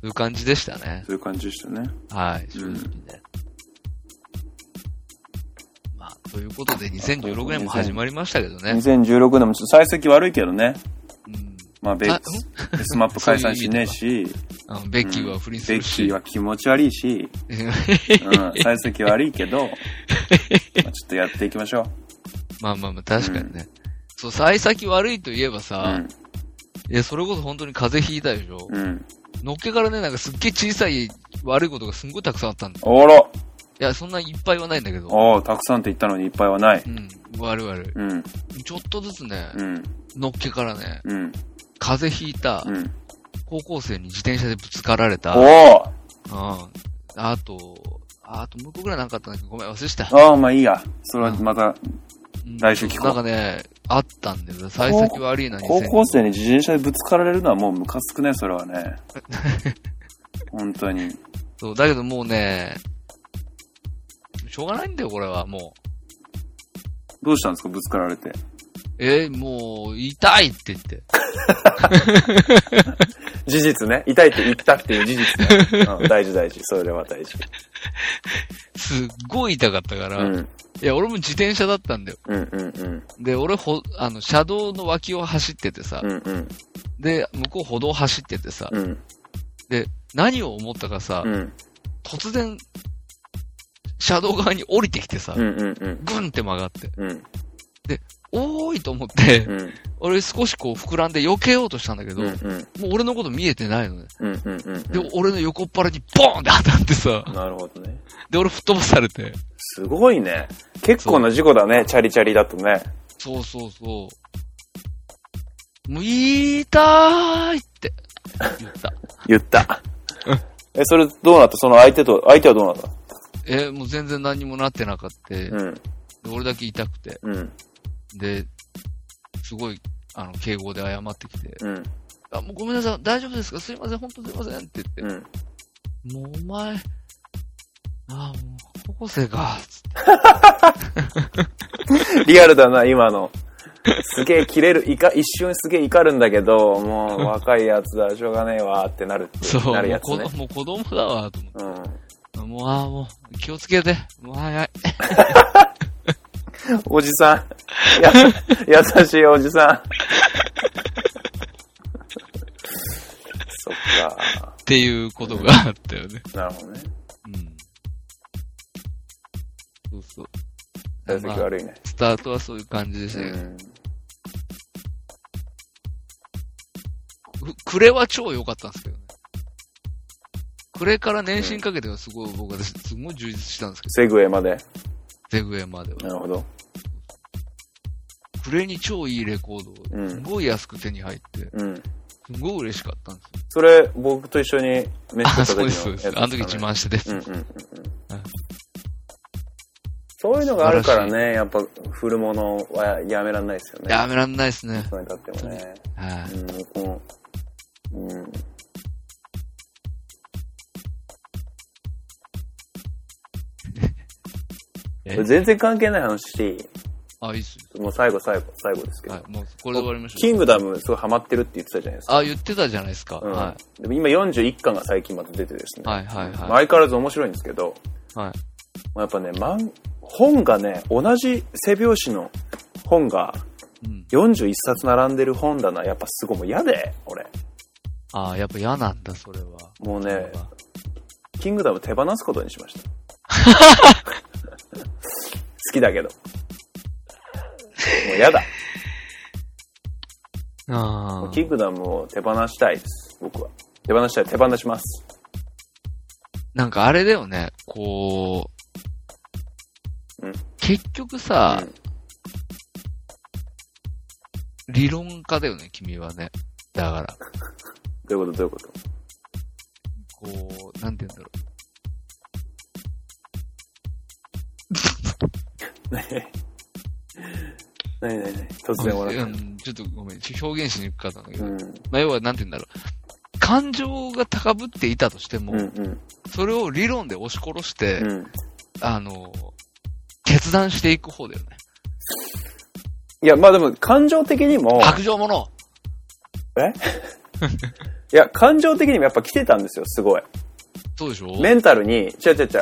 Speaker 3: ういう感じでしたね。
Speaker 2: そういう感じでしたね。
Speaker 3: はい、正直ね。まあ、ということで、2016年も始まりましたけどね。
Speaker 2: 2016年もちょっと成績悪いけどね。
Speaker 3: うん。
Speaker 2: まあ、ベッ
Speaker 3: あ
Speaker 2: クスマップ解散しねえし、
Speaker 3: あのベッキーは不倫す
Speaker 2: ベ
Speaker 3: る
Speaker 2: ッキー
Speaker 3: し。
Speaker 2: は気持ち悪いし、うん、成績悪いけど、まあちょっとやっていきましょう。
Speaker 3: [LAUGHS] まあまあまあ、確かにね。そう、幸先悪いと言えば
Speaker 2: う
Speaker 3: さ、
Speaker 2: ん、
Speaker 3: いや、それこそ本当に風邪ひいたでしょ。
Speaker 2: うん。
Speaker 3: のっけからね、なんかすっげえ小さい悪いことがすんごいたくさんあったんだ。
Speaker 2: おろ
Speaker 3: いや、そんないっぱいはないんだけど。
Speaker 2: おーたくさんって言ったのにいっぱいはない。
Speaker 3: うん、悪い悪
Speaker 2: うん、
Speaker 3: い。ちょっとずつね、
Speaker 2: うん、
Speaker 3: のっけからね、
Speaker 2: うん、
Speaker 3: 風邪ひいた
Speaker 2: う、ん。
Speaker 3: 高校生に自転車でぶつかられた、
Speaker 2: お
Speaker 3: うん。
Speaker 2: お
Speaker 3: あと、あともう一個ぐらいなんかあったんだけど、ごめん、忘れした。
Speaker 2: ああ、まあいいや。それはまた、
Speaker 3: うん
Speaker 2: 来週聞こう
Speaker 3: なんかね、あったんだよ。幸先悪いな、
Speaker 2: 高校
Speaker 3: 2000
Speaker 2: 生に自転車でぶつかられるのはもうムカつくね、それは [LAUGHS] ね。本当に。
Speaker 3: そう、だけどもうね、しょうがないんだよ、これは、も
Speaker 2: どうしたんですか、ぶつかられて。
Speaker 3: う。えーもう、痛いって言って。
Speaker 2: 事実ね。痛いって言ったっていう事実 [LAUGHS] ね。うん、大事大事。それは大事。
Speaker 3: すっごい痛かったか
Speaker 2: う
Speaker 3: ら、い
Speaker 2: ん。
Speaker 3: や、俺も自転車だったんだよ。
Speaker 2: うんうんうん。
Speaker 3: で、俺、ほ、あの、車道の脇を走っててさ
Speaker 2: う、んうん。
Speaker 3: で、向こう歩道走っててさ、
Speaker 2: うん。
Speaker 3: 何を思ったかさ、
Speaker 2: うん。
Speaker 3: 突然、車道側に降りてきてさ
Speaker 2: う、んうんうん。
Speaker 3: ぐんって曲がって、
Speaker 2: うん。
Speaker 3: おーいと思っ
Speaker 2: [LAUGHS]
Speaker 3: て
Speaker 2: う、ん。
Speaker 3: 俺少しこう膨らんで避けようとしたんだけど、
Speaker 2: うん。うん。
Speaker 3: も
Speaker 2: うん。
Speaker 3: う俺のこと見えてないのね。
Speaker 2: うん。うん。
Speaker 3: で、俺の横っ腹にボーンって当たってさ、
Speaker 2: なるほどね。
Speaker 3: で、俺吹っ飛ばされて。
Speaker 2: すごいね。結構な事故だね、チャリチャリだとね。
Speaker 3: そうそうそう。もう、痛いって言った。
Speaker 2: 言った。え、それどうなったその相手と、相手はどうなった
Speaker 3: え、もう全然何にもなってなかった。で
Speaker 2: うん。
Speaker 3: 俺だけ痛くて。
Speaker 2: うん。
Speaker 3: で、すごい、あの、敬語で謝ってきて、
Speaker 2: うん。
Speaker 3: あ、もうごめんなさい、大丈夫ですかすいません、本当すいませんって言って、
Speaker 2: うん。
Speaker 3: もうお前、ああ、もう、高校生か、つって
Speaker 2: リアルだな、今の。すげえ切れる、いか、一瞬すげえ怒るんだけど、もう若いやつだ、しょうがねえわってなるって
Speaker 3: そう、
Speaker 2: なる
Speaker 3: も
Speaker 2: や
Speaker 3: う
Speaker 2: つ
Speaker 3: 子
Speaker 2: ね。
Speaker 3: 供もう子供だわ、と思って。
Speaker 2: うん。
Speaker 3: もう、ああ、もう、気をつけて、もう早い。
Speaker 2: おじさん。や、
Speaker 3: [LAUGHS]
Speaker 2: 優しいおじさん。そっか。
Speaker 3: っていうことがあったよね。
Speaker 2: なるほどね。
Speaker 3: うん。そうそう。
Speaker 2: 成績
Speaker 3: まあ
Speaker 2: 悪いね。
Speaker 3: スタートはそういう感じでしたけど、くクレは超良かったんですけどね。クレから年始にかけてはすごい、僕はすごい充実したんですけど、
Speaker 2: セグウェイまで。
Speaker 3: ゼグエまでは。
Speaker 2: なるほど。
Speaker 3: クレに超いいレコードを、
Speaker 2: うん
Speaker 3: すごい安く手に入って、
Speaker 2: うん。
Speaker 3: すごい嬉しかったんですよ。
Speaker 2: それ、僕と一緒に飯食
Speaker 3: あ、
Speaker 2: った
Speaker 3: そう
Speaker 2: 時のや
Speaker 3: で
Speaker 2: つ
Speaker 3: す、そう
Speaker 2: です
Speaker 3: です。
Speaker 2: かね
Speaker 3: あの時自慢してです。
Speaker 2: うんうんうんうん
Speaker 3: はい
Speaker 2: そういうのがあるからね、やっぱ、古物はやめらんないですよね。
Speaker 3: やめらんないですね。
Speaker 2: それにとってもね。
Speaker 3: は
Speaker 2: うん、僕も。うん。
Speaker 3: え
Speaker 2: これ全然関係ない話していい
Speaker 3: い。あ、いいっす。
Speaker 2: もう最後最後、最後ですけど。
Speaker 3: はい。もう、これで終わりまし
Speaker 2: キ
Speaker 3: ょう。
Speaker 2: ングダムすごいハマってるって言ってたじゃないですか。
Speaker 3: あ、言ってたじゃないですか。
Speaker 2: うん
Speaker 3: は
Speaker 2: でも今41巻が最近また出てですね。
Speaker 3: い。はい、はい、
Speaker 2: まあ
Speaker 3: は
Speaker 2: 相変わらず面白いんですけど、
Speaker 3: い。はい。
Speaker 2: まあやっぱね、漫本がね、同じ背表紙の本が
Speaker 3: うん。
Speaker 2: 41冊並んでる本棚、やっぱすごいもう嫌で、俺。
Speaker 3: あ、やっぱ嫌なんだ、それは。
Speaker 2: もうね、キングダム手放すことにしました。 [LAUGHS] 好きだけど。もう嫌だ。
Speaker 3: あ
Speaker 2: もうキ
Speaker 3: ー
Speaker 2: ングダムを手放したいです、僕は。手放したい、手放します。
Speaker 3: なんかあれだよね、こ
Speaker 2: う
Speaker 3: う、
Speaker 2: ん
Speaker 3: 結局さ、
Speaker 2: うん
Speaker 3: 理論家だよね、君はね。だから、
Speaker 2: どういうことどういうこと [LAUGHS]
Speaker 3: こう、なんて言うんだろ
Speaker 2: 何何何突然
Speaker 3: う。ごめん
Speaker 2: 笑っ
Speaker 3: うんちょっとごめん、ちょ表現しにくかったんだけ
Speaker 2: た。
Speaker 3: ど、
Speaker 2: うん。
Speaker 3: まあ、要はなんて言うんだろう。感情が高ぶっていたとしても、
Speaker 2: うんうん。
Speaker 3: それを理論で押し殺して、
Speaker 2: うん。
Speaker 3: あの、決断していく方だよね。
Speaker 2: いや、まあでも、感情的にも、
Speaker 3: 白状者
Speaker 2: いや、感情的にもやっぱ来てたんですよ、すごい。
Speaker 3: そうでしょ
Speaker 2: メンタルに、違う違う違う、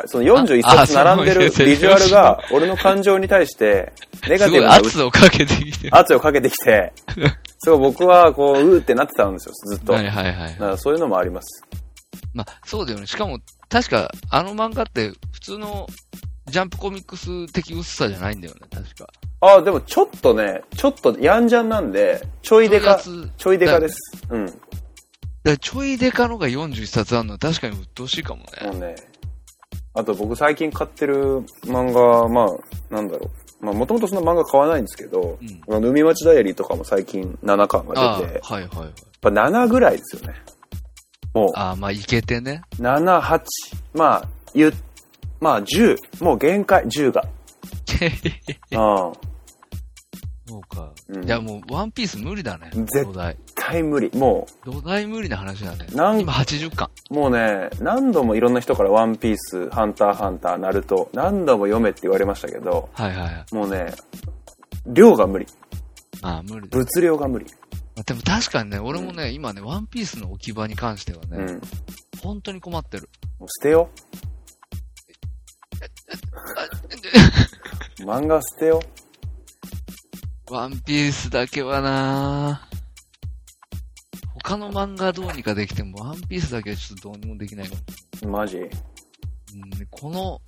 Speaker 2: その41
Speaker 3: ああ
Speaker 2: 冊並んでる
Speaker 3: そう
Speaker 2: ビジュアルが、俺の感情に対して、ネガ
Speaker 3: す
Speaker 2: ティ
Speaker 3: ごい
Speaker 2: ブなう
Speaker 3: 圧をかけてきてる。
Speaker 2: 圧をかけてきて、
Speaker 3: [LAUGHS]
Speaker 2: そう、僕は、こう、うーってなってたんですよ、ずっと。
Speaker 3: はい
Speaker 2: だ
Speaker 3: はいはい。
Speaker 2: からそういうのもあります。
Speaker 3: まあ、そうだよね。しかも、確か、あの漫画って、普通のジャンプコミックス的薄さじゃないんだよね、確か。
Speaker 2: ああ、でもちょっとね、ちょっとやんじゃんなんで、ちょいでか
Speaker 3: ちょいやつ、
Speaker 2: ちょいでかです。うん。も
Speaker 3: だからちょいデカのが41冊あるのは確かに鬱陶しいかもね。
Speaker 2: うね。あと僕最近買ってる漫画、まあ、なんだろう。まあ、もともとそんな漫画買わないんですけど、
Speaker 3: うん
Speaker 2: あの海町ダイアリーとかも最近7巻
Speaker 3: あ
Speaker 2: が
Speaker 3: あ、
Speaker 2: 出て、やっ
Speaker 3: はいはいはい。
Speaker 2: ぱ7ぐらいですよね。もう、
Speaker 3: ああ、まあ、いけてね。 [LAUGHS]
Speaker 2: 7、8、まあ、ゆ、まあ10、もう限界、10が。うん。
Speaker 3: そうか。
Speaker 2: うん
Speaker 3: いや、もう、ワンピース無理だね。
Speaker 2: 絶
Speaker 3: 土台。
Speaker 2: 絶対無理。も
Speaker 3: 土台無理な話だね。
Speaker 2: なん
Speaker 3: 今80巻。
Speaker 2: う、もうね、何度もいろんな人からワンピース、ハンターハンター、ナルト、何度も読めって言われましたけど、
Speaker 3: はいはいはい。
Speaker 2: もうね、量が無理。
Speaker 3: まあ、無理だ。
Speaker 2: 物量が無理。
Speaker 3: まあでも確かにね、俺もね、今ね、ワンピースの置き場に関してはね、
Speaker 2: うん。
Speaker 3: 本当に困ってる。
Speaker 2: もう捨てよ
Speaker 3: [LAUGHS]
Speaker 2: う。漫画捨てよ
Speaker 3: ワンピースだけはなぁ他の漫画どうにかできても、ワンピースだけはちょっとどうにもできないかも。
Speaker 2: う。マジ
Speaker 3: うん、この、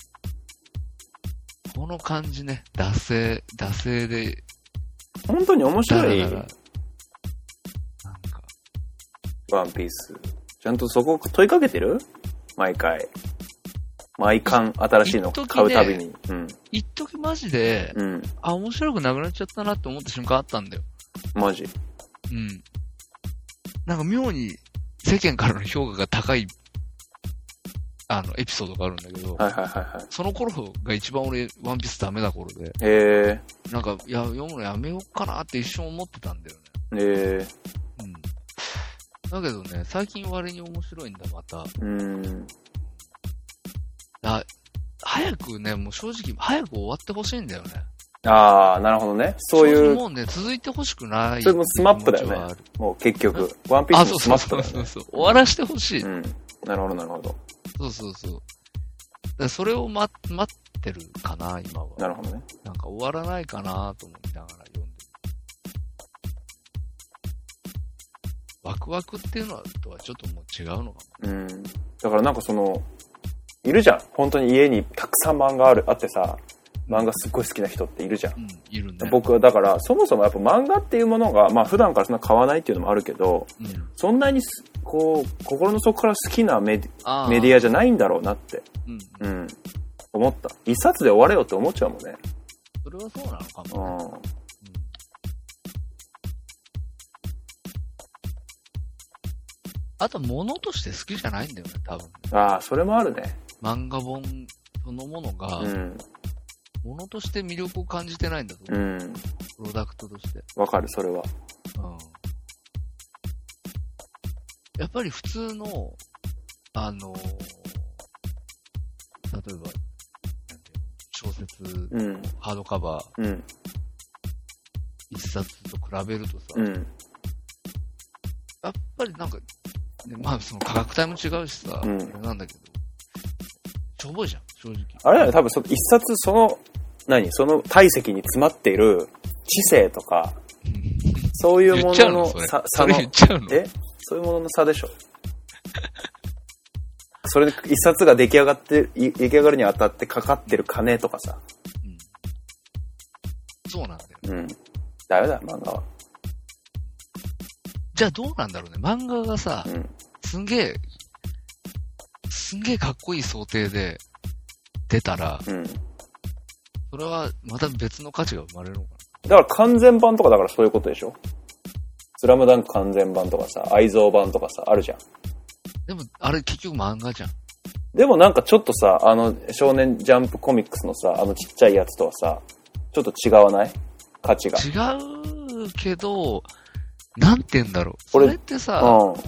Speaker 3: この感じね。惰性、惰性で、
Speaker 2: 本当に面
Speaker 3: だら
Speaker 2: 白
Speaker 3: だ
Speaker 2: い
Speaker 3: ら。なんか、
Speaker 2: ワンピース。ちゃんとそこ問いかけてる毎回。毎巻新しいの買うたびに。うん。
Speaker 3: 一時マジで、
Speaker 2: うん。
Speaker 3: あ、面白くなくなっちゃったなって思った瞬間あったんだよ。
Speaker 2: マジ。
Speaker 3: うん。なんか妙に世間からの評価が高い、あの、エピソードがあるんだけど、
Speaker 2: はいはいはいはい。
Speaker 3: その頃が一番俺、ワンピースダメな頃で、
Speaker 2: え
Speaker 3: なんか、いや、読むのやめようかなって一瞬思ってたんだよね。
Speaker 2: ー、え
Speaker 3: うん。だけどね、最近割に面白いんだ、また。
Speaker 2: ー、うーん。
Speaker 3: あ、早くね、もう正直、早く終わってほしいんだよね。
Speaker 2: あー、なるほどね。そうい
Speaker 3: 正直
Speaker 2: う、
Speaker 3: もうね、続いてほしくない。
Speaker 2: それもスマップだよね
Speaker 3: 気持ちはある。
Speaker 2: もう結局、ワンピー
Speaker 3: あ、
Speaker 2: ス
Speaker 3: そ
Speaker 2: の
Speaker 3: う
Speaker 2: ス
Speaker 3: そ
Speaker 2: マップ
Speaker 3: うそう
Speaker 2: だ
Speaker 3: そ
Speaker 2: よ
Speaker 3: う
Speaker 2: ね。
Speaker 3: そう。終わらしてほしい。
Speaker 2: うん。なるほどなるほど。
Speaker 3: そうそうそう。だからそれを待待ってるかな、今は。
Speaker 2: なるほどね。
Speaker 3: なんか終わらないかなと思いながら読んでる。ワクワクっていうのとはちょっともう違うのか
Speaker 2: う
Speaker 3: も。
Speaker 2: ん。だからなんかその、いるじゃん。本当に家にたくさん漫画ある、あってさ、漫画すっごい好きな人っているじゃん。
Speaker 3: うん、いるね。
Speaker 2: 僕はだから、そもそもやっぱ漫画っていうものが、まあ普段からそんな買わないっていうのもあるけど、
Speaker 3: うん、
Speaker 2: そんなにすこう、心の底から好きなメデ
Speaker 3: あ
Speaker 2: ィメディ
Speaker 3: ア、
Speaker 2: アじゃないんだろうなって、
Speaker 3: うん。
Speaker 2: うん。思った。一冊で終われよって思っちゃうもんね。
Speaker 3: それはそうなのかも。
Speaker 2: うん。
Speaker 3: うんあと物として好きじゃないんだよね、多分。
Speaker 2: ああ、それもあるね。
Speaker 3: 漫画本そのものが、
Speaker 2: うん。
Speaker 3: 物として魅力を感じてないんだと
Speaker 2: う
Speaker 3: 思う。
Speaker 2: ん。
Speaker 3: プロダクトとして。
Speaker 2: わかる、それは。
Speaker 3: うん。やっぱり普通の、あのー例えば、なんていうの小説、
Speaker 2: うん。
Speaker 3: ハードカバー
Speaker 2: うん。
Speaker 3: 一冊と比べるとさ、
Speaker 2: うん。
Speaker 3: やっぱりなんか、ね、まあその価格帯も違うしさ、
Speaker 2: うん
Speaker 3: あれなんだけど、しょぼいじゃん、正直。
Speaker 2: あれだよね、多分その一冊その、何その体積に詰まっている知性とか、そういう
Speaker 3: [LAUGHS] 言
Speaker 2: も
Speaker 3: っちゃ
Speaker 2: の
Speaker 3: うの
Speaker 2: の
Speaker 3: それ
Speaker 2: さ。
Speaker 3: そ
Speaker 2: 差
Speaker 3: れ
Speaker 2: の
Speaker 3: 言っちゃうの
Speaker 2: えそういうものの差でしょ [LAUGHS] それで一冊が出来上がってい出来上がるにあたってかかってる金とかさ
Speaker 3: うんそうなんだよ。
Speaker 2: うんダメだ漫画は
Speaker 3: じゃあどうなんだろうね。漫画がさ
Speaker 2: う、ん
Speaker 3: すんげえ、すんげえかっこいい想定で出たら、
Speaker 2: うん
Speaker 3: それはまた別の価値が生まれるのか
Speaker 2: だから完全版とかだからそういうことでしょスラムダンク完全版とかさ愛蔵版とかさあるじゃん
Speaker 3: な。でも、あれ結局漫画じゃん。
Speaker 2: でもなんかちょっとさあの少年ジャンプコミックスのさあのちっちゃいやつとはさちょっと違わない価値が
Speaker 3: 違うけど、なんて言うんだろう。そ
Speaker 2: 俺
Speaker 3: れってさ、
Speaker 2: うんちょ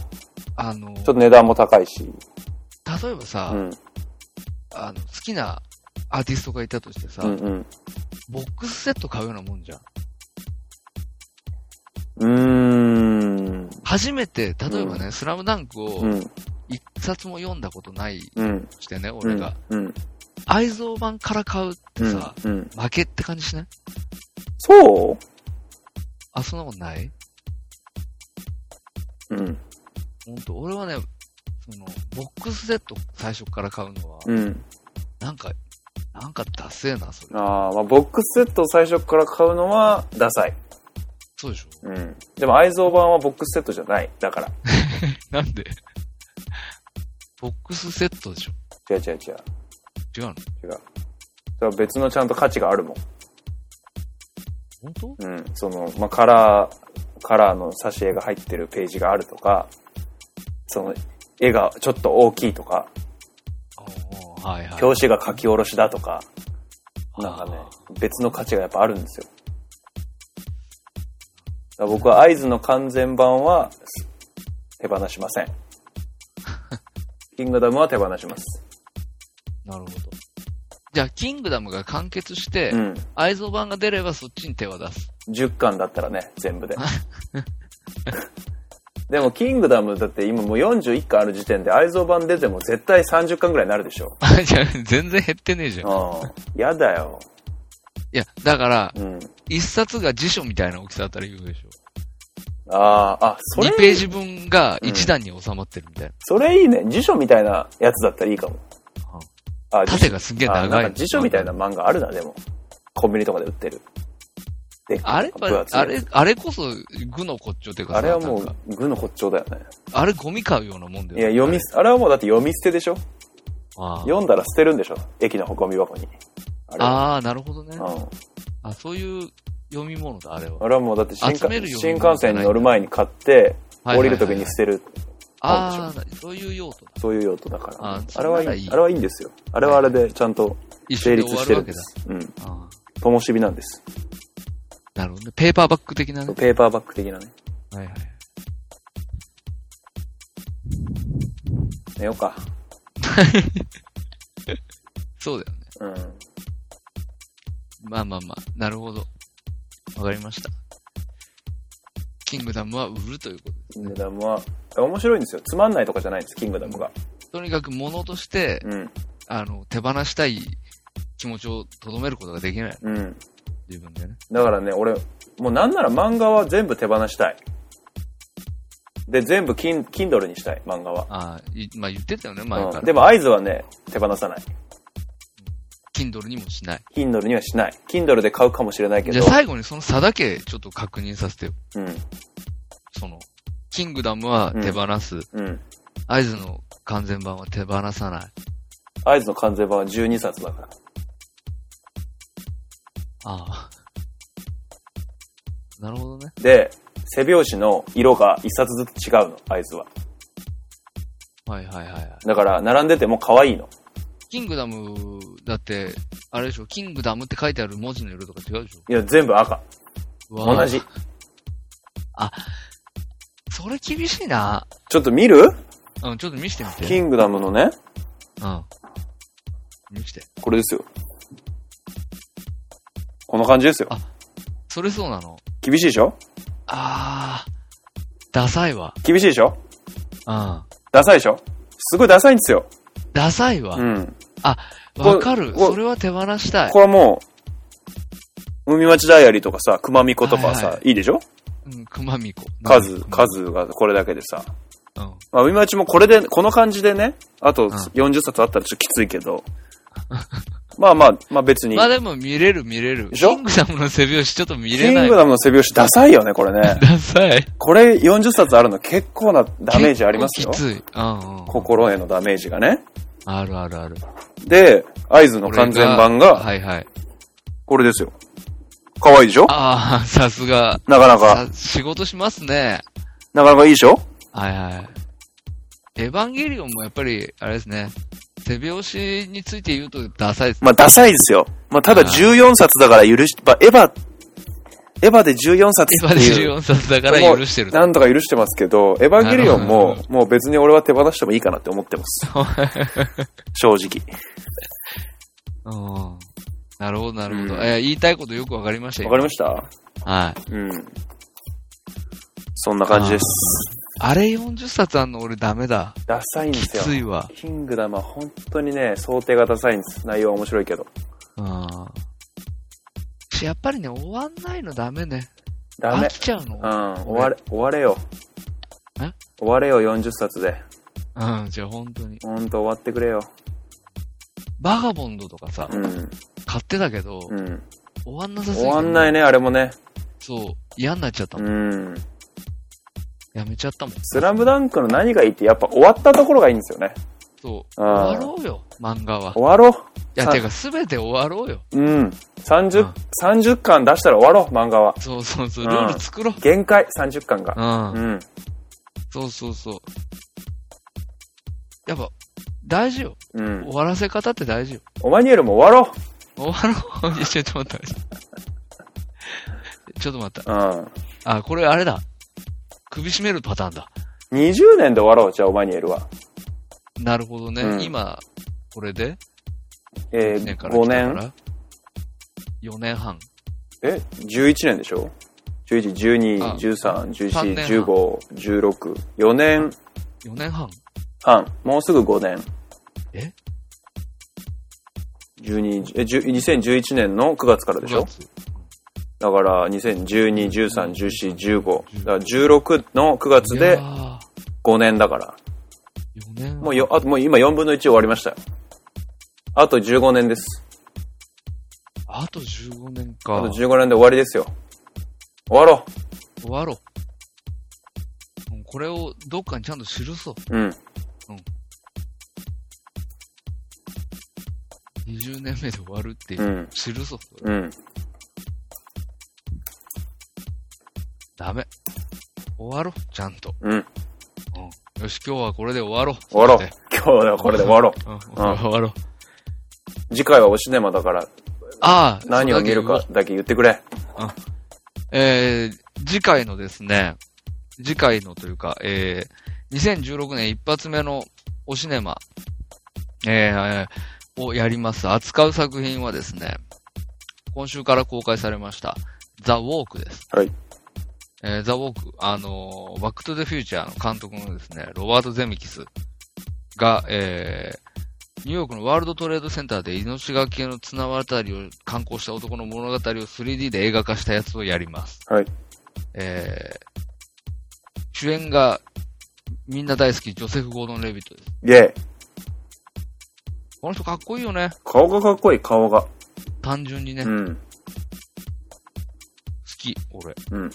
Speaker 3: あの、
Speaker 2: っと値段も高いし
Speaker 3: 例えばさ、
Speaker 2: うん
Speaker 3: あの、好きなアーティストがいたとしてさ、
Speaker 2: うんうん
Speaker 3: ボックスセット買うようなもんじゃん。
Speaker 2: うーん
Speaker 3: 初めて、例えばね、スラムダンク
Speaker 2: う
Speaker 3: を
Speaker 2: ん
Speaker 3: 一冊も読んだことない
Speaker 2: うん
Speaker 3: としてね、俺が。
Speaker 2: うんうん
Speaker 3: 愛蔵版から買うってさ、
Speaker 2: うんうん、
Speaker 3: 負けって感じしない
Speaker 2: そ
Speaker 3: あ、そんなことないう
Speaker 2: うん。
Speaker 3: ほんと、俺はね、その、ボックスセット最初から買うのは、
Speaker 2: うん。
Speaker 3: なんか、なんかダセえな、それ。
Speaker 2: ああ、まあ、ボックスセットを最初から買うのは、ダサい。
Speaker 3: そうでしょ
Speaker 2: うん。でも、愛蔵版はボックスセットじゃない。だから。
Speaker 3: なんで [LAUGHS] ボックスセットでしょ
Speaker 2: 違う違う違う。
Speaker 3: 違うの
Speaker 2: 違う。それは別のちゃんと価値があるもん。
Speaker 3: 本当
Speaker 2: うん。その、まあ、カラー、カラーの挿絵が入ってるページがあるとか、その、絵がちょっと大きいとか、
Speaker 3: ああ、はいはい。
Speaker 2: 表紙が書き下ろしだとか、なんかね、別の価値がやっぱあるんですよ。だから僕は合図の完全版はす手放しま
Speaker 3: [LAUGHS]
Speaker 2: せん。キングダムは手放します。
Speaker 3: なるほど。じゃあ、キングダムが完結して、
Speaker 2: うん。
Speaker 3: 愛蔵版が出ればそっちに手は出す。 [LAUGHS]
Speaker 2: 10巻だったらね、全部で。でも、キングダムだって今もう41巻ある時点で、愛蔵版出ても絶対30巻ぐらいになるでしょ。
Speaker 3: あ、じゃあ、全然減ってねえじゃん。い
Speaker 2: うん。やだよ。
Speaker 3: や、だから、
Speaker 2: うん。
Speaker 3: 一冊が辞書みたいな大きさだったら言うでしょ。
Speaker 2: ああ、あ、それ
Speaker 3: 2、ページ分が1段に収まってるみたい
Speaker 2: それいいね。辞書みたいなやつだったらいいかも。あ、
Speaker 3: な。
Speaker 2: 辞書
Speaker 3: 縦がすげえ長
Speaker 2: あ
Speaker 3: い。
Speaker 2: なんか辞書みたいな。漫画あるな、でも。コンビニとかで売ってる。で
Speaker 3: あれ
Speaker 2: 分
Speaker 3: は、
Speaker 2: 厚い
Speaker 3: あれ、あれこそ、愚の骨頂というかさ
Speaker 2: あれはも
Speaker 3: なんか
Speaker 2: う、具の骨頂だよね。
Speaker 3: あれゴミ買うようなもんだ
Speaker 2: い
Speaker 3: よ
Speaker 2: や、
Speaker 3: ね。
Speaker 2: 読み、あれはもうだって読み捨てでしょ
Speaker 3: ああ
Speaker 2: 読んだら捨てるんでしょ駅のゴミ箱に。あれは。
Speaker 3: あー、なるほどね。
Speaker 2: うん。
Speaker 3: あ、そういう読み物だ、あれは。
Speaker 2: あれはもうだって新
Speaker 3: 集める
Speaker 2: 幹
Speaker 3: よ
Speaker 2: 新幹線に乗る前に買って、
Speaker 3: はい
Speaker 2: 降
Speaker 3: は
Speaker 2: り
Speaker 3: いはい
Speaker 2: る時に捨てる、
Speaker 3: ああ、そういう用途だ。
Speaker 2: そういう用途だから。
Speaker 3: あ
Speaker 2: あ
Speaker 3: それ
Speaker 2: れ
Speaker 3: な
Speaker 2: は
Speaker 3: らい
Speaker 2: い
Speaker 3: い
Speaker 2: い、あれはいいんですよ。あれはあれでちゃんと
Speaker 3: 一緒
Speaker 2: 成
Speaker 3: で
Speaker 2: 立
Speaker 3: 終わ
Speaker 2: してる
Speaker 3: るわ
Speaker 2: ん
Speaker 3: け
Speaker 2: で
Speaker 3: だ。
Speaker 2: す。うん。
Speaker 3: あ
Speaker 2: 灯火なんです。
Speaker 3: あ、なるほどね。ペーパーバッグ的なね。
Speaker 2: ペーパーバッグ的なね。
Speaker 3: はいはい。
Speaker 2: 寝ようか。
Speaker 3: そうだよね。
Speaker 2: うん。
Speaker 3: まあまあまあ、なるほど。わかりました。キングダムは売るということ
Speaker 2: キングダムは、面白いんですよ。つまんないとかじゃないんです、キングダムが。
Speaker 3: とにかく物として、
Speaker 2: うん。
Speaker 3: あの、手放したい気持ちをとどめることができない。
Speaker 2: うん。
Speaker 3: 自分でね。
Speaker 2: だからね、俺、もうなんなら漫画は全部手放したい。で、全部キン、Kindle にしたい、漫画は。
Speaker 3: ああ、いまあ言ってたよね、前か
Speaker 2: うん
Speaker 3: ら。
Speaker 2: でも合図はね、手放さない。
Speaker 3: Kindle にもしない。
Speaker 2: Kindle にはしない。Kindle で買うかもしれないけ
Speaker 3: じゃ
Speaker 2: ど
Speaker 3: あ、最後にその差だけちょっと確認させてよ。
Speaker 2: うん、
Speaker 3: その、キングダムは手放す。
Speaker 2: うん。
Speaker 3: 合図の完全版は手放さない。
Speaker 2: 合図の完全版は12冊だから。
Speaker 3: ああ。なるほどね。
Speaker 2: で、背表紙の色が一冊ずつ違うの、合図は。
Speaker 3: はいはいはいはい。
Speaker 2: だから、並んでても可愛いの。
Speaker 3: キングダム、だって、あれでしょ、キングダムって書いてある文字の色とか違うでしょ
Speaker 2: いや、全部赤。
Speaker 3: うわ
Speaker 2: 同じ。。
Speaker 3: それ厳しいな。
Speaker 2: ちょっと見る
Speaker 3: うん、ちょっと見してみて。
Speaker 2: キングダムのね、
Speaker 3: うん。見して。
Speaker 2: これですよ。こんな感じですよ
Speaker 3: あ。それそうなの。
Speaker 2: 厳しいでしょ
Speaker 3: あー、ダサいわ。
Speaker 2: 厳しいでしょ
Speaker 3: うん。
Speaker 2: ダサいでしょすごいダサいんですよ。
Speaker 3: ダサいわ
Speaker 2: う。ん。こ
Speaker 3: わかる。
Speaker 2: こ
Speaker 3: それは手放したい
Speaker 2: こ。こはもう、海町ダイアリーとかさ、熊巫女とかさ、
Speaker 3: はい
Speaker 2: い、
Speaker 3: はい
Speaker 2: でしょ
Speaker 3: うん、熊巫子。
Speaker 2: 数、。数がこれだけでさ。
Speaker 3: うん。
Speaker 2: まあ、海町もこれで、この感じでね、あと
Speaker 3: ん
Speaker 2: 40冊あったらちょっときついけど。まあまあ、まあ別に。
Speaker 3: まあでも見れる見れる。
Speaker 2: で
Speaker 3: キ
Speaker 2: しょ
Speaker 3: ングダムの背拍子ちょっと見
Speaker 2: キ
Speaker 3: れ
Speaker 2: ン
Speaker 3: ない。
Speaker 2: グ。ダムの背拍子ダサいよね、これね
Speaker 3: ダサい。
Speaker 2: これ40冊あるの結構なダメージありますよ
Speaker 3: き。つい。うんうんうん。
Speaker 2: 心へのダメージがね。
Speaker 3: あるあるある。
Speaker 2: で、合図の完全版が、
Speaker 3: はいはい。
Speaker 2: これですよ。可愛いでしょ
Speaker 3: ああ、 [LAUGHS] さすが。
Speaker 2: なかなか、
Speaker 3: さ仕事しますね。
Speaker 2: なかなかいいでしょ
Speaker 3: はいはい。エヴァンゲリオンもやっぱり、あれですね。手拍子について言うとダサいです。
Speaker 2: まあ、ダサいですよ。まあ、ただ
Speaker 3: はい
Speaker 2: 14冊だから許し、まあ、エヴァ、エヴァで14冊
Speaker 3: エ
Speaker 2: っ
Speaker 3: ヴァ
Speaker 2: て
Speaker 3: で
Speaker 2: いう。
Speaker 3: 14冊だから許してる。
Speaker 2: なんとか許してますけど、エヴァンゲリオン
Speaker 3: なる
Speaker 2: も
Speaker 3: ほ、
Speaker 2: もう別に俺は手放してもいいかなって思って
Speaker 3: [LAUGHS]
Speaker 2: ます。正直。
Speaker 3: うん。なるほど、なるほど。
Speaker 2: うん
Speaker 3: えー言いたいことよくわかりましたよ
Speaker 2: わかりました
Speaker 3: はい。
Speaker 2: うん。そんな感じです。
Speaker 3: あれ40冊あんの俺ダメだ。
Speaker 2: ダサいんで
Speaker 3: き
Speaker 2: すよ。
Speaker 3: ついわ。
Speaker 2: キングダムは本当にね、想定がダサいんです。内容は面白いけど。
Speaker 3: うん。しやっぱりね、終わんないのダメね。
Speaker 2: ダメ
Speaker 3: 飽。きちゃうの。
Speaker 2: うん、終われ、終われよ
Speaker 3: え。
Speaker 2: 終われよ、40冊で。
Speaker 3: うん、じゃあ本当に。
Speaker 2: ほんと終わってくれよ。
Speaker 3: バガボンドとかさ
Speaker 2: う、ん、
Speaker 3: 買ってたけど、
Speaker 2: うん。
Speaker 3: 終わんなさすぎ
Speaker 2: 終
Speaker 3: て
Speaker 2: わんないね、あれもね。
Speaker 3: そう、嫌になっちゃった
Speaker 2: う
Speaker 3: も
Speaker 2: ん。
Speaker 3: ん。やめちゃったもん。
Speaker 2: スラムダンクの何がいいって、やっぱ終わったところがいいんですよね。
Speaker 3: そう。
Speaker 2: うん
Speaker 3: 終わろうよ、漫画は。
Speaker 2: 終わろ
Speaker 3: いや、
Speaker 2: さ
Speaker 3: てか、すべて終わろうよ。
Speaker 2: う。うん。
Speaker 3: うん
Speaker 2: 30、30巻出したら終わろう、漫画は。
Speaker 3: そうそうそう、
Speaker 2: うん
Speaker 3: ルール作ろう。
Speaker 2: 限界、30巻が。
Speaker 3: う。
Speaker 2: うんん。
Speaker 3: そうそうそう。やっぱ、大事よ。
Speaker 2: うん
Speaker 3: 終。わらせ方って大事よ。
Speaker 2: オマニエルも終わろ
Speaker 3: 終わろう。 [LAUGHS] いやちょっと待った。ちょっと待った。
Speaker 2: う。うん。
Speaker 3: あ、これあれだ。首絞めるパターンだ。
Speaker 2: 20年で終わろう、じゃあ、オマニエルは。
Speaker 3: なるほどね。
Speaker 2: うん
Speaker 3: 今、これで
Speaker 2: え
Speaker 3: 年
Speaker 2: ー、
Speaker 3: から来
Speaker 2: 5
Speaker 3: たから
Speaker 2: 年。
Speaker 3: 4年半。
Speaker 2: え ?11 年でしょ ?11、12
Speaker 3: あ、
Speaker 2: 13、
Speaker 3: 三
Speaker 2: 14、
Speaker 3: 年
Speaker 2: 15、16、4年
Speaker 3: 4年半
Speaker 2: 半。もうすぐ5年。
Speaker 3: え
Speaker 2: ?12、え、10 2011年の9月からでしょ
Speaker 3: ?9 月
Speaker 2: だから、2012、13、14、15。だから16の9月
Speaker 3: いや
Speaker 2: で
Speaker 3: ー
Speaker 2: 5年だから。
Speaker 3: 4年半
Speaker 2: もうよ、あともう今4分の1終わりましたよ。あと15年です。
Speaker 3: あと15年
Speaker 2: あ
Speaker 3: か
Speaker 2: と。15年で終わりですよ。終わろ
Speaker 3: 終わろう。うんこれをどっかにちゃんと記そう。
Speaker 2: う。うん。
Speaker 3: 20年目で終わるっていうう。
Speaker 2: ん。
Speaker 3: 記そう。
Speaker 2: うん。
Speaker 3: ダメ。終わろう、ちゃんと。
Speaker 2: うん。
Speaker 3: うん。よし、今日はこれで終わろう。
Speaker 2: 終わろう
Speaker 3: そして。
Speaker 2: 今日はこれで終わろ
Speaker 3: うん、
Speaker 2: ん
Speaker 3: 終わろう。 [LAUGHS]
Speaker 2: う。次回はおシネマだから、
Speaker 3: ああ、
Speaker 2: 何を見るか
Speaker 3: そ
Speaker 2: だけ言ってくれ。
Speaker 3: うだけど。えー、次回のですね、次回のというか、えー、2016年一発目のおシネマ、えー、をやります。扱う作品はですね、今週から公開されました、ザ・ウォークです。
Speaker 2: はい。
Speaker 3: えー、ザ・ウォーク、あのーバック・トゥ・ザ・フューチャーの監督のですね、ロバート・ゼミキスが、えー、ニューヨークのワールドトレードセンターで命がけの綱渡りを観光した男の物語を 3D で映画化したやつをやります。
Speaker 2: はい。
Speaker 3: えー、主演がみんな大好き、ジョセフ・ゴードン・レビットです。
Speaker 2: イェイ。
Speaker 3: この人かっこいいよね。
Speaker 2: 顔がかっこいい、顔が。
Speaker 3: 単純にね。
Speaker 2: うん。
Speaker 3: 好き、俺。
Speaker 2: うん。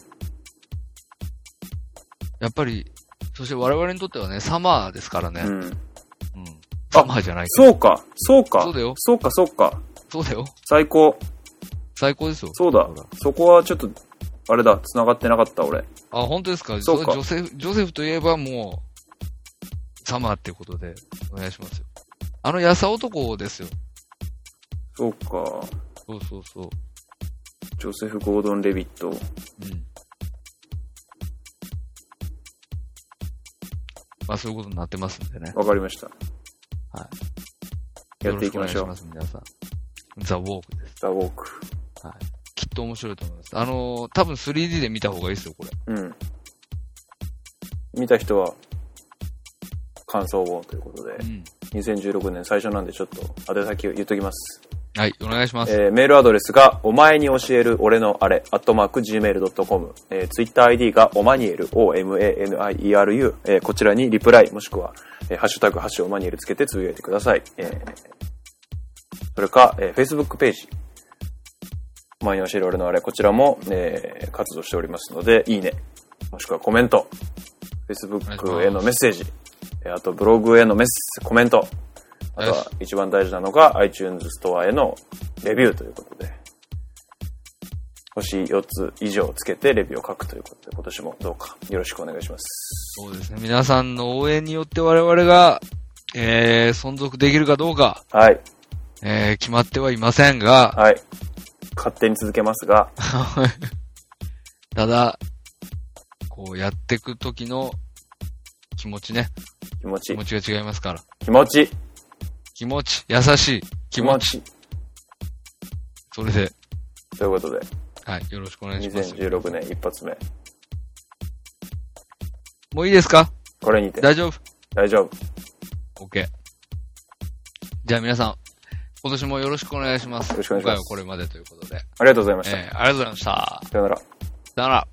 Speaker 3: やっぱり、そして我々にとってはね、サマーですからね。
Speaker 2: う
Speaker 3: うん。
Speaker 2: ん。
Speaker 3: サマーじゃないけど
Speaker 2: そうか、そうか。
Speaker 3: そうだよ
Speaker 2: そうか、そうか。
Speaker 3: そうだよ。
Speaker 2: 最高。
Speaker 3: 最高ですよ。
Speaker 2: そうだ。そこはちょっと、あれだ、繋がってなかった、俺。
Speaker 3: あ、本当ですか
Speaker 2: そうか
Speaker 3: ジョセフ、ジョセフといえばもう、様ってことで、お願いしますよ。あの、やさ男ですよ。
Speaker 2: そうか。
Speaker 3: そうそうそう。
Speaker 2: ジョセフ・ゴードン・レビット。
Speaker 3: うん。まあ、そういうことになってますんでね。
Speaker 2: わかりました。
Speaker 3: は
Speaker 2: やっていきましょ
Speaker 3: よ
Speaker 2: う
Speaker 3: ろ。しくお願いします、皆さん。ザ・ウォークです。
Speaker 2: ザ・ウォーク。
Speaker 3: はい。きっと面白いと思います。あのー多分 3D で見た方がいいですよ、これ。
Speaker 2: うん。見た人は、感想をということで
Speaker 3: う、ん。
Speaker 2: 2016年最初なんでちょっと、宛先を言っときます。
Speaker 3: はい、お願いします。
Speaker 2: えーメールアドレスが、お前に教える俺のあれ、アットマーク gmail.com、えー、ツイッター ID が、おまにえる、o-m-a-n-i-e-r-u、えーこちらにリプライ、もしくは、えーハッシュタグ、ハッシュおまにえるつけてつぶやいてください。えーそれか、えー Facebook ページ、お前に教える俺のあれ、こちらも、えー活動しておりますので、いいね、もしくはコメント、Facebook へのメッセージ、えーあとブログへのメッセコメント、あとは一番大事なのが iTunes ストアへのレビューということで、星4つ以上つけてレビューを書くということで、今年もどうかよろしくお願いします。
Speaker 3: そうですね。皆さんの応援によって我々が、えー、存続できるかどうか、
Speaker 2: はい、
Speaker 3: えー、決まってはいませんが、
Speaker 2: はい。勝手に続けますが、
Speaker 3: [LAUGHS] ただ、こうやっていく時の気持ちね。
Speaker 2: 気持
Speaker 3: 気
Speaker 2: ち
Speaker 3: 持、ちが違いますから。
Speaker 2: 気持ち、
Speaker 3: 気持ち、優しい気持ち。それで、
Speaker 2: ということで、
Speaker 3: はい、よろしくお願いします。
Speaker 2: 2016年一発目、
Speaker 3: もういいですか
Speaker 2: これにて
Speaker 3: 大丈夫
Speaker 2: 大丈夫。
Speaker 3: ?OK。じゃあ皆さん、今年もよろしくお願いします。
Speaker 2: よろしくお願いします
Speaker 3: 今回はこれまでということで。
Speaker 2: ありがとうございました。
Speaker 3: えー、ありがとうございました。
Speaker 2: さよなら。
Speaker 3: さよなら。